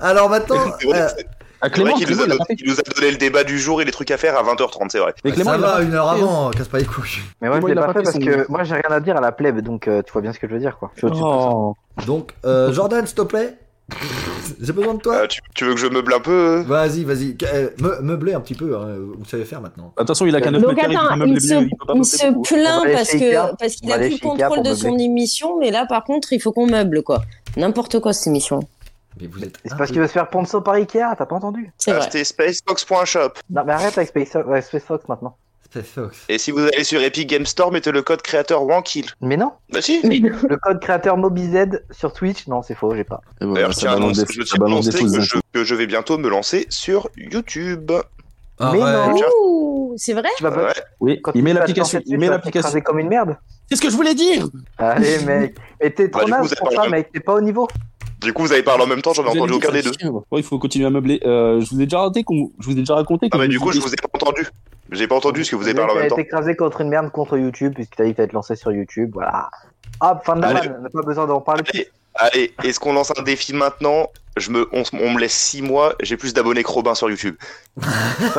Speaker 2: Alors maintenant,
Speaker 5: [LAUGHS] C'est vrai,
Speaker 2: euh,
Speaker 7: Ah,
Speaker 5: C'est vrai
Speaker 7: Clément,
Speaker 5: qu'il nous,
Speaker 7: Clément,
Speaker 5: a
Speaker 7: il a
Speaker 5: donné-
Speaker 7: tapé.
Speaker 5: il nous a donné le débat du jour et les trucs à faire à 20h30, c'est vrai.
Speaker 7: Mais Clément,
Speaker 2: ça
Speaker 7: il a
Speaker 2: va
Speaker 7: tapé.
Speaker 2: une heure avant, hein, casse pas les couilles.
Speaker 4: Mais moi,
Speaker 7: Bon,
Speaker 4: je l'ai
Speaker 7: il a pas
Speaker 4: pas fait
Speaker 7: fait
Speaker 4: parce
Speaker 7: son-
Speaker 4: que moi, j'ai rien à dire à la plèbe, donc euh, tu vois bien ce que je veux dire, quoi. Je suis au-dessus de
Speaker 2: Donc, euh, Jordan, s'il te plaît. J'ai besoin de toi.
Speaker 5: Euh, tu, tu veux que je meuble un peu euh
Speaker 2: Vas-y, vas-y. Euh, me- meublez un petit peu, hein, vous savez faire maintenant.
Speaker 7: Attention,
Speaker 4: Oh.
Speaker 7: il a qu'un 9
Speaker 9: Donc
Speaker 7: mètres carrés,
Speaker 9: attends,
Speaker 7: peut meubler
Speaker 9: il se,
Speaker 7: bien, peut pas
Speaker 9: il
Speaker 7: meubler
Speaker 9: se
Speaker 7: beaucoup.
Speaker 4: On
Speaker 9: plaint
Speaker 4: va aller
Speaker 9: parce
Speaker 4: chez Ikea.
Speaker 9: que parce qu'il
Speaker 4: On
Speaker 9: a
Speaker 4: va aller
Speaker 9: plus le
Speaker 4: chez Ikea
Speaker 9: contrôle
Speaker 4: pour
Speaker 9: de
Speaker 4: meubler.
Speaker 9: son émission, mais là par contre il faut qu'on meuble quoi. N'importe quoi cette émission,
Speaker 2: Mais vous êtes.
Speaker 4: C'est
Speaker 2: un
Speaker 4: parce
Speaker 2: peu-
Speaker 4: qu'il veut se faire ponceau par Ikea, t'as pas entendu
Speaker 9: c'est vrai.
Speaker 5: Achetez spacebox.shop.
Speaker 4: Non, mais arrête avec Space, ouais, Space Fox maintenant.
Speaker 2: C'est Fox.
Speaker 5: Et si vous allez sur Epic Game Store, mettez le code créateur Wankill.
Speaker 4: Mais non
Speaker 5: Bah si [LAUGHS]
Speaker 4: Le code créateur MobiZ sur Twitch Non, c'est faux, j'ai pas.
Speaker 7: Et voilà,
Speaker 5: D'ailleurs, je
Speaker 7: ça
Speaker 5: tiens à
Speaker 7: balance
Speaker 5: annoncer-
Speaker 7: des-
Speaker 5: je
Speaker 7: ça
Speaker 5: tiens à
Speaker 7: balance des hein. fausses
Speaker 5: annoncer que
Speaker 7: infos.
Speaker 5: je, que je vais bientôt me lancer sur YouTube.
Speaker 2: Ah,
Speaker 4: Mais non.
Speaker 2: Arrête.
Speaker 9: Ouh,
Speaker 5: [LAUGHS]
Speaker 9: c'est vrai.
Speaker 4: Tu vas pas-
Speaker 5: Ouais.
Speaker 7: Oui,
Speaker 4: quand
Speaker 7: il
Speaker 4: tu
Speaker 7: met
Speaker 4: vas te
Speaker 7: l'application.
Speaker 4: lancer dessus,
Speaker 7: Il met
Speaker 4: tu vas te
Speaker 7: l'application.
Speaker 4: écraser comme une merde.
Speaker 7: Qu'est-ce que je voulais dire
Speaker 4: [LAUGHS] Allez, mec. Et t'es
Speaker 5: Bah,
Speaker 4: trop
Speaker 5: du coup,
Speaker 4: naze
Speaker 5: vous
Speaker 4: pour
Speaker 5: êtes
Speaker 4: ça,
Speaker 5: en-
Speaker 4: mec. T'es pas au niveau.
Speaker 5: Du coup, vous avez parlé en même temps, j'en ai
Speaker 7: Vous
Speaker 5: entendu
Speaker 7: allez
Speaker 5: aucun des
Speaker 7: dire
Speaker 5: deux.
Speaker 7: ça, Ouais, il faut continuer à meubler. Euh, je vous ai déjà raconté qu'on, je vous ai déjà raconté.
Speaker 5: Ah
Speaker 7: que
Speaker 5: mais du coup, je
Speaker 7: disiez-
Speaker 5: vous ai pas entendu. J'ai pas entendu ce que vous avez parlé en même
Speaker 4: T'as
Speaker 5: temps.
Speaker 4: été écrasé contre une merde contre YouTube, puisque t'as dit que t'allais te lancer sur YouTube. Voilà. Hop, fin de la
Speaker 5: Allez.
Speaker 4: vanne. On n'a pas besoin d'en parler.
Speaker 5: Allez, allez, est-ce qu'on lance un défi maintenant je me, on, se- on me laisse 6 mois, j'ai plus d'abonnés que Robin sur YouTube.
Speaker 4: Ça,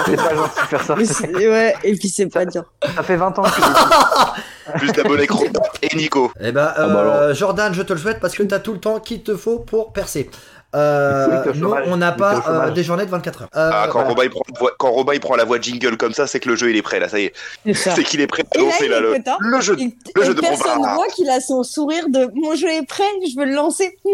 Speaker 4: c'est pas gentil de faire ça.
Speaker 9: Mais c'est- ouais, et puis c'est pas dur.
Speaker 4: Ça fait 20 ans que
Speaker 5: Plus d'abonnés que Robin et Nico.
Speaker 2: Eh ben,
Speaker 7: Ah bah
Speaker 2: euh, Jordan, je te le souhaite parce que t'as tout le temps qu'il te faut pour percer. Euh,
Speaker 4: Oui, t'es au
Speaker 2: nous,
Speaker 4: chômage.
Speaker 2: on n'a
Speaker 4: Oui, t'es au
Speaker 2: pas euh,
Speaker 4: chômage.
Speaker 2: des journées de 24 heures. Euh,
Speaker 5: Ah, quand,
Speaker 4: voilà.
Speaker 5: Robin, il prend, la voix- quand Robin, il prend la voix jingle comme ça, c'est que le jeu il est prêt là, ça y est.
Speaker 9: C'est ça.
Speaker 5: C'est qu'il est prêt à
Speaker 9: Et là,
Speaker 5: lancer
Speaker 9: il
Speaker 5: là,
Speaker 9: est
Speaker 5: le,
Speaker 9: content.
Speaker 5: le jeu.
Speaker 9: Il-
Speaker 5: le jeu
Speaker 9: et
Speaker 5: de
Speaker 9: personne
Speaker 5: Bombard.
Speaker 9: voit qu'il a son sourire de mon jeu est prêt, je veux le lancer. Euh,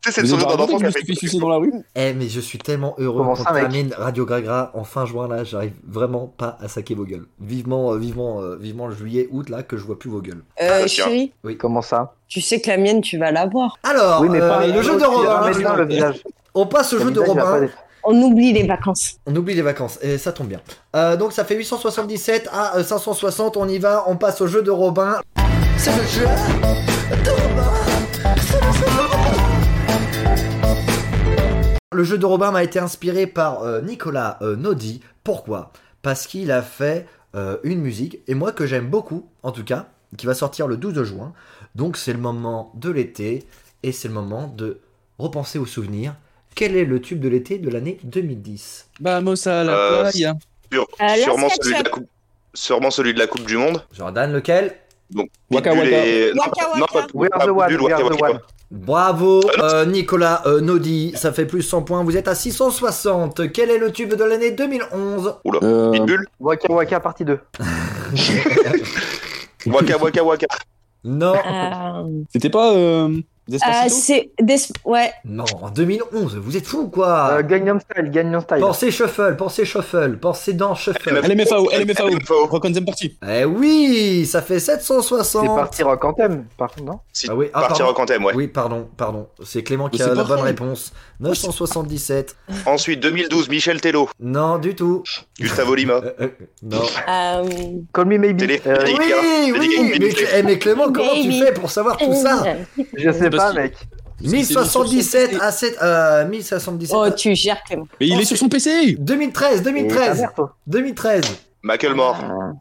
Speaker 5: Tu sais, c'est
Speaker 7: Vous avez
Speaker 5: le sourire
Speaker 7: déjà
Speaker 5: d'un
Speaker 7: raconté que
Speaker 5: enfant qui
Speaker 7: je
Speaker 5: a
Speaker 7: me
Speaker 5: fait
Speaker 7: suis fait sucer dans la rue
Speaker 2: Eh mais je suis tellement heureux
Speaker 4: Comment
Speaker 2: qu'on
Speaker 4: ça, mec
Speaker 2: termine Radio Gragra en fin juin là, j'arrive vraiment pas à saquer vos gueules. Vivement, euh, vivement, euh, vivement le juillet, août là que je vois plus vos gueules.
Speaker 9: Euh,
Speaker 5: Ah, tiens.
Speaker 9: chérie,
Speaker 4: Comment ça
Speaker 9: tu sais que la mienne tu vas la voir.
Speaker 2: Alors,
Speaker 4: Oui, mais
Speaker 2: euh,
Speaker 4: pas
Speaker 2: le jeu de
Speaker 4: Il va
Speaker 2: Robin.
Speaker 4: mettre dans le visage.
Speaker 2: On passe au
Speaker 4: Le
Speaker 2: jeu de
Speaker 4: visage, il va pas
Speaker 2: Robin.
Speaker 4: dé-
Speaker 9: On oublie les vacances.
Speaker 2: On oublie les vacances et ça tombe bien. Euh, donc ça fait 877 à euh, 560. On y va. On passe au jeu de Robin. C'est le jeu. Le jeu de Robin m'a été inspiré par euh, Nicolas euh, Naudi. Pourquoi Parce qu'il a fait euh, une musique, et moi que j'aime beaucoup, en tout cas, qui va sortir le 12 juin. Donc c'est le moment de l'été, et c'est le moment de repenser aux souvenirs. Quel est le tube de l'été de l'année 2010
Speaker 7: Vamos à
Speaker 5: la Euh, playa. Sûr-
Speaker 9: Euh,
Speaker 5: sûrement,
Speaker 9: Last
Speaker 5: celui de la
Speaker 9: Ketchup.
Speaker 5: coupe, sûrement celui de la Coupe du Monde.
Speaker 2: Jordan, lequel
Speaker 7: Waka
Speaker 5: Pitbull
Speaker 7: Waka.
Speaker 5: et- non,
Speaker 9: Waka
Speaker 5: pas- non,
Speaker 9: Waka.
Speaker 5: pas-
Speaker 4: We are
Speaker 5: pas
Speaker 4: the one.
Speaker 5: Pitbull,
Speaker 4: We
Speaker 5: Waka
Speaker 4: are the
Speaker 5: Waka.
Speaker 4: one.
Speaker 2: Bravo
Speaker 5: Ah
Speaker 2: euh, Nicolas euh, Naudi, ça fait plus 100 points, vous êtes à 660. Quel est le tube de l'année 2011
Speaker 5: Oula.
Speaker 7: Euh,
Speaker 5: Pitbull
Speaker 4: Waka Waka partie 2.
Speaker 5: Waka Waka Waka.
Speaker 2: Non,
Speaker 9: Euh,
Speaker 7: C'était pas euh,
Speaker 9: euh,
Speaker 7: Despacito
Speaker 9: c'est des- ouais,
Speaker 2: non, en 2011, vous êtes fous ou quoi
Speaker 4: Euh, Gangnam Style, Gangnam Style.
Speaker 2: Pensez shuffle, pensez shuffle, pensez dans
Speaker 5: Eh,
Speaker 2: shuffle.
Speaker 7: LMFAO,
Speaker 6: Ah.
Speaker 7: LMFAO.
Speaker 5: LMFAO.
Speaker 7: Rock on them party.
Speaker 2: Eh oui, ça fait
Speaker 4: C'est
Speaker 2: 760.
Speaker 4: parti rock anthem, par contre, non
Speaker 5: Si-
Speaker 2: Ah oui, ah,
Speaker 5: Partir
Speaker 2: pardon.
Speaker 5: en Quantum, ouais.
Speaker 2: Oui, pardon, pardon. C'est Clément qui
Speaker 7: Mais
Speaker 2: a
Speaker 7: c'est
Speaker 2: la
Speaker 7: parfait.
Speaker 2: bonne réponse. 977.
Speaker 5: Ensuite, 2012, Michel Tello,
Speaker 2: Non, du tout.
Speaker 5: Gustavo Lima.
Speaker 2: Euh, euh, non.
Speaker 9: euh,
Speaker 4: Call me maybe.
Speaker 5: Télé-
Speaker 4: Euh,
Speaker 5: Télé-
Speaker 2: Oui,
Speaker 5: Délicat,
Speaker 2: oui,
Speaker 5: délicat,
Speaker 2: mais,
Speaker 5: délicat.
Speaker 2: tu- eh, mais Clément, comment tu
Speaker 9: Baby.
Speaker 2: fais pour savoir tout ça
Speaker 4: je sais
Speaker 7: Parce
Speaker 4: pas,
Speaker 7: que-
Speaker 4: mec.
Speaker 2: 1077 à 7, euh, 1077.
Speaker 9: Oh, tu gères, Clément.
Speaker 6: Mais il est sur son PC
Speaker 2: 2013, 2013,
Speaker 4: Oh, merde, toi. Euh,
Speaker 2: 2013.
Speaker 5: Macklemore.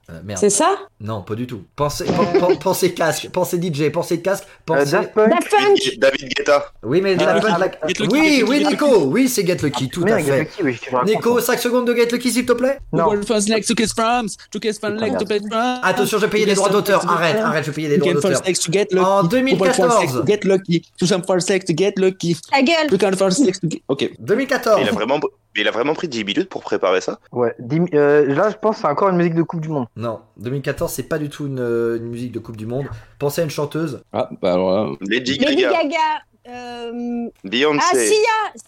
Speaker 2: Euh, merde.
Speaker 9: C'est ça
Speaker 2: Non, pas du tout. Pensez, pen- pen- pensez casque, pensez DJ, pensez casque,
Speaker 4: Euh,
Speaker 2: pensez.
Speaker 4: Daft Punk.
Speaker 9: Daft Punk
Speaker 5: David Guetta.
Speaker 2: oui, mais
Speaker 6: Get
Speaker 2: la-
Speaker 6: Lucky,
Speaker 2: la-
Speaker 6: Get Lucky, Get
Speaker 2: Oui,
Speaker 6: Lucky,
Speaker 2: oui,
Speaker 6: Get
Speaker 2: Nico, oui, c'est Get Lucky, tout à
Speaker 4: Ah, Merde,
Speaker 2: fait.
Speaker 4: Lucky, oui, je te raconte.
Speaker 2: Nico, 5 secondes de Get Lucky, s'il te plaît.
Speaker 4: Non.
Speaker 6: World first next to kiss France, to kiss France next to kiss France.
Speaker 2: Attention, je vais payer les droits d'auteur. Arrête, arrête, je vais payer les droits
Speaker 6: World
Speaker 2: d'auteur.
Speaker 6: first next to get lucky.
Speaker 2: En
Speaker 6: World first next to
Speaker 2: 2014,
Speaker 6: get lucky. To some first next to get lucky.
Speaker 9: Ta gueule
Speaker 6: You can first next to get... Ok.
Speaker 5: Mais il a
Speaker 2: 2014.
Speaker 5: vraiment, mais il a vraiment pris 10 minutes pour préparer ça.
Speaker 4: Ouais, dis- euh, là, je pense que c'est encore une musique de Coupe du Monde.
Speaker 2: Non, 2014, c'est pas du tout une, euh, une musique de Coupe du Monde. Pensez à une chanteuse.
Speaker 6: Ah, bah alors là...
Speaker 5: Lady
Speaker 9: Lady
Speaker 5: Gaga,
Speaker 9: Gaga. euh, Ah,
Speaker 5: Beyoncé,
Speaker 9: Sia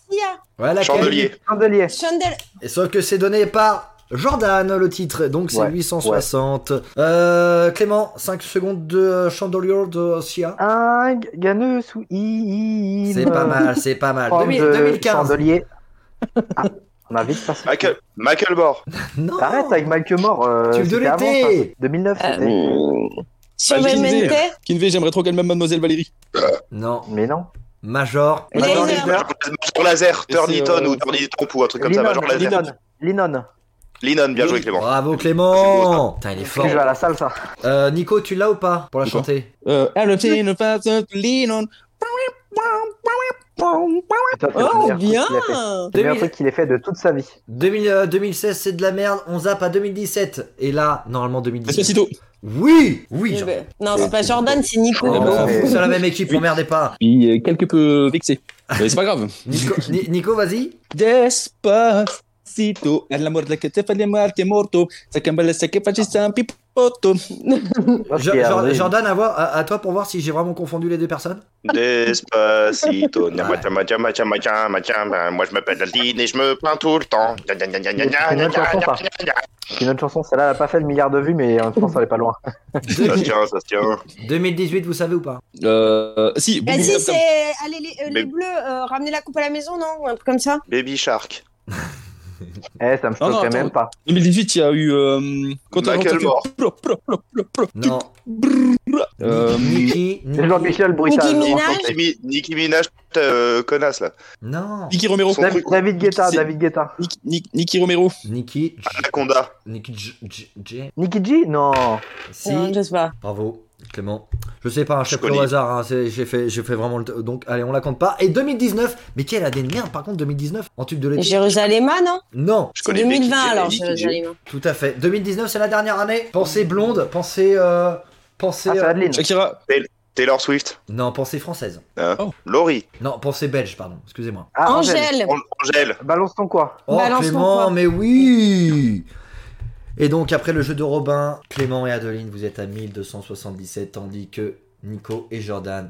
Speaker 9: Sia
Speaker 2: Ouais, laquelle
Speaker 5: Chandelier.
Speaker 4: Chandelier.
Speaker 9: Chandel.
Speaker 2: Et sauf que c'est donné par Jordan, le titre. Donc c'est
Speaker 4: Ouais,
Speaker 2: 860. Euh, Clément, 5 secondes de euh, Chandelier de
Speaker 4: Ah,
Speaker 2: Sia.
Speaker 4: Un gagneux sous il.
Speaker 2: C'est pas mal, c'est pas mal.
Speaker 4: Prendre
Speaker 2: 2000
Speaker 4: de
Speaker 2: 2015.
Speaker 4: Oh, Chandelier. Ah, on a vite passé.
Speaker 5: Mackle- Macklemore,
Speaker 2: Non.
Speaker 4: Arrête avec Michael Moore. euh,
Speaker 2: Tube de
Speaker 4: c'était avant,
Speaker 2: l'été.
Speaker 4: ça, 2009. c'était.
Speaker 9: Euh,
Speaker 6: Bah,
Speaker 9: Sur
Speaker 6: Lindsay.
Speaker 9: Vemente
Speaker 6: Kinvey, j'aimerais trop qu'elle m'aime Mademoiselle Valérie.
Speaker 2: Non.
Speaker 4: Mais non.
Speaker 2: Major.
Speaker 4: Major
Speaker 9: Laser.
Speaker 4: Laser.
Speaker 5: Major Laser,
Speaker 6: Et c'est,
Speaker 5: Turniton
Speaker 6: euh,
Speaker 5: ou Turniton ou un truc comme ça, Major
Speaker 4: Linon.
Speaker 5: Laser.
Speaker 4: Linon. Linon.
Speaker 5: Linon, bien joué Clément.
Speaker 2: Bravo Clément. Putain, il est
Speaker 4: Est-ce
Speaker 2: fort.
Speaker 4: que je vais à la salle, ça
Speaker 2: Euh, Nico, tu l'as ou pas pour la
Speaker 6: De quoi
Speaker 2: chanter
Speaker 6: Euh, I'm a teen of fashion, lean on.
Speaker 4: Putain, c'est le
Speaker 9: Oh,
Speaker 4: meilleur truc
Speaker 9: bien
Speaker 4: qu'il a fait. C'est le meilleur truc qu'il ait fait de toute sa vie.
Speaker 2: 2000, euh, 2016, c'est de la merde. On zappe à 2017. Et là, normalement 2017.
Speaker 6: Despacito.
Speaker 2: Oui, oui.
Speaker 9: Eh
Speaker 2: Jean.
Speaker 9: ben, Non, c'est pas Jordan, c'est Nico.
Speaker 2: Oh,
Speaker 6: Eh ben,
Speaker 2: c'est la même équipe,
Speaker 6: Oui.
Speaker 2: emmerdez pas.
Speaker 6: Puis euh, quelque peu vexé. Mais c'est pas grave.
Speaker 2: Nico, Ni- Nico vas-y.
Speaker 6: Despacito, è l'amore che te fa di morte morto, se che bella se che facci un pipotto.
Speaker 4: Moi,
Speaker 2: Jo-
Speaker 4: je suis
Speaker 2: Jo-
Speaker 4: Hervé.
Speaker 2: Jordan, à, voir- à- à toi pour voir si j'ai vraiment confondu les deux personnes.
Speaker 4: [LAUGHS]
Speaker 5: Despacito. Nya,
Speaker 2: Ouais.
Speaker 5: macha, macha, macha, macha, macha, ben, Moi je m'appelle Aldine et je me plains tout le temps. Gna, gna, gna, gna, gna,
Speaker 4: C'est une
Speaker 5: gna,
Speaker 4: autre chanson,
Speaker 5: gna,
Speaker 4: ça.
Speaker 5: gna, gna.
Speaker 4: C'est une autre chanson. Celle-là, elle a pas fait le milliard de vues, mais euh, je pense qu'elle est pas loin.
Speaker 5: Ça se tient, ça se tient.
Speaker 2: 2018, vous savez ou pas
Speaker 6: Euh, si, boum,
Speaker 9: Bah,
Speaker 6: boum,
Speaker 9: si,
Speaker 6: tam, tam.
Speaker 9: c'est. Allez, les, euh,
Speaker 5: Mais-
Speaker 9: les bleus, euh, ramenez la coupe à la maison, non Ou Un truc comme ça
Speaker 5: Baby Shark,
Speaker 4: Eh, ça me
Speaker 6: Non, non,
Speaker 4: choquerait
Speaker 6: attends.
Speaker 4: même pas.
Speaker 6: 2018, il y a eu. Euh, quand on
Speaker 5: Macklemore.
Speaker 6: Pro, pro, pro, pro, pro.
Speaker 2: Non.
Speaker 6: Euh,
Speaker 2: Nicki,
Speaker 4: C'est
Speaker 2: Nicki-
Speaker 4: Jean-Michel Brutal.
Speaker 9: Nicki Minaj.
Speaker 5: Nicki Mi- Nicki Minaj, euh, connasse là.
Speaker 2: Non.
Speaker 6: Nicky Romero.
Speaker 5: Son truc.
Speaker 4: David Guetta,
Speaker 6: C'est-
Speaker 4: David Guetta.
Speaker 6: Nick- Nick- Nicky Romero.
Speaker 2: Nicki. J-
Speaker 5: Anaconda,
Speaker 2: Nicki J- J- J-
Speaker 4: Nicky G Non.
Speaker 2: Si.
Speaker 9: Non, je sais pas.
Speaker 2: Bravo, Clément. Je sais pas, un chef au
Speaker 5: connais.
Speaker 2: hasard. hein, c'est- j'ai fait, j'ai fait vraiment le. t- Donc, allez, on la compte pas. Et 2019. Mais quelle année de merde, par contre, 2019 en tube de l'été.
Speaker 9: Jérusalem, non
Speaker 2: Non,
Speaker 5: je
Speaker 9: C'est
Speaker 5: connais Becky
Speaker 9: 2020
Speaker 5: G,
Speaker 9: alors,
Speaker 5: Nicki G.
Speaker 9: Jérusalem.
Speaker 2: tout à fait. 2019, c'est la dernière année. Pensez blonde, pensez. euh, pensez.
Speaker 4: Ah, c'est
Speaker 2: euh,
Speaker 4: Adeline.
Speaker 6: Shakira.
Speaker 5: Taylor Swift,
Speaker 2: non, pensez française.
Speaker 5: Laurie,
Speaker 2: Non, pensez belge, pardon, excusez-moi.
Speaker 4: Ah, Angèle.
Speaker 9: Angèle
Speaker 5: An- Angèle,
Speaker 4: Balance ton quoi
Speaker 2: Oh
Speaker 9: Balance ton
Speaker 2: Clément,
Speaker 9: poids.
Speaker 2: mais oui Et donc après le jeu de Robin, Clément et Adeline, vous êtes à 1277, tandis que Nico et Jordan,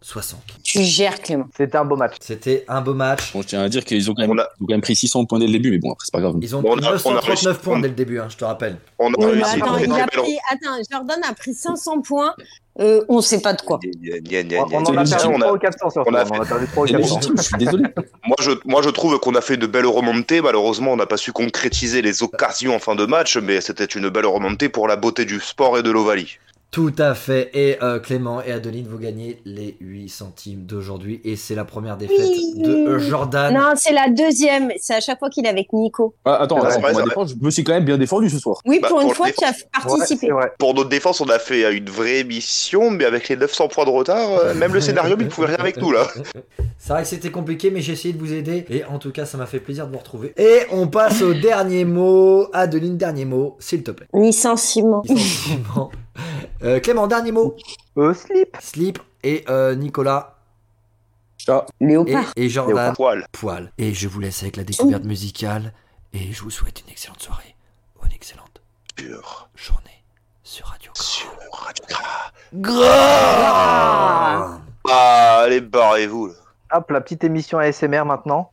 Speaker 2: 960.
Speaker 9: Tu gères, Clément.
Speaker 4: C'était un beau match.
Speaker 2: C'était un beau match.
Speaker 6: Bon, je tiens à dire qu'ils ont, quand même-
Speaker 5: On a-
Speaker 6: ils ont quand même pris 600 points dès le début, mais bon, après, c'est pas grave.
Speaker 2: Ils ont
Speaker 5: Bon, on
Speaker 2: pris
Speaker 5: a- on a
Speaker 2: 939
Speaker 5: réussi.
Speaker 2: points
Speaker 5: On-
Speaker 2: dès le début, hein, je te rappelle.
Speaker 5: on a
Speaker 9: Oui, mais
Speaker 5: réussi.
Speaker 9: Bah, attends,
Speaker 5: Très,
Speaker 9: il
Speaker 5: très
Speaker 9: a
Speaker 5: belle-
Speaker 9: pris... attends, Jordan a pris 500 points. Euh, on sait pas de quoi.
Speaker 5: Gna, gna,
Speaker 4: On
Speaker 5: gna,
Speaker 4: on
Speaker 5: gna,
Speaker 4: en a
Speaker 5: gna.
Speaker 4: perdu
Speaker 5: On a-
Speaker 4: 3 ou 400 sur
Speaker 5: on a
Speaker 4: toi, On a perdu 3 ou
Speaker 6: C'est
Speaker 4: 400.
Speaker 6: légitime, je suis désolé.
Speaker 5: Moi je, moi, je trouve qu'on a fait de belles remontées. Malheureusement, on n'a pas su concrétiser les occasions en fin de match, mais c'était une belle remontée pour la beauté du sport et de l'Ovalie.
Speaker 2: Tout à fait. Et euh, Clément et Adeline, vous gagnez les 8 centimes d'aujourd'hui. Et c'est la première défaite
Speaker 9: Oui.
Speaker 2: de euh, Jordan.
Speaker 9: Non, c'est la deuxième. C'est à chaque fois qu'il est avec Nico.
Speaker 7: Ah, attends,
Speaker 5: C'est
Speaker 7: attends,
Speaker 5: vrai,
Speaker 7: on va
Speaker 5: c'est vrai.
Speaker 7: défendre, je me suis quand même bien défendu ce soir.
Speaker 9: Oui,
Speaker 5: Bah,
Speaker 9: pour une
Speaker 5: pour
Speaker 9: fois,
Speaker 5: le
Speaker 9: tu as
Speaker 4: Ouais,
Speaker 9: participé.
Speaker 4: c'est vrai.
Speaker 5: Pour notre défense, on a fait euh, une vraie mission, mais avec les 900 points de retard, euh, même le scénario, il ne pouvait rien avec nous là.
Speaker 2: [LAUGHS] C'est vrai que c'était compliqué, mais j'ai essayé de vous aider. Et en tout cas, ça m'a fait plaisir de vous retrouver. Et on passe au dernier mot. Adeline, dernier mot, s'il te plaît.
Speaker 9: Licenciement.
Speaker 2: Licenciement. Euh, Clément, dernier mot.
Speaker 4: Euh, slip.
Speaker 2: Slip et euh, Nicolas et,
Speaker 9: Léopard.
Speaker 2: et Jordan
Speaker 5: Poil.
Speaker 2: Poil. Et je vous laisse avec la découverte musicale. Et je vous souhaite une excellente soirée ou une excellente
Speaker 5: Sur,
Speaker 2: journée sur Radio Campus.
Speaker 5: sur Radio Gras.
Speaker 2: Ah.
Speaker 5: Ah, allez, barrez-vous. là.
Speaker 4: Hop, la petite émission ASMR maintenant.